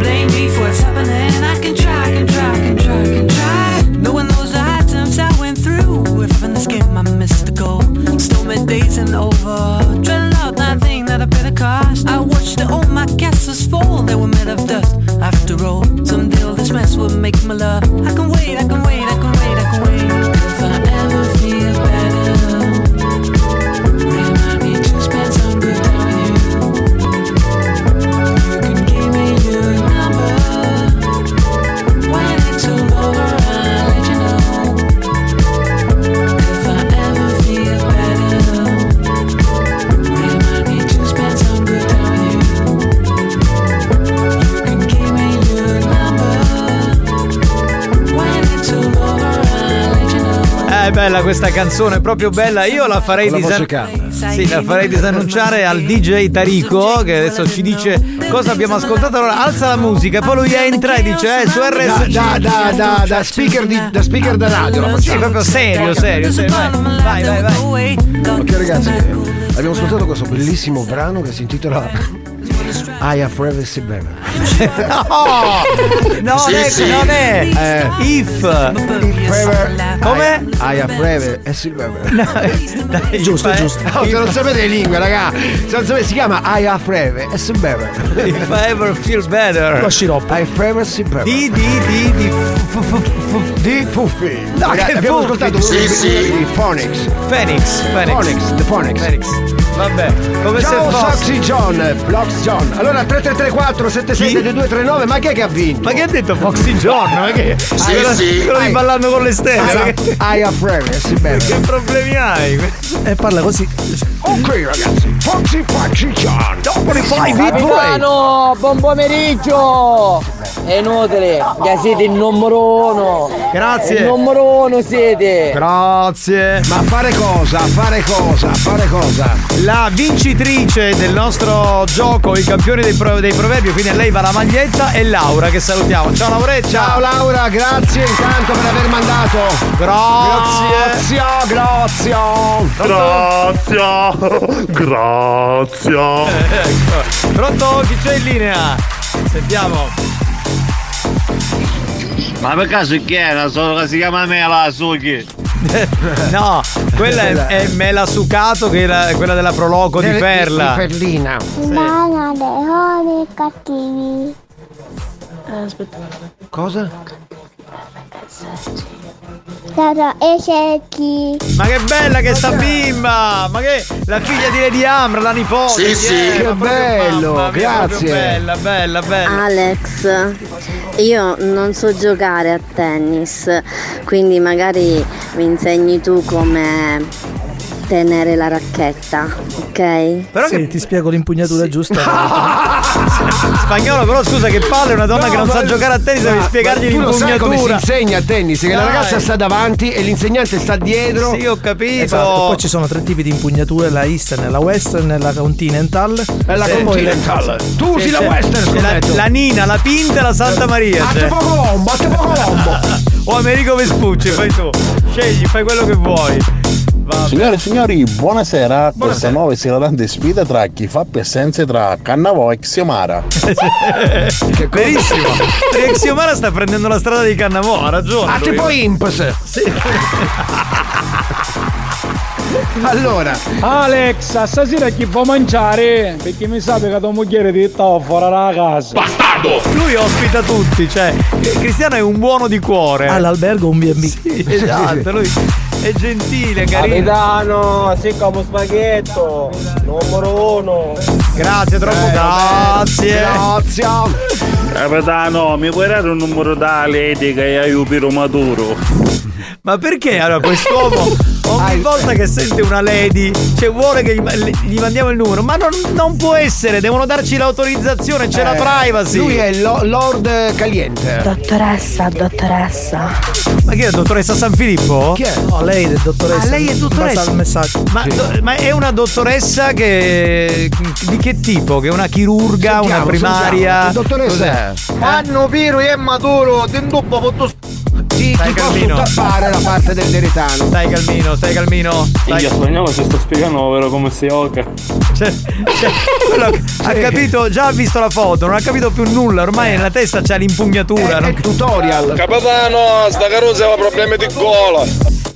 Blame me for what's happening. I can try, can try, can try, can try. No one knows the hard times I went through. If I'm in this game, I missed the goal. Stormy days and over. Dreading out nothing that I better cost. I watched all my castles fall. They were made of dust. After all, some deal this mess will make me love. I can wait, I can wait, I can wait, I can wait. If I ever feel better, remind me to spend some good time with you. You can give me your number. When it's all over, I'll let you know. If I ever feel better, remind me to spend some good time with you. Give me your number. When it's all over, I'll let you know.
Eh, è bella questa canzone, proprio bella. Io la farei,
Con la voce
disan- sì, la farei disannunciare al DJ Tarico che adesso ci dice cosa abbiamo ascoltato. Allora alza la musica, poi lui entra e dice eh, su RSC.
Da, da, da, da speaker di, da speaker da radio la
Sì,
facciamo.
proprio serio, serio, serio. Vai, vai, vai. vai.
Ok ragazzi, abbiamo ascoltato questo bellissimo brano che si intitola I have privacy banner.
No! No,
Sì,
ecco,
sì.
non è.
Eh.
If.
Come? I have privacy e si
Giusto, giusto.
No, se non sapete le lingue, raga. Se non sapete, si chiama I have privacy e si beve.
If I ever feel better.
Lo sciroppo. I have privacy banner.
Di, di, di, di. fu- fu- fu- fu-
Di Fuffi.
No,
Ragazzi,
che
abbiamo
Fuffi?
ascoltato
Sì,
un
sì.
di Phonics.
Phoenix, Phoenix.
Phonics, the Phonics.
Vabbè, come
Ciao
se fosse.
Soxy John, Blox John. Allora 3334 772239, ma chi è che ha vinto?
Ma che ha detto Foxy John? Ma Ah, che?
Sì,
quello,
sì.
quello di ballando con le stelle.
I I have privacy banner.
Che problemi hai?
Eh,
E parla così.
Ok ragazzi, Foxy Foxy John. Dopo le fai
Capitano, buon pomeriggio! È inutile, che siete il numero uno!
Grazie.
Il numero uno siete!
Grazie.
Ma fare cosa? Fare cosa? Fare cosa?
La vincitrice del nostro gioco, il campione dei, pro- dei proverbi, quindi a lei va la maglietta, è Laura che salutiamo. Ciao Lauretta!
Ciao Laura, grazie intanto per aver mandato.
Grazie.
Grazie,
Grazie!
Grazie.
Ecco. Pronto? Chi c'è in linea? Sentiamo.
Ma per caso chi era? Solo che si chiama Mela Suki.
No, quella è, è Mela Sucato, che è la- quella della Proloco di
Del- di-
Perla.
di
Perlina.
Umana dei buoni e cattivi. Aspetta.
Cosa?
Sarò Eseki.
Ma che bella che sta bimba! Ma che la figlia di Lady Amra, la nipote!
Sì, sì. Che bello, grazie.
Bella, bella, bella.
Alex, io non so giocare a tennis, quindi magari mi insegni tu come tenere la racchetta, ok?
Però sì, ti spiego l'impugnatura giusta.
Spagnolo, però scusa, che palle una donna che non sa giocare a tennis, devi spiegargli
Tu lo sai come si
l'impugnatura.
insegna a tennis? Che la
Dai.
ragazza sta davanti e l'insegnante sta dietro.
Sì, ho capito.
Esatto, poi ci sono tre tipi di impugnature, la eastern, la western e la continental.
È la
E poi
Continental.
le-
Tu usi
Sì,
la
sì.
Western,
La,
scommetto.
la Nina, la Pinta e la Santa Maria.
A
c'è.
te Ah, poco bombo, a te poco bombo.
O Amerigo Vespucci, fai tu. Scegli, fai quello che vuoi.
Signore e signori, buonasera. Questa nuova e sfidante sfida tra chi fa presenze tra Cannavo e Xiomara.
Verissimo. E Xiomara sta prendendo la strada di Cannavò, ha ragione.
A te
lui.
Ah, poi Imps. Allora,
Alex, stasera chi può mangiare? Perché mi sa che tua moglie ti sta fuori dalla casa. Bastardo!
Lui ospita tutti, cioè Cristiano è un buono di cuore.
All'albergo un B&B.
Esatto, lui è gentile, carino.
Capitano, sì come spaghetto, numero uno!
Eh,
Grazie, troppo
Bello,
grazie.
grazie.
Capitano, mi puoi dare un numero da Lady che hai un piro maduro?
Ma perché allora quest'uomo ogni volta che sente una lady, cioè vuole che gli, ma- gli mandiamo il numero? Ma non, non può essere, devono darci l'autorizzazione, c'è la
Eh,
privacy.
Lui è lo- Lord Caliente.
Dottoressa, dottoressa.
Ma che è la dottoressa San Filippo?
Chi è?
No, lei è dottoressa.
Ah, lei è dottoressa.
Basta il messaggio.
Ma, do- ma è una dottoressa che. di che tipo? Che è una chirurga, una primaria? Cos'è?
Anno piro e maturo, ti indubbo tutto
Sì,
Dai,
ti posso
Calvino.
tappare la parte del deretano.
Stai calmino, stai calmino. Dai.
Io spagnolo si sto spiegando ovvero come si oca.
Cioè, cioè, quello ha capito, già ha visto la foto, non ha capito più nulla, ormai nella testa c'è l'impugnatura. non-
Capitano, sta carosa ha problemi di gola.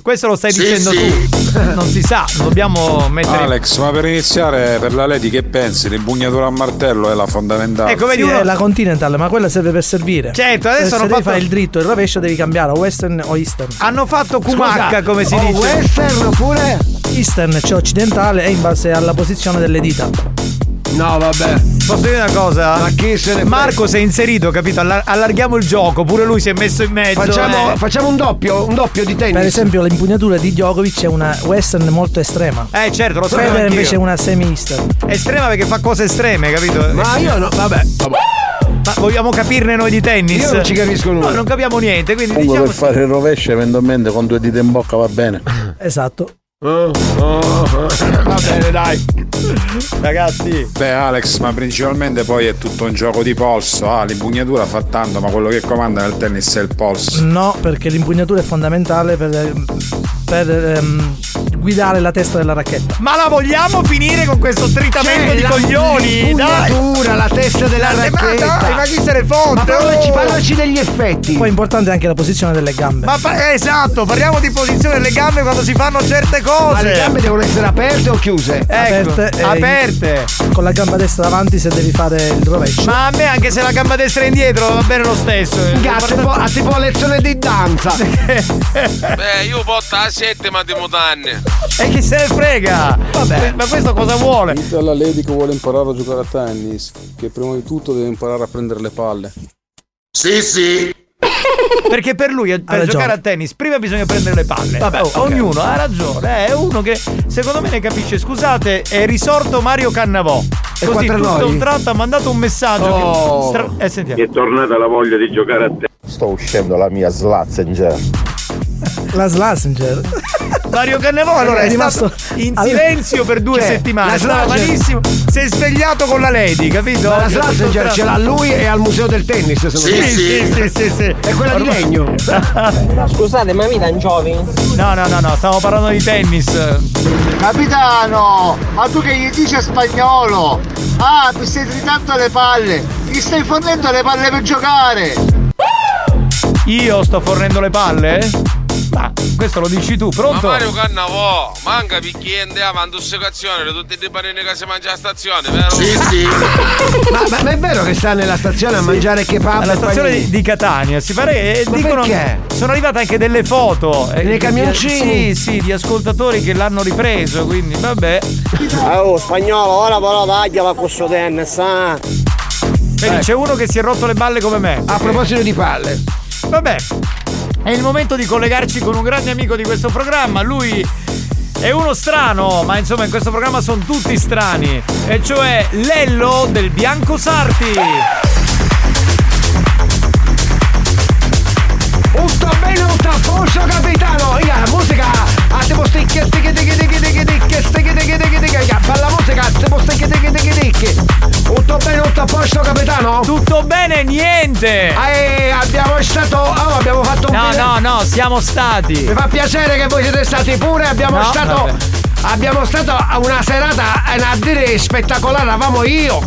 Questo lo stai
Sì,
dicendo
sì.
tu. Non si sa, dobbiamo mettere.
Alex, ma per iniziare per la Lady che pensi? L'impugnatura a martello è la fondamentale.
Ecco, vedi, è la Continental, ma quella serve per servire.
Certo, adesso
Se
hanno
devi
fatto-
fare il dritto e il rovescio devi cambiare o western o eastern.
Hanno fatto
Kumaka
Kumaka, come si dice.
Western oppure Eastern, cioè occidentale, è in base alla posizione delle dita.
No, vabbè.
Posso dire una cosa? Ma
chi se ne
Marco si è inserito, capito? Allar- allarghiamo il gioco, pure lui si è messo in mezzo.
Facciamo-
eh.
Facciamo un doppio, un doppio di tennis.
Per esempio, l'impugnatura di Djokovic è una western molto estrema.
Eh certo, lo so.
Federer invece è una semi-eastern.
Estrema perché fa cose estreme, capito?
Ma io no- vabbè,
Ma vogliamo capirne noi di tennis?
Io non ci capisco nulla.
No, non capiamo niente, quindi
Comunque
diciamo.
per fare il rovescio eventualmente con due dita in bocca va bene.
Esatto.
Va
bene, dai. Ragazzi.
Beh Alex, ma principalmente poi è tutto un gioco di polso. Ah, l'impugnatura fa tanto, ma quello che comanda nel tennis è il polso.
No, perché l'impugnatura è fondamentale per, per, ehm, guidare la testa della racchetta.
Ma la vogliamo finire con questo tritamento
C'è
di
Eh, la
coglioni?
impugnatura,
Dai! Eh,
la testa della
Ma- ma-
racchetta.
dai, ma chi se ne fonte?
Ma parlaci-
Oh!
parlaci degli effetti.
Poi è importante anche la posizione delle gambe.
Ma pa- esatto, parliamo di posizione delle gambe quando si fanno certe cose.
Ma le gambe devono essere aperte o chiuse?
Ecco,
Aperte e-
aperte.
Con la gamba destra davanti se devi fare il rovescio.
Ma a me anche se la gamba destra è indietro va bene lo stesso. eh.
Gatto, tipo- ha tipo lezione di danza.
Beh, io porto la settima di mutanne.
E chi se ne frega? Vabbè, ma questo cosa vuole?
Dite alla Lady che vuole imparare a giocare a tennis, che prima di tutto deve imparare a prendere le palle. Sì, sì.
Perché per lui per
ragione.
giocare a tennis prima bisogna prendere le palle.
Vabbè,
Oh,
ok.
ognuno ha ragione. eh, È uno che secondo me ne capisce. Scusate, è risorto Mario Cannavò. Così
quattro
tutto
noi?
un tratto ha mandato un messaggio.
Oh.
Che Ah, stra- eh, sentiamo.
è tornata la voglia di giocare a te.
Sto uscendo la mia Slazenger.
La Slasinger.
Mario Cannavò allora
È
è,
rimasto-
stato in
Allora-
silenzio per due
Cioè,
settimane.
la
Stava
Slager-
malissimo. Si è svegliato con la Lady, capito? Cioè,
Ma la
Tutto un
Slazenger
tratto.
ce l'ha lui e al museo del tennis. se non
Sì,
mi
sì,
sbaglio.
sì, sì, sì.
È quella di
Ormai-
legno.
Scusate, ma mi dan giovi?
No, no, no, no, stiamo parlando di tennis.
Capitano, ma tu che gli dici spagnolo? Ah, mi stai tritando le palle. Gli stai fornendo le palle per giocare.
Io sto fornendo le palle? Ma questo lo dici tu, pronto?
Ma Mario Cannavò, manca perché andiamo in tossecazione, tutti i panini che si mangia alla stazione, vero? Sì, sì.
Ma, ma- ma è vero che sta nella stazione a mangiare kebab?
alla
e
stazione
panini?
di, di Catania si pare e
Ma
dicono
perché?
sono arrivate anche delle foto eh,
Nei
di-
camioncini?
sì sì di ascoltatori che l'hanno ripreso quindi vabbè
Oh, spagnolo, ora però tagliala questo tennis, ah!
Vedi, c'è uno che si è rotto le balle come me
Ecco. A proposito di palle
vabbè è il momento di collegarci con un grande amico di questo programma lui è uno strano ma insomma in questo programma sono tutti strani e cioè Lello del Bianco Sarti
Tutto bene, tutto a posto, capitano! Ia, la musica! A te posto ticche, ticche, ticche, ticche, ticche, ticche, ticche, ticche, ticche, ticche, ia, bella musica! A te posto ticche, ticche, ticche, ticche! Tutto bene, tutto a posto, capitano?
Tutto bene, niente!
Eh, abbiamo stato... Oh, abbiamo fatto un
no
video-
no no siamo stati
Mi fa piacere che voi siete stati pure, abbiamo
No,
stato...
vabbè.
Abbiamo stato a una serata, eh, a dire, spettacolare, eravamo io!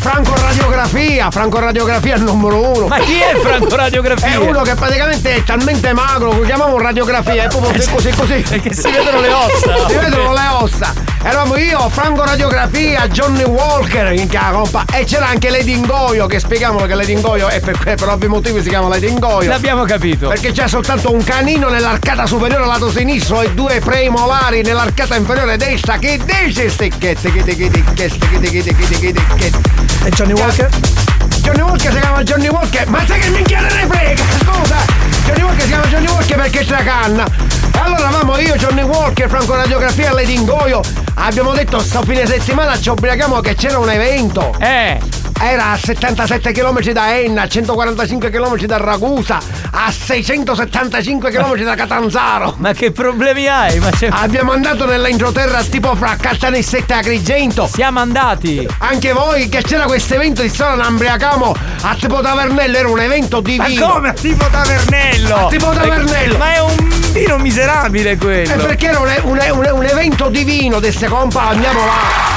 Franco Radiografia, Franco Radiografia è il numero uno.
Ma chi è Franco Radiografia?
È uno che praticamente è talmente magro, lo chiamiamo radiografia, è
Eh,
proprio così così così.
Perché si vedono le ossa.
si vedono le ossa. Eravamo io, Franco Radiografia, Johnny Walker, in compa, e c'era anche Lady Ingoio, che spiegavano che Lady Ingoio è per, per ovvi motivi si chiama Lady Ingoio.
L'abbiamo capito.
Perché c'è soltanto un canino nell'arcata superiore lato sinistro e due premolari nell'arcata inferiore destra. Che dice stecchette? Che dice stecchette? Che dice stecchette? Che dice stecchette?
E Johnny Walker?
Johnny Walker si chiama Johnny Walker. Ma te che minchione ne frega? Scusa! Johnny Walker si chiama Johnny Walker perché c'è la canna. E Allora vamo io, Johnny Walker, Franco Radiografia, Lady Ingoio. Abbiamo detto sto fine settimana ci ubriachiamo che c'era un evento. Eh! Era a 77 km da Enna, a 145 km da Ragusa, a 675 km da Catanzaro.
Ma che problemi hai? Ma c'è...
Abbiamo andato nell'entroterra tipo fra Caltanissetta e Agrigento.
Siamo andati.
Anche voi che c'era questo evento di Sola Ambriacamo a tipo Tavernello, era un evento di
Ma
vino.
come a tipo Tavernello?
A tipo Tavernello.
Ma è un vino miserabile quello.
E perché era un, un- un- un evento divino di ste compa, andiamo là.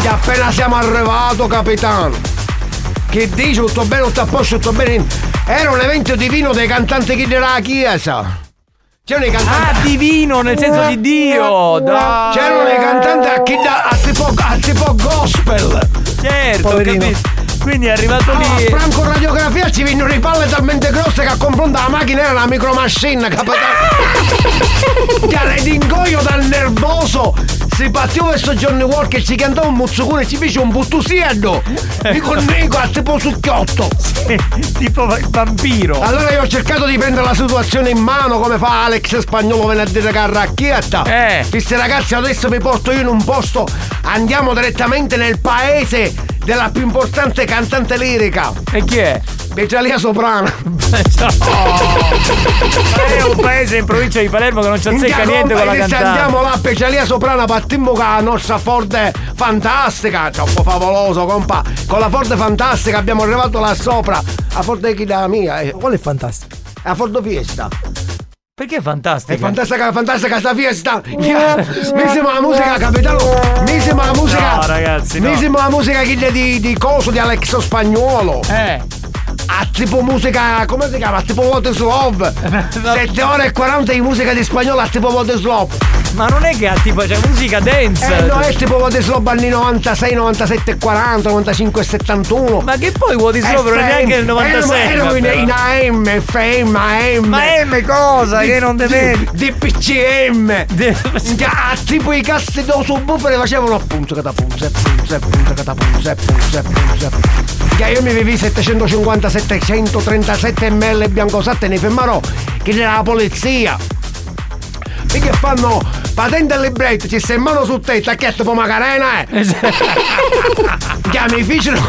Che appena siamo arrivato, capitano. Che dici, tutto bene, tutto a posto, tutto bene. Era un evento divino dei cantanti chi della chiesa. C'erano i cantanti.
Ah, divino, nel senso di Dio. Dai.
C'erano i cantanti a chi da- a tipo, a tipo gospel.
Certo,
Poverino.
capito. Quindi è arrivato
Ah,
lì.
Franco radiografia ci vennero le palle talmente grosse che a confronto la macchina era una micromachine, capitano. Chiare d'ingoio dal nervoso. Si battiva verso Johnny Walker, ci cantò un muzzucone e ci fece un buttusiello. Mi connego a tipo succhiotto.
tipo vampiro.
Allora io ho cercato di prendere la situazione in mano come fa Alex Spagnolo venerdì da Carracchietta. Eh. Questi ragazzi adesso mi porto io in un posto. Andiamo direttamente nel paese della più importante cantante lirica.
E chi è?
Begialia Soprano.
Ma è un paese in provincia di Palermo che non ci azzecca
Minchia,
niente con la
rompa, se Andiamo
cantante.
là, Specialia Soprana, partimmo con la nostra Ford Fantastica, troppo favoloso, compa. Con la Ford Fantastica abbiamo arrivato là sopra. La Ford è chi la mia? Qual è Fantastica? La Ford Fiesta.
Perché è fantastico?
È fantastica, fantastica sta fiesta! Mi sembra la musica, capitano! Mi sembra la musica!
No, ragazzi, no.
Mi sembra la musica che è di, di coso di Alex Spagnuolo!
Eh!
A tipo musica, come si chiama? A tipo What is Love! 7 ore e 40 di musica di spagnolo a tipo What is Love!
Ma non è che ha tipo c'è musica dance.
Eh no, è tipo What is Love anni 96, 97, 40, 95 e 71.
Ma che poi What is Love non è neanche nel 96,
Ero in,
vabbè.
in AM, FM, AM.
Ma AM cosa? Che non te vedi?
DPCM. Ah, tipo i cassi dello subwoofer facevano appunto catapunze, punze, punze, catapunze, punze, punze. Che io mi vivi 750, 737 ml biancosatte nei fermarò che c'era la polizia. E che fanno patente e libretto, ci stai in mano sul tetto, a che tipo macarena, eh! che mi fecero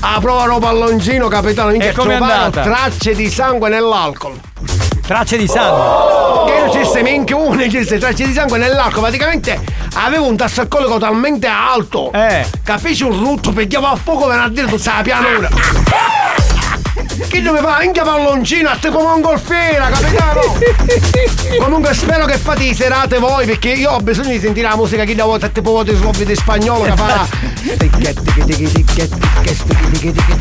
a prova palloncino, capitano, minchia,
E com'è
trovano
andata?
tracce di sangue nell'alcol. Oh!
Tracce di sangue.
Che io ci stai minchione, ci stai tracce di sangue nell'alcol, praticamente avevo un tasso alcolico talmente alto,
Eh.
capisci un rutto, prendiamo a fuoco per dire tutta la pianura. Che dove fa? Minchia palloncino, a te come un golfiera, capitano! Comunque spero che fate le serate voi perché io ho bisogno di sentire la musica che da volta tipo vuoto slob di spagnolo che fa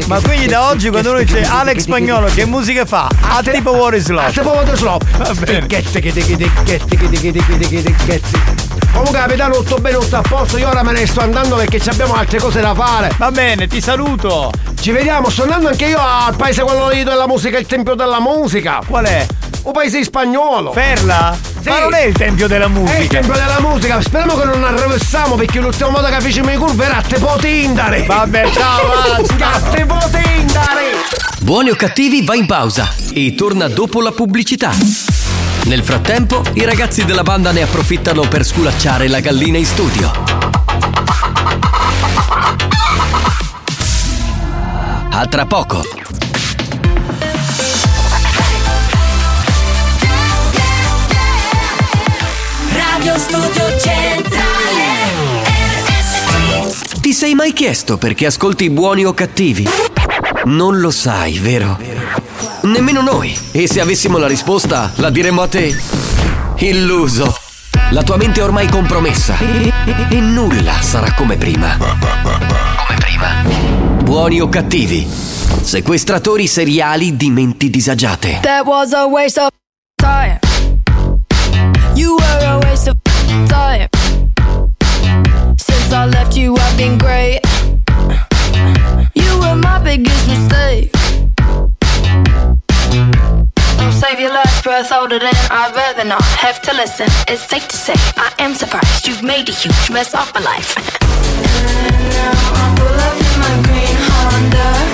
Ma quindi da oggi quando uno dice Alex Spagnolo che musica fa? Ha tipo What is Love.
a Ah, tipo vuoto slob.
Va bene.
Comunque capitano tutto bene, tutto a posto, io ora me ne sto andando perché ci abbiamo altre cose da fare.
Va bene, ti saluto.
Ci vediamo, sto andando anche io al paese quello lì della musica, il tempio della musica.
Qual è?
Un paese spagnolo.
Ferla?
Sì.
Ma non è il tempio della musica.
È il tempio della musica, speriamo che non arrovessiamo perché l'ultima volta che feci i curve era a te potindare.
Vabbè, ciao,
va, a te potindare.
Buoni o cattivi va in pausa e torna dopo la pubblicità. Nel frattempo, i ragazzi della banda ne approfittano per sculacciare la gallina in studio. A tra poco.
Radio Studio Centrale RSC
Ti sei mai chiesto perché ascolti buoni o cattivi? Non lo sai, vero? Nemmeno noi. E se avessimo la risposta, la diremmo a te. Illuso. La tua mente è ormai compromessa. E, e- e nulla sarà come prima. Come prima. Buoni o cattivi? Sequestratori seriali di menti disagiate.
That was a waste of time You were a waste of time Since I left you I've been great You were my biggest mistake Don't save your last breath older than I'd rather not have to listen It's safe to say I am surprised You've made a huge mess of my life And now I pull up in my green Honda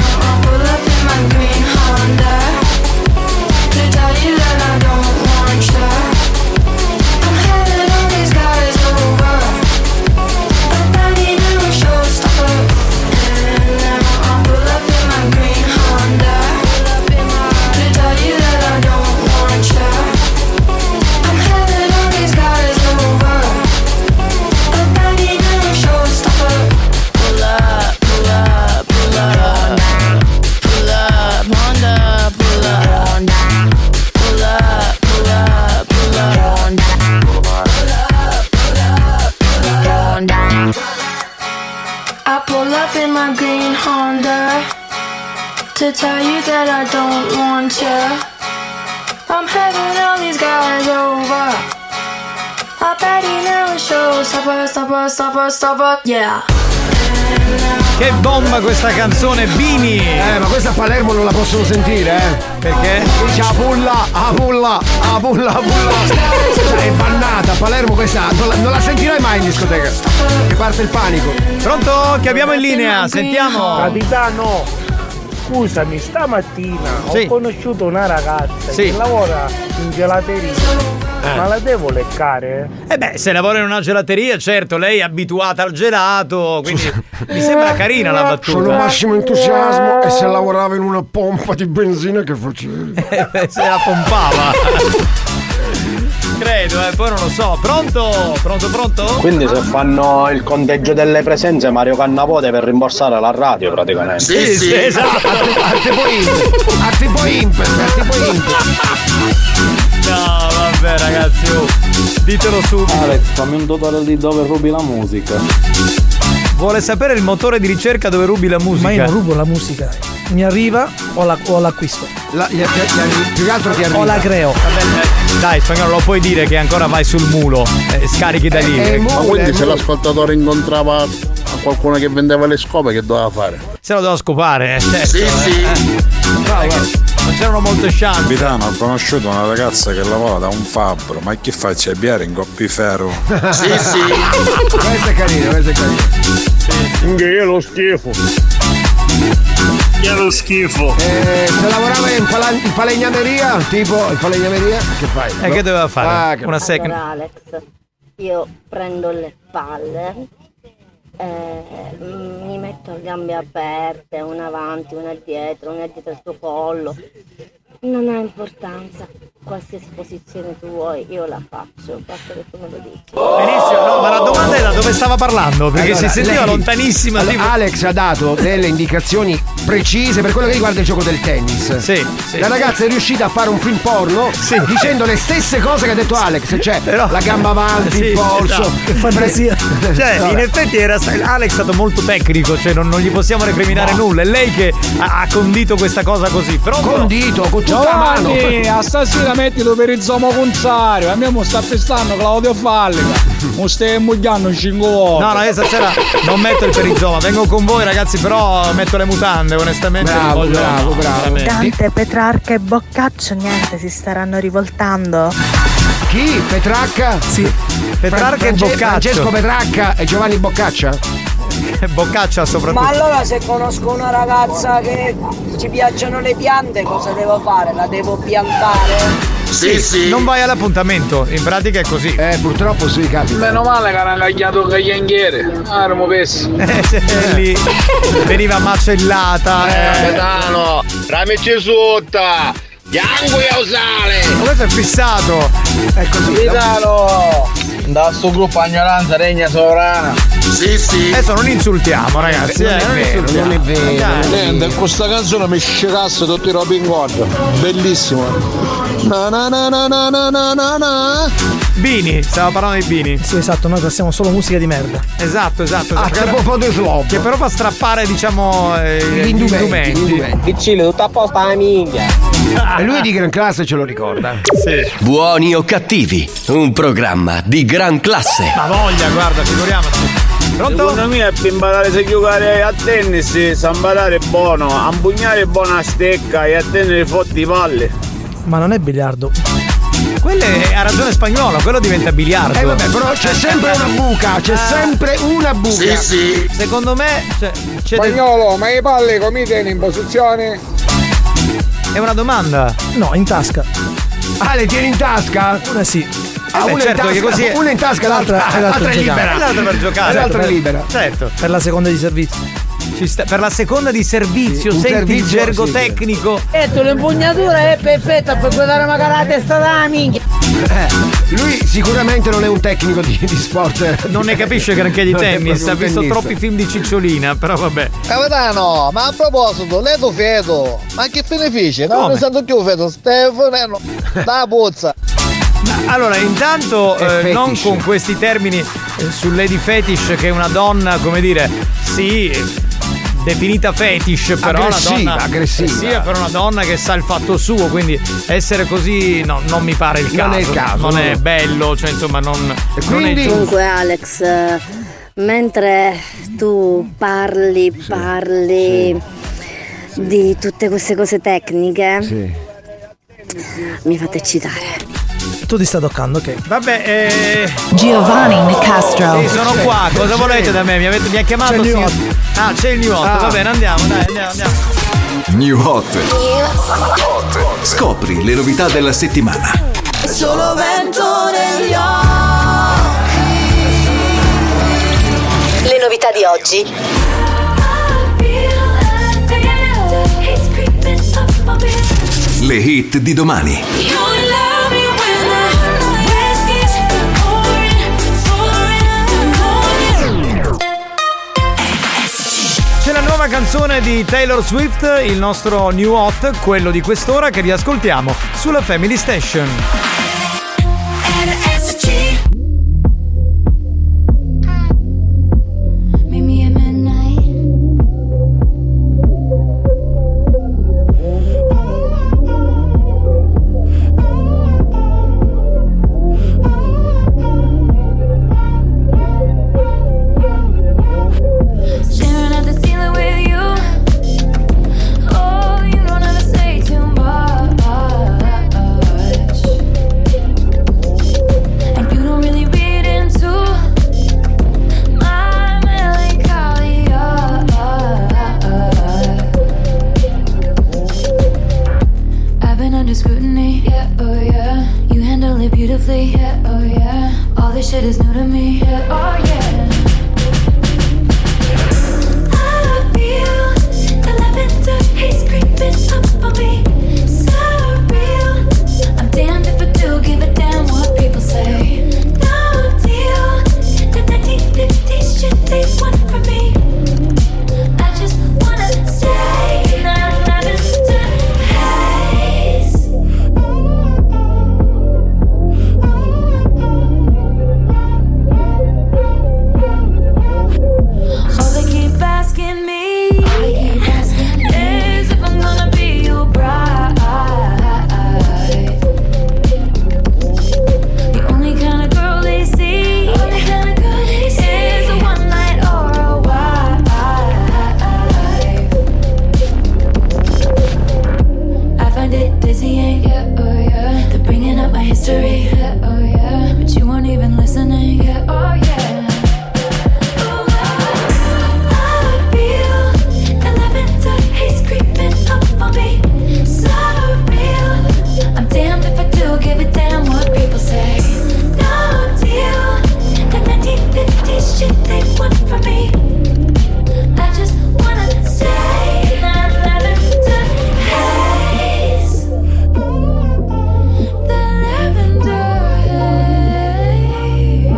I pull up in my green Honda to tell you that I don't want you. I'm having all these guys over, but I need a showstopper. And now I pull up in my green Honda to tell you that I don't want you. I'm having all these guys over, but I need a showstopper. Pull up, pull up, pull up, pull up, Honda, pull up, Honda, pull up, pull up, pull up, Honda, pull up, pull up, pull up, Honda. I pull up in my green Honda to tell you that I don't want you. I'm having all these guys over. I bet he never shows. Stop us, stop us, stop us, stop us, yeah.
Che bomba questa canzone, Bini!
Eh, ma questa a Palermo non la possono sentire, eh!
Perché?
Dice a pulla, a pulla, a pulla, a pulla! Cioè, è bannata, a Palermo questa non la, non la sentirai mai in discoteca! Che parte il panico!
Pronto? Che abbiamo in linea? Sentiamo!
Capitano, scusami, stamattina
Sì.
ho conosciuto una ragazza
Sì.
che lavora in gelateria. Ma la devo leccare?
Eh beh, se lavora in una gelateria, certo, lei è abituata al gelato, quindi mi sembra carina la battuta.
Sono massimo entusiasmo e se lavoravo in una pompa di benzina che facevi?
se la pompava. Credo, eh, poi non lo so. Pronto? Pronto, pronto?
Quindi se fanno il conteggio delle presenze Mario Cannavote per rimborsare la radio praticamente.
esatto.
A tipo imp, a tipo
No, vabbè ragazzi, oh, ditelo subito.
Alex, fammi un totale di dove rubi la musica.
Vuole sapere il motore di ricerca dove rubi la musica?
Ma io non rubo la musica. Mi arriva o, la, o l'acquisto.
più che altro ti arriva.
O la creo.
Dai, spagnolo, lo puoi dire che ancora vai sul mulo. Eh, scarichi da lì. Ecco.
eh,
Ma quindi se l'ascoltatore incontrava a qualcuno che vendeva le scope che doveva fare?
Se lo devo scopare, eh, certo,
Sì,
eh.
sì.
Eh, che- Non c'erano molte chance.
Capitano, ho conosciuto una ragazza che lavora da un fabbro, ma che fa? C'è biere in Goppifero?
Sì, sì. Questa è carina, questa è carina.
Che lo schifo. Che lo schifo.
Eh, se lavorava in, pala- in falegnameria, tipo in falegnameria, che fai?
E Eh, che doveva fare?
Ah, che-
Una second.
Allora Alex, io prendo le palle, eh, mi metto a gambe aperte, una avanti, una dietro, una dietro al tuo collo. Non ha importanza, qualsiasi posizione tu vuoi, io la faccio, basta che tu me lo dici.
Benissimo, no, ma la domanda era dove stava parlando, perché
Allora,
si sentiva
lei-
lontanissima.
Allora,
tipo-
Alex ha dato delle indicazioni precise per quello che riguarda il gioco del tennis.
Sì, sì.
La ragazza è riuscita a fare un film porno dicendo le stesse cose che ha detto Alex, cioè la gamba avanti,
Sì,
il polso.
esatto. Che
fantasia.
Cioè, in
Vabbè.
effetti era sta- Alex è stato molto tecnico, cioè non, non gli possiamo recriminare nulla. È lei che ha, ha condito questa cosa così. Pronto?
Condito, con
Giovanni, a stasera mettilo per il zomo contrario. A me mi sta pestando Claudio Fallica. Mi stai mugliando 5 volte.
No, no, io stasera non metto il perizoma, vengo con voi ragazzi, però metto le mutande, onestamente.
Bravo,
non voglio-
bravo, bravo.
veramente.
Dante, Petrarca e Boccaccio, niente, si staranno rivoltando.
Chi? Petrarca?
Sì.
Fra-
Ah, Petrarca e
Frange-
Boccaccio. Eh,
Francesco Petrarca e Giovanni Boccaccia?
Boccaccia soprattutto.
Ma allora se conosco una ragazza che ci piacciono le piante, cosa devo fare? La devo piantare?
Sì, sì. Non vai all'appuntamento, in pratica è così.
Eh, purtroppo sì, capita.
Meno male che hanno cagnato Caglianghiere. Ah, non mi pensi.
Eh, lì veniva macellata. eh.
Capitano, ramici sutta. Bianco e osale.
Ma questo è fissato.
È così.
Capitano, da sto gruppo ignoranza regna sovrana.
Sì, sì. Adesso non insultiamo, ragazzi. eh, non insultiamo. Dai.
Niente, con questa canzone mi scegasse tutti i Robin Hood. Bellissimo. eh. Na na na na na na na na na.
Bini, stava parlando di Bini.
Sì, esatto, noi passiamo solo musica di merda.
Esatto, esatto.
Ah,
Perché-
tipo
Che però fa strappare, diciamo, eh, gli indumenti.
Piccino, tutto a posto la minchia.
E lui di gran classe ce lo ricorda.
Eh,
Buoni o cattivi, un programma di gran classe.
Ma voglia, guarda, figuriamoci. Pronto?
Secondo me per imparare a giocare a tennis, sa imparare è buono, a impugnare è buona stecca e a tenere forti palle.
Ma non è biliardo.
Quello è- ha ragione spagnolo, quello diventa biliardo. eh. Ah.
Eh, vabbè, però c'è sempre una buca,
Ah.
c'è sempre una buca.
sì. Secondo me cioè, c'è del-
Spagnolo, ma i palle come tieni in posizione?
è una domanda.
No, in tasca.
Ah, le tieni in tasca?
Una sì.
Ah,
Eh beh,
una,
certo,
in
che
tasca,
così è-
una in tasca, l'altra,
L'altra-
l'altra,
e l'altra
è
giocare.
libera.
E l'altra per giocare.
E l'altra è
Certo, per-
libera.
Certo.
Per la seconda di servizio.
Ci sta- per la seconda di servizio,
Sì, un
senti il
servizio,
gergo
sì.
tecnico.
E Eh, tu l'impugnatura è perfetta per guardare magari la testa della minchia.
Eh, lui sicuramente non è un tecnico di, di sport.
Non ne capisce granché di
Non è
tennis,
proprio
ha
un
visto
tennista.
troppi film di Cicciolina, però vabbè.
Capitano, ma a proposito, lei tu feto, ma che fine fece? Non
Come?
ne sento più feto, Stefano, eh, da puzza.
Allora, intanto eh, non con questi termini eh, su Lady Fetish, che è una donna, come dire, sì. eh, Definita fetish, però
Aggressiva,
una donna
aggressiva.
Sì, è per una donna che sa il fatto suo, quindi essere così no, non mi pare il caso.
Non è il caso,
Non
no.
è bello, cioè insomma, non, non è
quindi-
giusto.
Comunque Alex, eh, mentre tu parli, parli di tutte queste cose tecniche, mi fate eccitare.
Tu ti stai toccando, ok.
Vabbè, eh...
Giovanni Nicastro.
Sì, sono qua. Cosa
C'è.
volete da me? Mi, avete, mi ha chiamato?
C'è il new
signor- Ah, c'è il new hot.
Ah.
Va bene, andiamo, dai, andiamo, andiamo.
New Hot. Scopri le novità della settimana.
È solo vento negli occhi. Le novità di oggi.
Le hit di domani.
C'è la nuova canzone di Taylor Swift, il nostro new hot, quello di quest'ora che riascoltiamo sulla Family Station.
Meet me at midnight. Staring at the ceiling with you. Oh, you don't ever say too much. And you don't really read into my melancholy. I've been under scrutiny. Yeah, oh yeah. You handle it beautifully. Yeah, oh yeah. All this shit is new to me. Yeah, oh yeah. I feel the lavender haze creeping up on me. So real. I'm damned if I do give a damn what people say. No deal. The 1950 shit they want from me. I just wanna stay. Now lavender haze. All they keep asking me is if I'm gonna be your bride. The only kind of girl they see is a one night or a wife. I find it dizzying, yeah, oh yeah. They're bringing up my history, yeah, oh yeah. But you weren't even listening, Oh, yeah, oh yeah. I'm damned if I do give a damn what people say. No deal, the 1950s shit they want from me. I just wanna stay in that lavender haze. The lavender haze.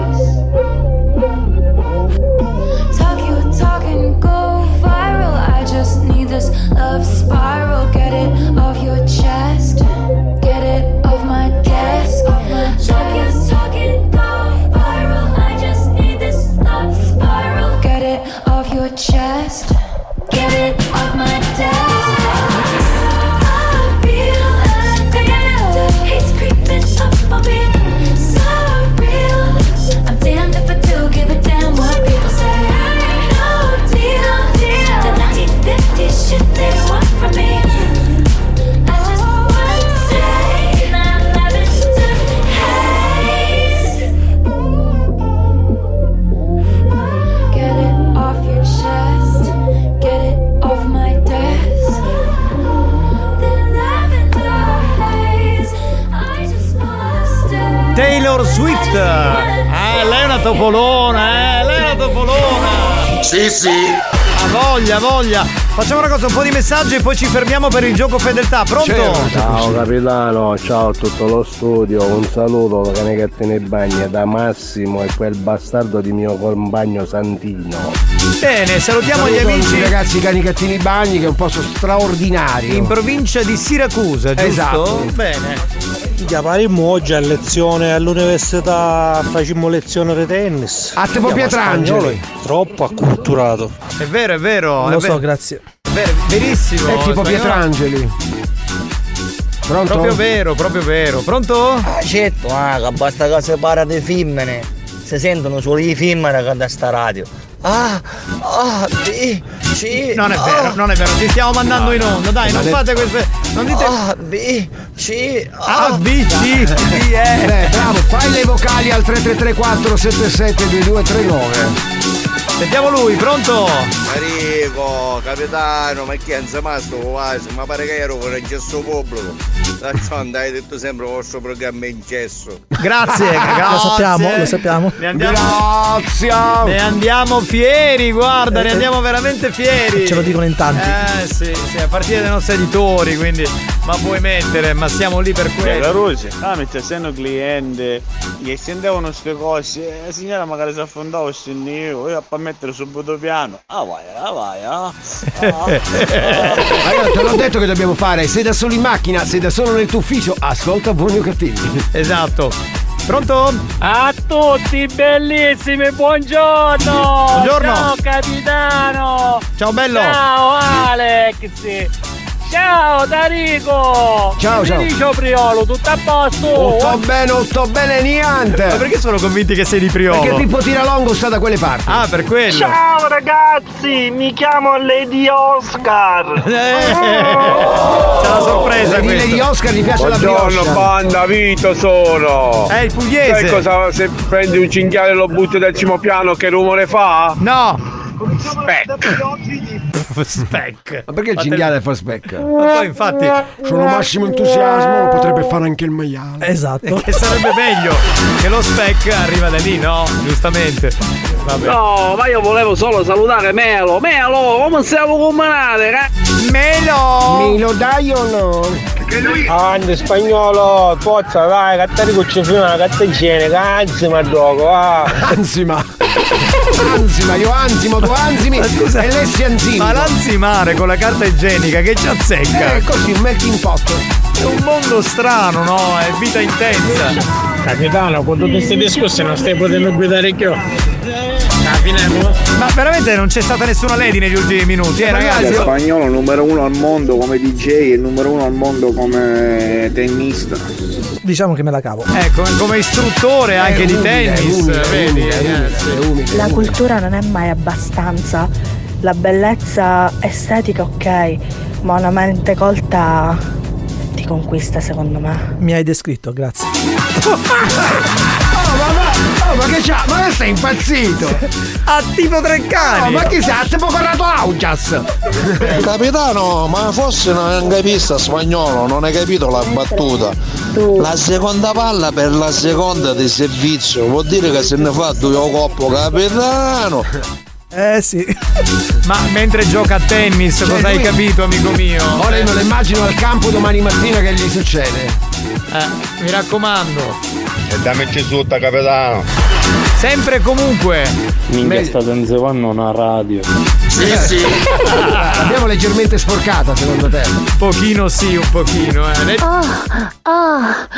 Taylor Swift. Eh, lei è una topolona, eh, lei è una topolona.
Sì, sì.
Ha voglia, ha voglia. Facciamo una cosa, un po' di messaggi e poi ci fermiamo per il gioco fedeltà. Pronto?
Certo.
Ciao capitano, ciao a tutto lo studio, un saluto da Canegatti nei bagni da Massimo e quel bastardo di mio compagno Santino.
Bene, salutiamo gli
Saluto
amici.
i Ragazzi, cani cattini bagni, che è un posto straordinario.
In provincia di Siracusa, Eh, giusto?
Esatto.
Bene.
Minchia, paremmo oggi a lezione all'università, facemmo lezione di tennis.
A Tipo
Minchia, ma
Pietrangeli.
spagnolo è Troppo acculturato.
È vero, è vero.
Non
è
lo
vero.
so,
grazie.
È vero, verissimo.
È tipo
spagnolo.
Pietrangeli. Pronto?
Proprio vero, proprio vero. Pronto?
Ah, certo, ah, che basta che si parla di femmine. Si sentono solo i femmine che da sta radio. Ah, ah, sì, sì. ah.
Non è vero, non è vero, ti stiamo mandando in onda, dai, non fate queste. Non dite.
A, Ah, B, C,
A, B, C, D, E.
Beh, bravo, fai le vocali al 3334 772239
Sentiamo lui, pronto?
Enrico, Oh, capitano, ma chi è Zamasto quasi? Ma pare che ero con il gesso pubblico. D'altronde hai detto sempre il vostro programma in gesso.
Grazie,
Lo
grazie.
sappiamo, lo sappiamo.
Ne andiamo. Ne andiamo fieri, guarda, ne andiamo veramente fieri.
Ce lo dicono in tanti.
Eh sì, sì, a partire dai nostri editori, quindi. Ma puoi mettere, ma siamo lì per
Cioè, la
quello.
luce, ah, mi sta essendo cliente, gli stendevano queste cose, eh, la signora magari si affondava in io, io a mettere subito piano. Ah vai, ah vai, ah.
Allora, te l'ho detto che dobbiamo fare. Sei da solo in macchina, sei da solo nel tuo ufficio, ascolta buoni o cattivi.
Esatto. Pronto?
A tutti bellissimi, buongiorno!
Buongiorno.
Ciao capitano!
Ciao bello!
Ciao Alex! Ciao Tarico!
Ciao, ciao.
oh,
Ciao Priolo, tutto a posto?
Tutto bene, tutto bene, niente.
Ma perché sono convinti che sei di Priolo?
Perché Pippo Tiralongo sta da quelle parti.
Ah, per quello.
Oh,
Ciao ragazzi, mi chiamo Lady Oscar.
Eh. C'è la sorpresa
Lady, Lady Oscar gli piace la
Buongiorno
brioche.
banda, Vito sono!
È il pugliese.
Sai cosa se prendi un cinghiale e lo butti dal primo piano che rumore fa?
No!
Eh.
Speck. Ma perché il cinghiale fa speck?
Ma poi infatti
Sono massimo entusiasmo, lo potrebbe fare anche il maiale.
Esatto.
Che sarebbe meglio che lo spec arriva da lì, no? Giustamente. Vabbè.
No, ma io volevo solo salutare Melo. Melo, come stiamo eh? combinate, ragazzi?
Melo!
Me lo dai o no?
Ande spagnolo, forza dai, cattari con cifrina, cattegene, cazzi ma gioco, va!
Anzima! Anzima, io anzimo, tu anzimi e lei si anzima.
Ma l'anzimare con la carta igienica che ci azzecca.
Eh, così, metti in posto.
È un mondo strano, no? È vita intensa.
Capitano, con tutti questi discorsi non stai potendo guidare più.
Ma veramente non c'è stata nessuna lady negli ultimi minuti, eh,
Il
ragazzi?
spagnolo numero uno al mondo come DJ e il numero uno al mondo come tennista.
Diciamo che me la cavo. Eh,
Eh, come, come istruttore anche di tennis, vedi? eh, sì.
La cultura non è mai abbastanza. La bellezza estetica, ok, ma una mente colta ti conquista, secondo me.
Mi hai descritto, grazie.
Oh, ma, ma, oh, ma che c'ha? Ma che sei impazzito?
Ha tipo tre
cani! ma chi sa? Ha tipo Corrado Augias!
Capitano, ma forse non hai capito spagnolo, non hai capito la battuta. La seconda palla per la seconda di servizio, vuol dire che se ne fa due o coppo, capitano!
Eh sì.
Ma mentre gioca a tennis,
Cioè,
cosa hai
lui-
capito, amico mio?
Ora io me lo immagino al campo domani mattina che gli succede.
Eh, mi raccomando.
E dammici sutta, capitano!
Sempre e comunque.
Minchia sta danzevando una radio.
Sì, sì. L'abbiamo leggermente sporcata, secondo te.
Un pochino sì, un pochino, eh. Le-
Ah,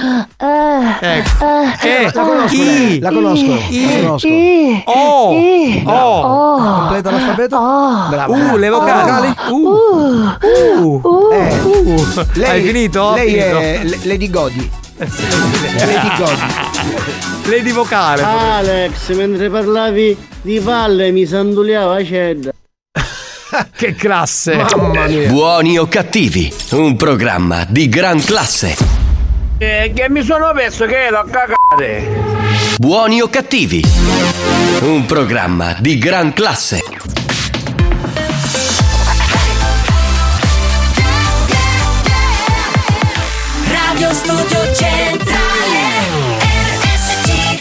eh,
Ecco.
eh,
Eh,
la conosco,
I,
la conosco, la
I,
conosco. Oh.
O,
I,
O.
Completa l'alfabeto.
Brava. Uh, le vocali.
Oh. Uh, uh, uh,
Hai finito?
Lei
Finito.
è L- Lady Godi. Lady Godi.
Lady vocale.
Ah,
Alex, mentre parlavi di palle mi sanduliava a cedda.
Che classe. Cioè,
Buoni o cattivi, un programma di gran classe.
Eh, che mi sono perso che ero a cagare.
Buoni o cattivi, un programma di gran classe.
Radio Studio Centrale RSC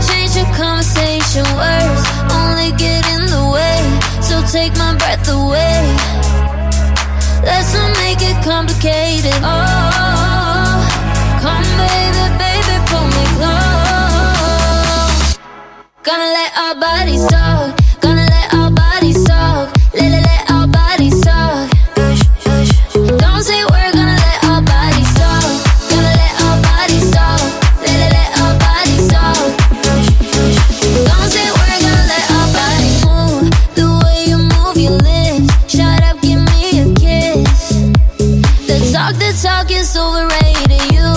change the conversation. Words only get in the way. So take my breath away. Let's not make it complicated. Oh, come baby, baby, pull me close. Gonna let our bodies talk. Gonna let our bodies talk. Let, let, let our bodies talk. Don't say we're gonna let our bodies talk. Gonna let our bodies talk. Let, let, let our bodies talk. Don't say we're gonna let our bodies move. The way you move your lips. Shut up, give me a kiss. The talk, the talk is overrated. You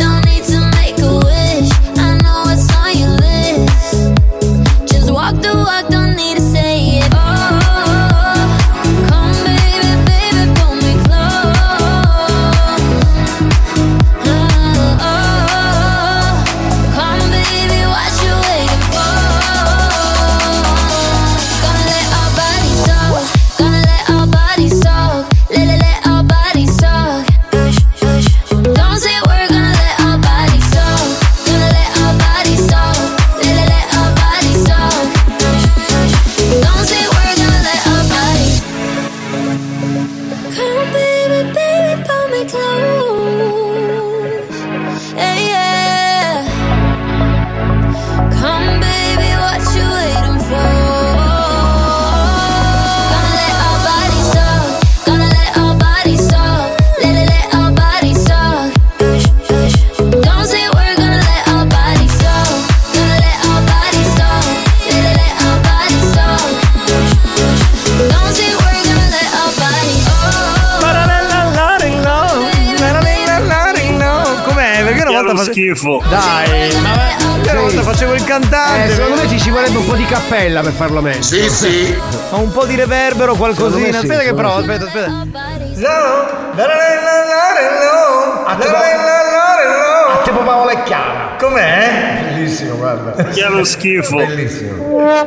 don't need to make a wish. I know what's on your list. Just walk the walk, don't need to say it. Oh, come baby, baby, pull me close. Oh, oh, come baby, what you waiting for? Gonna let our bodies talk. Gonna let our bodies talk. Let let let our bodies talk. Don't say we're gonna let our bodies talk. Gonna let our bodies talk. Let let let our bodies talk. Don't say we're gonna let our bodies. Come, baby, baby, pull me close. Yeah, yeah. Come, baby, what you waiting for? Gonna let our bodies talk. Gonna let our bodies talk. Let let let our bodies talk. Don't say we're gonna let our bodies talk. Gonna let our bodies talk. Let let let our bodies talk. Don't say we're gonna let our bodies.
Com'è? Perché una volta face-
schifo.
Dai, ma perché una volta facevo il cantante.
Eh, secondo me ci ci vorrebbe un po' di cappella per farlo meglio. Sì, sì.
Ho un po' di reverbero, qualcosina.
Secondo me sì,
aspetta che
secondo
provo,
me
aspetta, aspetta.
A te,
Ah,
a te Paola è chiara.
Com'è?
Bellissimo, guarda.
Chiaro
schifo. Bellissimo.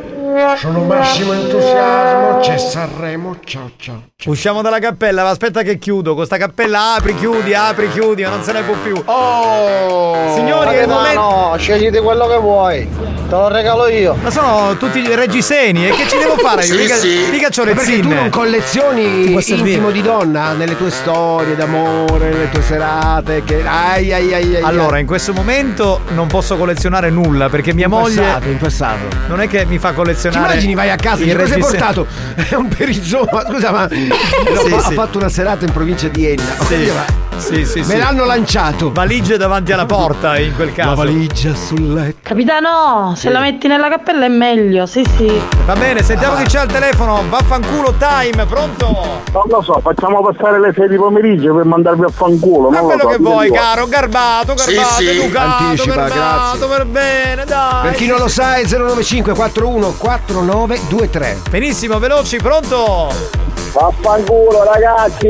Sono
Massimo entusiasmo, c'è Sanremo, ciao ciao.
Usciamo dalla cappella, ma aspetta che chiudo. Con sta cappella apri, chiudi, apri, chiudi, ma non se ne può più.
Oh!
Signori, è il momento-
No, scegliete quello che vuoi. Te lo regalo io.
Ma sono tutti reggiseni e che ci devo fare? io? mica, mica c'ho le
Perché tu
zinne.
non collezioni
Ti può servire.
intimo di donna nelle tue storie d'amore, nelle tue serate. Che... Ai, ai, ai, ai, ai.
Allora, in questo momento non posso collezionare nulla perché mia
In
moglie.
passato, in passato.
Non è che mi fa
Ti
collezionare.
immagini vai a casa e
il
dici, cosa hai
reggiseno."
portato? È un perizoma. Scusa, ma l'ho
Sì,
fa-
sì.
ha fatto una serata in provincia di Enna.
Sì,
Oddio, ma-
sì, sì,
Me
sì.
l'hanno lanciato.
Valigie davanti alla porta in quel caso.
La valigia sul letto.
Capitano, se la metti nella cappella è meglio, sì sì.
Va bene,
Ah,
sentiamo chi c'è al telefono. Vaffanculo time, pronto?
Non lo so, facciamo passare le 6 di pomeriggio per mandarvi a fanculo.
Ma
non lo
quello
so,
che
dite
vuoi,
voi.
caro, garbato,
Sì,
garbato,
sì,
educato,
anticipa,
garbato,
grazie.
per bene, dai.
Per chi non lo sa è 095 41 49 23.
Benissimo, veloci, pronto?
Vaffanculo ragazzi!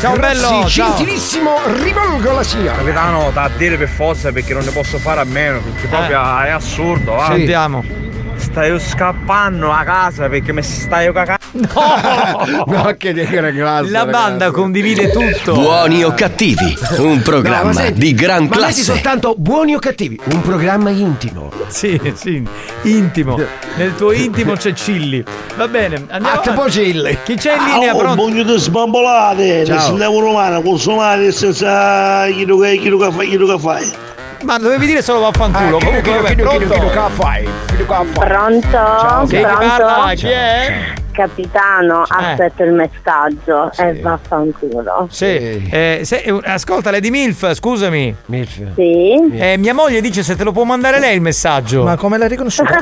Ciao bello, ciao.
gentilissimo, rivolgo la signora.
Capitano, da dire per forza perché non ne posso fare a meno, perché proprio è assurdo, va.
Sentiamo.
Stai scappando a casa perché mi stai cagando.
No! no, che degrado.
La banda condivide tutto.
Buoni o cattivi, un
No,
programma
ma senti,
di gran
ma metti
classe.
soltanto buoni o cattivi, un programma intimo.
Sì, sì, intimo. Nel tuo intimo c'è Cilli. Va bene, andiamo.
Ah, tipo Cilli.
Chi c'è in
Ah,
linea?
Oh,
Pronto?
voglio di sbambolate,
Ciao.
ne sentiamo romana, consumare senza chi lo che chi lo che fai, chi lo che fai.
Ma dovevi dire solo vaffanculo.
eh,
Comunque, vabbè, pronto.
fai?
Pronto?
Sì, chi
Pronto?
parla? Chi è?
capitano
Eh.
aspetto il messaggio
Sì.
e vaffanculo.
Sì. Eh, se- eh, ascolta, Lady Milf, scusami. Milf.
Sì.
Eh, mia moglie dice se te lo può mandare lei il messaggio.
Ma come l'hai riconosciuta?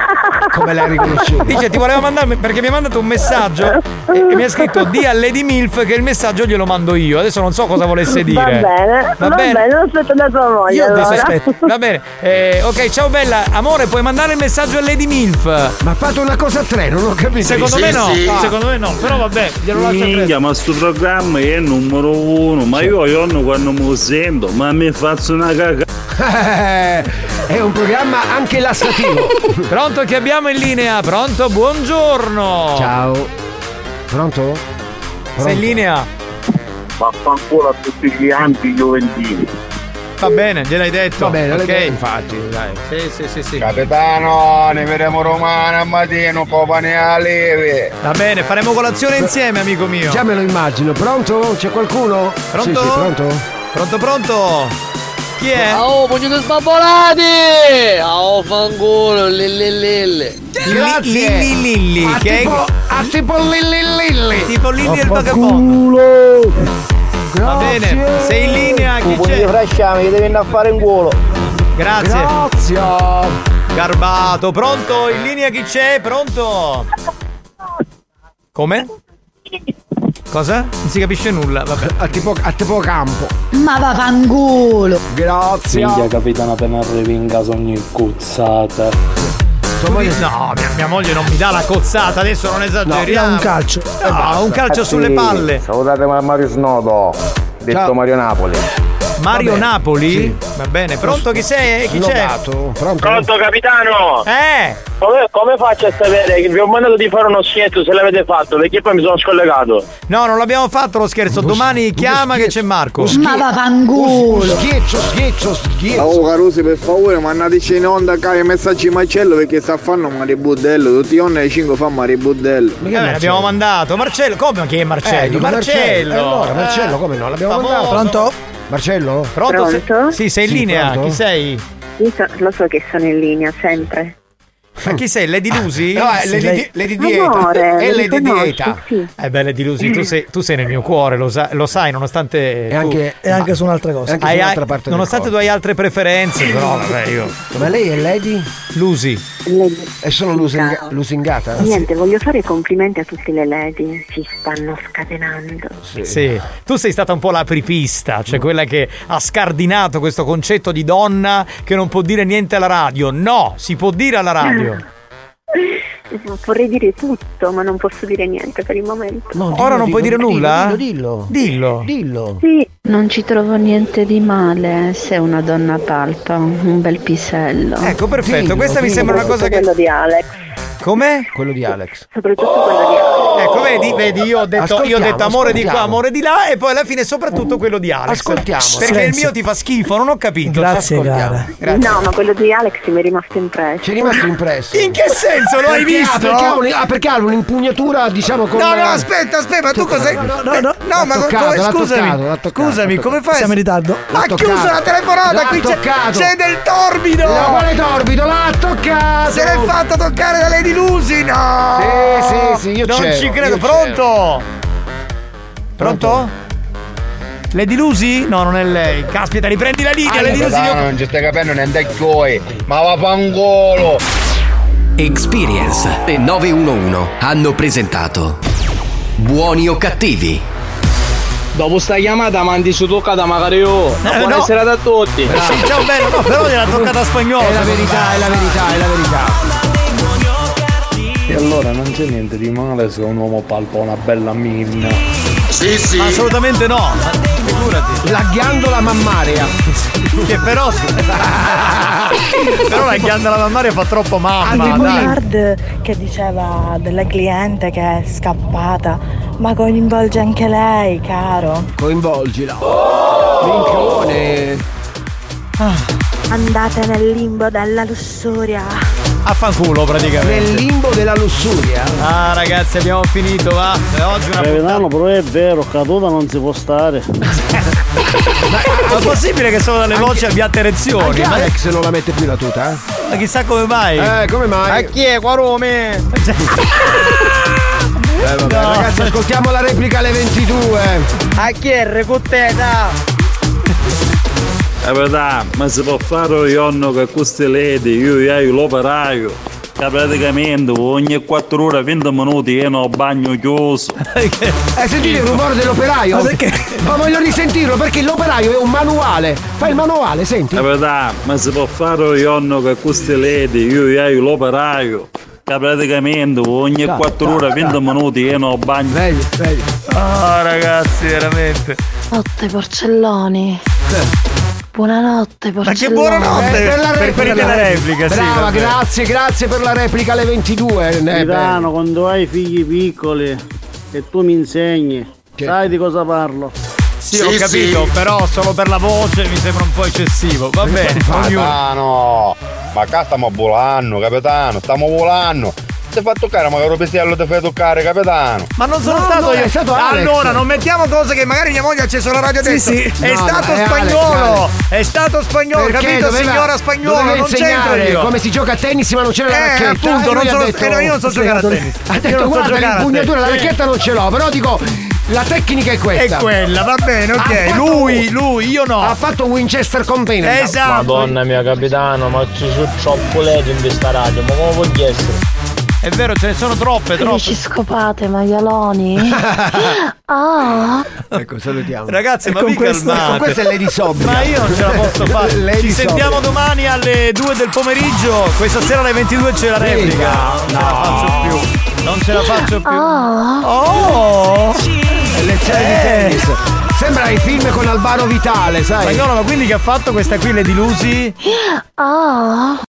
come l'hai riconosciuto? Dice ti voleva mandare perché mi ha mandato un messaggio e, e mi ha scritto di a Lady Milf che il messaggio glielo mando io. Adesso non so cosa volesse dire.
Va bene, va, bene. aspetto da tua moglie.
Io
allora.
aspetto. Va bene. Eh, ok, ciao bella. Amore, puoi mandare il messaggio a Lady Milf. Ma fate una cosa a tre, non ho capito. Secondo
Sì,
me no.
sì.
Secondo me no. Però vabbè, glielo lascio a
Minchia, ma sto programma è il numero uno, ma io ogni quando mi sento, ma mi faccio una cagata.
È un programma anche lassativo.
Pronto che abbiamo in linea? Pronto? Buongiorno.
Ciao. Pronto?
Sei in linea?
Vaffanculo a tutti gli anti Juventini.
Va bene, gliel'hai detto.
Va bene, l'hai
ok,
detto.
Ah,
infatti, dai. Sì, sì, sì, sì.
Capitano, ne vedremo romana a mattino, popa ne aleve.
Va bene, faremo colazione insieme, amico mio.
Già me lo immagino. Pronto? C'è qualcuno?
Pronto?
Sì, sì, pronto?
Pronto, pronto? Chi è?
Oh, pugno sbabbolati! Oh, fanculo, lille lille.
Grazie. Lilli Lilli,
A
che
tipo-
a tipo Lilli Lilli. Tipo Lilli il
vagabondo.
Va bene, sei in linea, chi c'è?
frasciami che devi andare a fare in culo.
Grazie.
Grazie.
Garbato, pronto? In linea chi c'è? Pronto? Come? Cosa? Non si capisce nulla, vabbè. A tipo, a tipo campo.
Ma va fanculo!
Grazie.
Minchia capitano appena arrivi in casa ogni cuzzata.
No, mia, mia moglie non mi dà la cozzata, adesso non esageriamo.
No, un calcio.
No, Ah, un
Eh,
calcio sulle palle.
Salutate Mario Snodo, detto
Ciao.
Mario Napoli.
Mario
Vabbè.
Napoli? Va bene, pronto chi sei? Chi c'è?
Pronto?
capitano!
Eh!
Oh,
Come, come faccio a sapere? che Vi ho mandato di fare uno scherzo se l'avete fatto, perché poi mi sono scollegato.
No, non l'abbiamo fatto lo scherzo, domani chiama che c'è Marco.
Ma va fanculo!
Schiaccio, schiaccio, schiaccio.
Oh Carusi per favore mandateci in onda cari messaggi macello perché sta fanno Maribudello, tutti i onni alle 5 fa Maribudello.
Eh, l'abbiamo mandato. Marcello, come chi è Marcello?
Eh,
Marcello!
Marcello.
Allora, Marcello,
Eh,
come no? L'abbiamo
famoso.
mandato. Pronto? Marcello?
Pronto? Se- Sì, sei in linea,
pronto?
chi sei?
Io so- lo so che sono in linea sempre.
Ma chi sei? Lady Lucy?
No, è Lady Di- Lady Dieta.
Amore,
È
mi
Lady
conosci,
Dieta.
sì.
Eh beh, Lady Lucy, tu sei, tu sei nel mio cuore, lo, sa- lo sai, nonostante... tu-
e anche su un'altra cosa.
Hai- nonostante tu hai altre preferenze, però vabbè io...
Ma lei è Lady?
Lusi.
È solo lusinga- lusingata?
Niente, voglio fare i complimenti a tutte le lady, ci stanno scatenando.
Sì, tu sei stata un po' l'apripista, cioè quella che ha scardinato questo concetto di donna che non può dire niente alla radio. No, si può dire alla radio.
Mm.
Vorrei dire tutto, ma non posso dire niente per il momento.
Ora non puoi dire nulla?
Dillo,
dillo.
Dillo.
Sì, non ci trovo niente di male eh, se una donna palpa un bel pisello.
Ecco, perfetto, questa mi sembra una cosa che...
Quello di Alex.
Com'è?
Quello di Alex.
Soprattutto quello di Alex.
Ecco, vedi, vedi, io ho detto, io ho
Ascoltiamo,
detto amore di qua,
ascoltiamo.
amore di là e poi alla fine soprattutto quello di Alex.
Ascoltiamo.
Perché il
Silenzio.
mio ti fa schifo, non ho capito.
Grazie, cara.
No, ma quello di Alex mi è rimasto impresso.
Ci è rimasto impresso.
In che senso? Lo hai
Perché-
visto?
Ah, perché ha, un- ah, perché ha un'impugnatura, diciamo, con...
No, no, aspetta, aspetta, ma tu cos'hai-
No, no,
Eh,
no,
no, ma co- come- scusami, scusami, come fai a- Siamo in ritardo. Ha chiuso la telefonata, qui c'è- c'è del torbido.
No, quale torbido? L'ha toccato!
Se l'è fatta toccare da Lady Lucy, no!
Sì, sì, sì, io
Non
c'ero,
ci
io
credo, pronto? Pronto? Lady Lucy? No, non è lei. Caspita, riprendi la
Ah,
linea, Lady Lucy. io-
non ci stai capendo niente coi, eh. ma va fangolo!
Experience e 911 hanno presentato Buoni o cattivi?
Dopo sta chiamata mandi su toccata magari io. Ma
Eh,
Buona
no.
sera a tutti.
Eh, Sì, ciao bello, no, però gliel'ha toccata a spagnolo.
È la verità, è la verità, è la verità.
E allora non c'è niente di male se un uomo palpa una bella minna.
Sì, sì. Assolutamente no. Ma Figurati.
La ghiandola mammarea.
che però. però la ghiandola mammaria fa troppo mamma. Ah, Dai.
Card che diceva della cliente che è scappata, ma coinvolge anche lei, caro.
Coinvolgila. Minchione.
Andate nel limbo della lussuria.
A fanculo praticamente.
Nel limbo della lussuria.
Ah, ragazzi, abbiamo finito, va. E Oggi una
Capitano, però è vero, caduta non si può stare.
Ma è possibile che solo dalle voci abbiate erezioni?
Anche
Ma,
Alex non la mette più la tuta?
ma chissà come mai.
Eh, come mai?
chi è? Quarome?
Eh, ascoltiamo la replica alle 22. A chi è
Eh,
La verità, ma si può fare io che queste ledi, io e io l'operaio, che praticamente ogni 4 ore e 20 minuti io no bagno chiuso.
Eh, sentite il rumore dell'operaio?
Ma perché?
Ma voglio risentirlo perché l'operaio è un manuale. Fai il manuale, senti.
La verità, ma si può fare io che queste ledi, io e io l'operaio, che praticamente ogni 4 ore e 20 minuti io no bagno.
Meglio, meglio.
Ah, ragazzi, veramente.
Notte porcelloni. Buonanotte porcelloni.
Eh, bella
quella
dai.
replica, sì,
Brava,
vabbè.
grazie, grazie per la replica alle 22. eh, beh.
Milano, quando hai figli piccoli e tu mi insegni, sai di cosa parlo.
Sì, ho capito, però solo per la voce mi sembra un po' eccessivo. Va bene, ognuno.
Capitano, ma qua stiamo volando, capitano, stiamo volando. Si fa toccare, ma che robistiello ti fai toccare, capitano.
Ma non sono
No,
stato
no,
io.
è stato Alex.
allora, non mettiamo cose che magari mia moglie ha acceso la radio
Sì,
adesso.
sì.
È
No,
stato
ma è Alex,
spagnolo.
Alex.
È stato spagnolo,
eh, Perché
capito,
doveva-
signora spagnolo?
doveva
Non c'entro
insegnare
io.
come si gioca a tennis ma non c'era la
Eh,
racchetta
appunto,
E lui
non
ha
so- eh, no, io non so
ha
giocare a
spiegato-
tennis.
ha
Io
detto
non so
guarda
giocare a
l'impugnatura la
tennis."
racchetta non ce l'ho però dico la tecnica è questa
È quella, va bene, ok.
Ha fatto-
Lui, lui, io no.
ha fatto Winchester Container
Esatto. Madonna
mia capitano ma ci sono troppo ledi in questa radio ma come voglio essere
È vero, ce ne sono troppe,
Felici
troppe.
scopate, maialoni. ah.
ecco salutiamo
Ragazzi,
E
ma
con
vi
questo-
calmate.
con questa è Lady Sobbia.
Ma io non ce la posso fare.
Lady
Ci sentiamo
Sobbia.
domani alle 2 del pomeriggio. Questa sera alle 22 c'è la replica. Non ce la faccio più. Non ce la faccio più.
Oh.
E lezione
Eh.
di tennis sembra i film con Albano Vitale sai
Ma no, ma quindi che ha fatto questa qui, le dilusi?
Ah.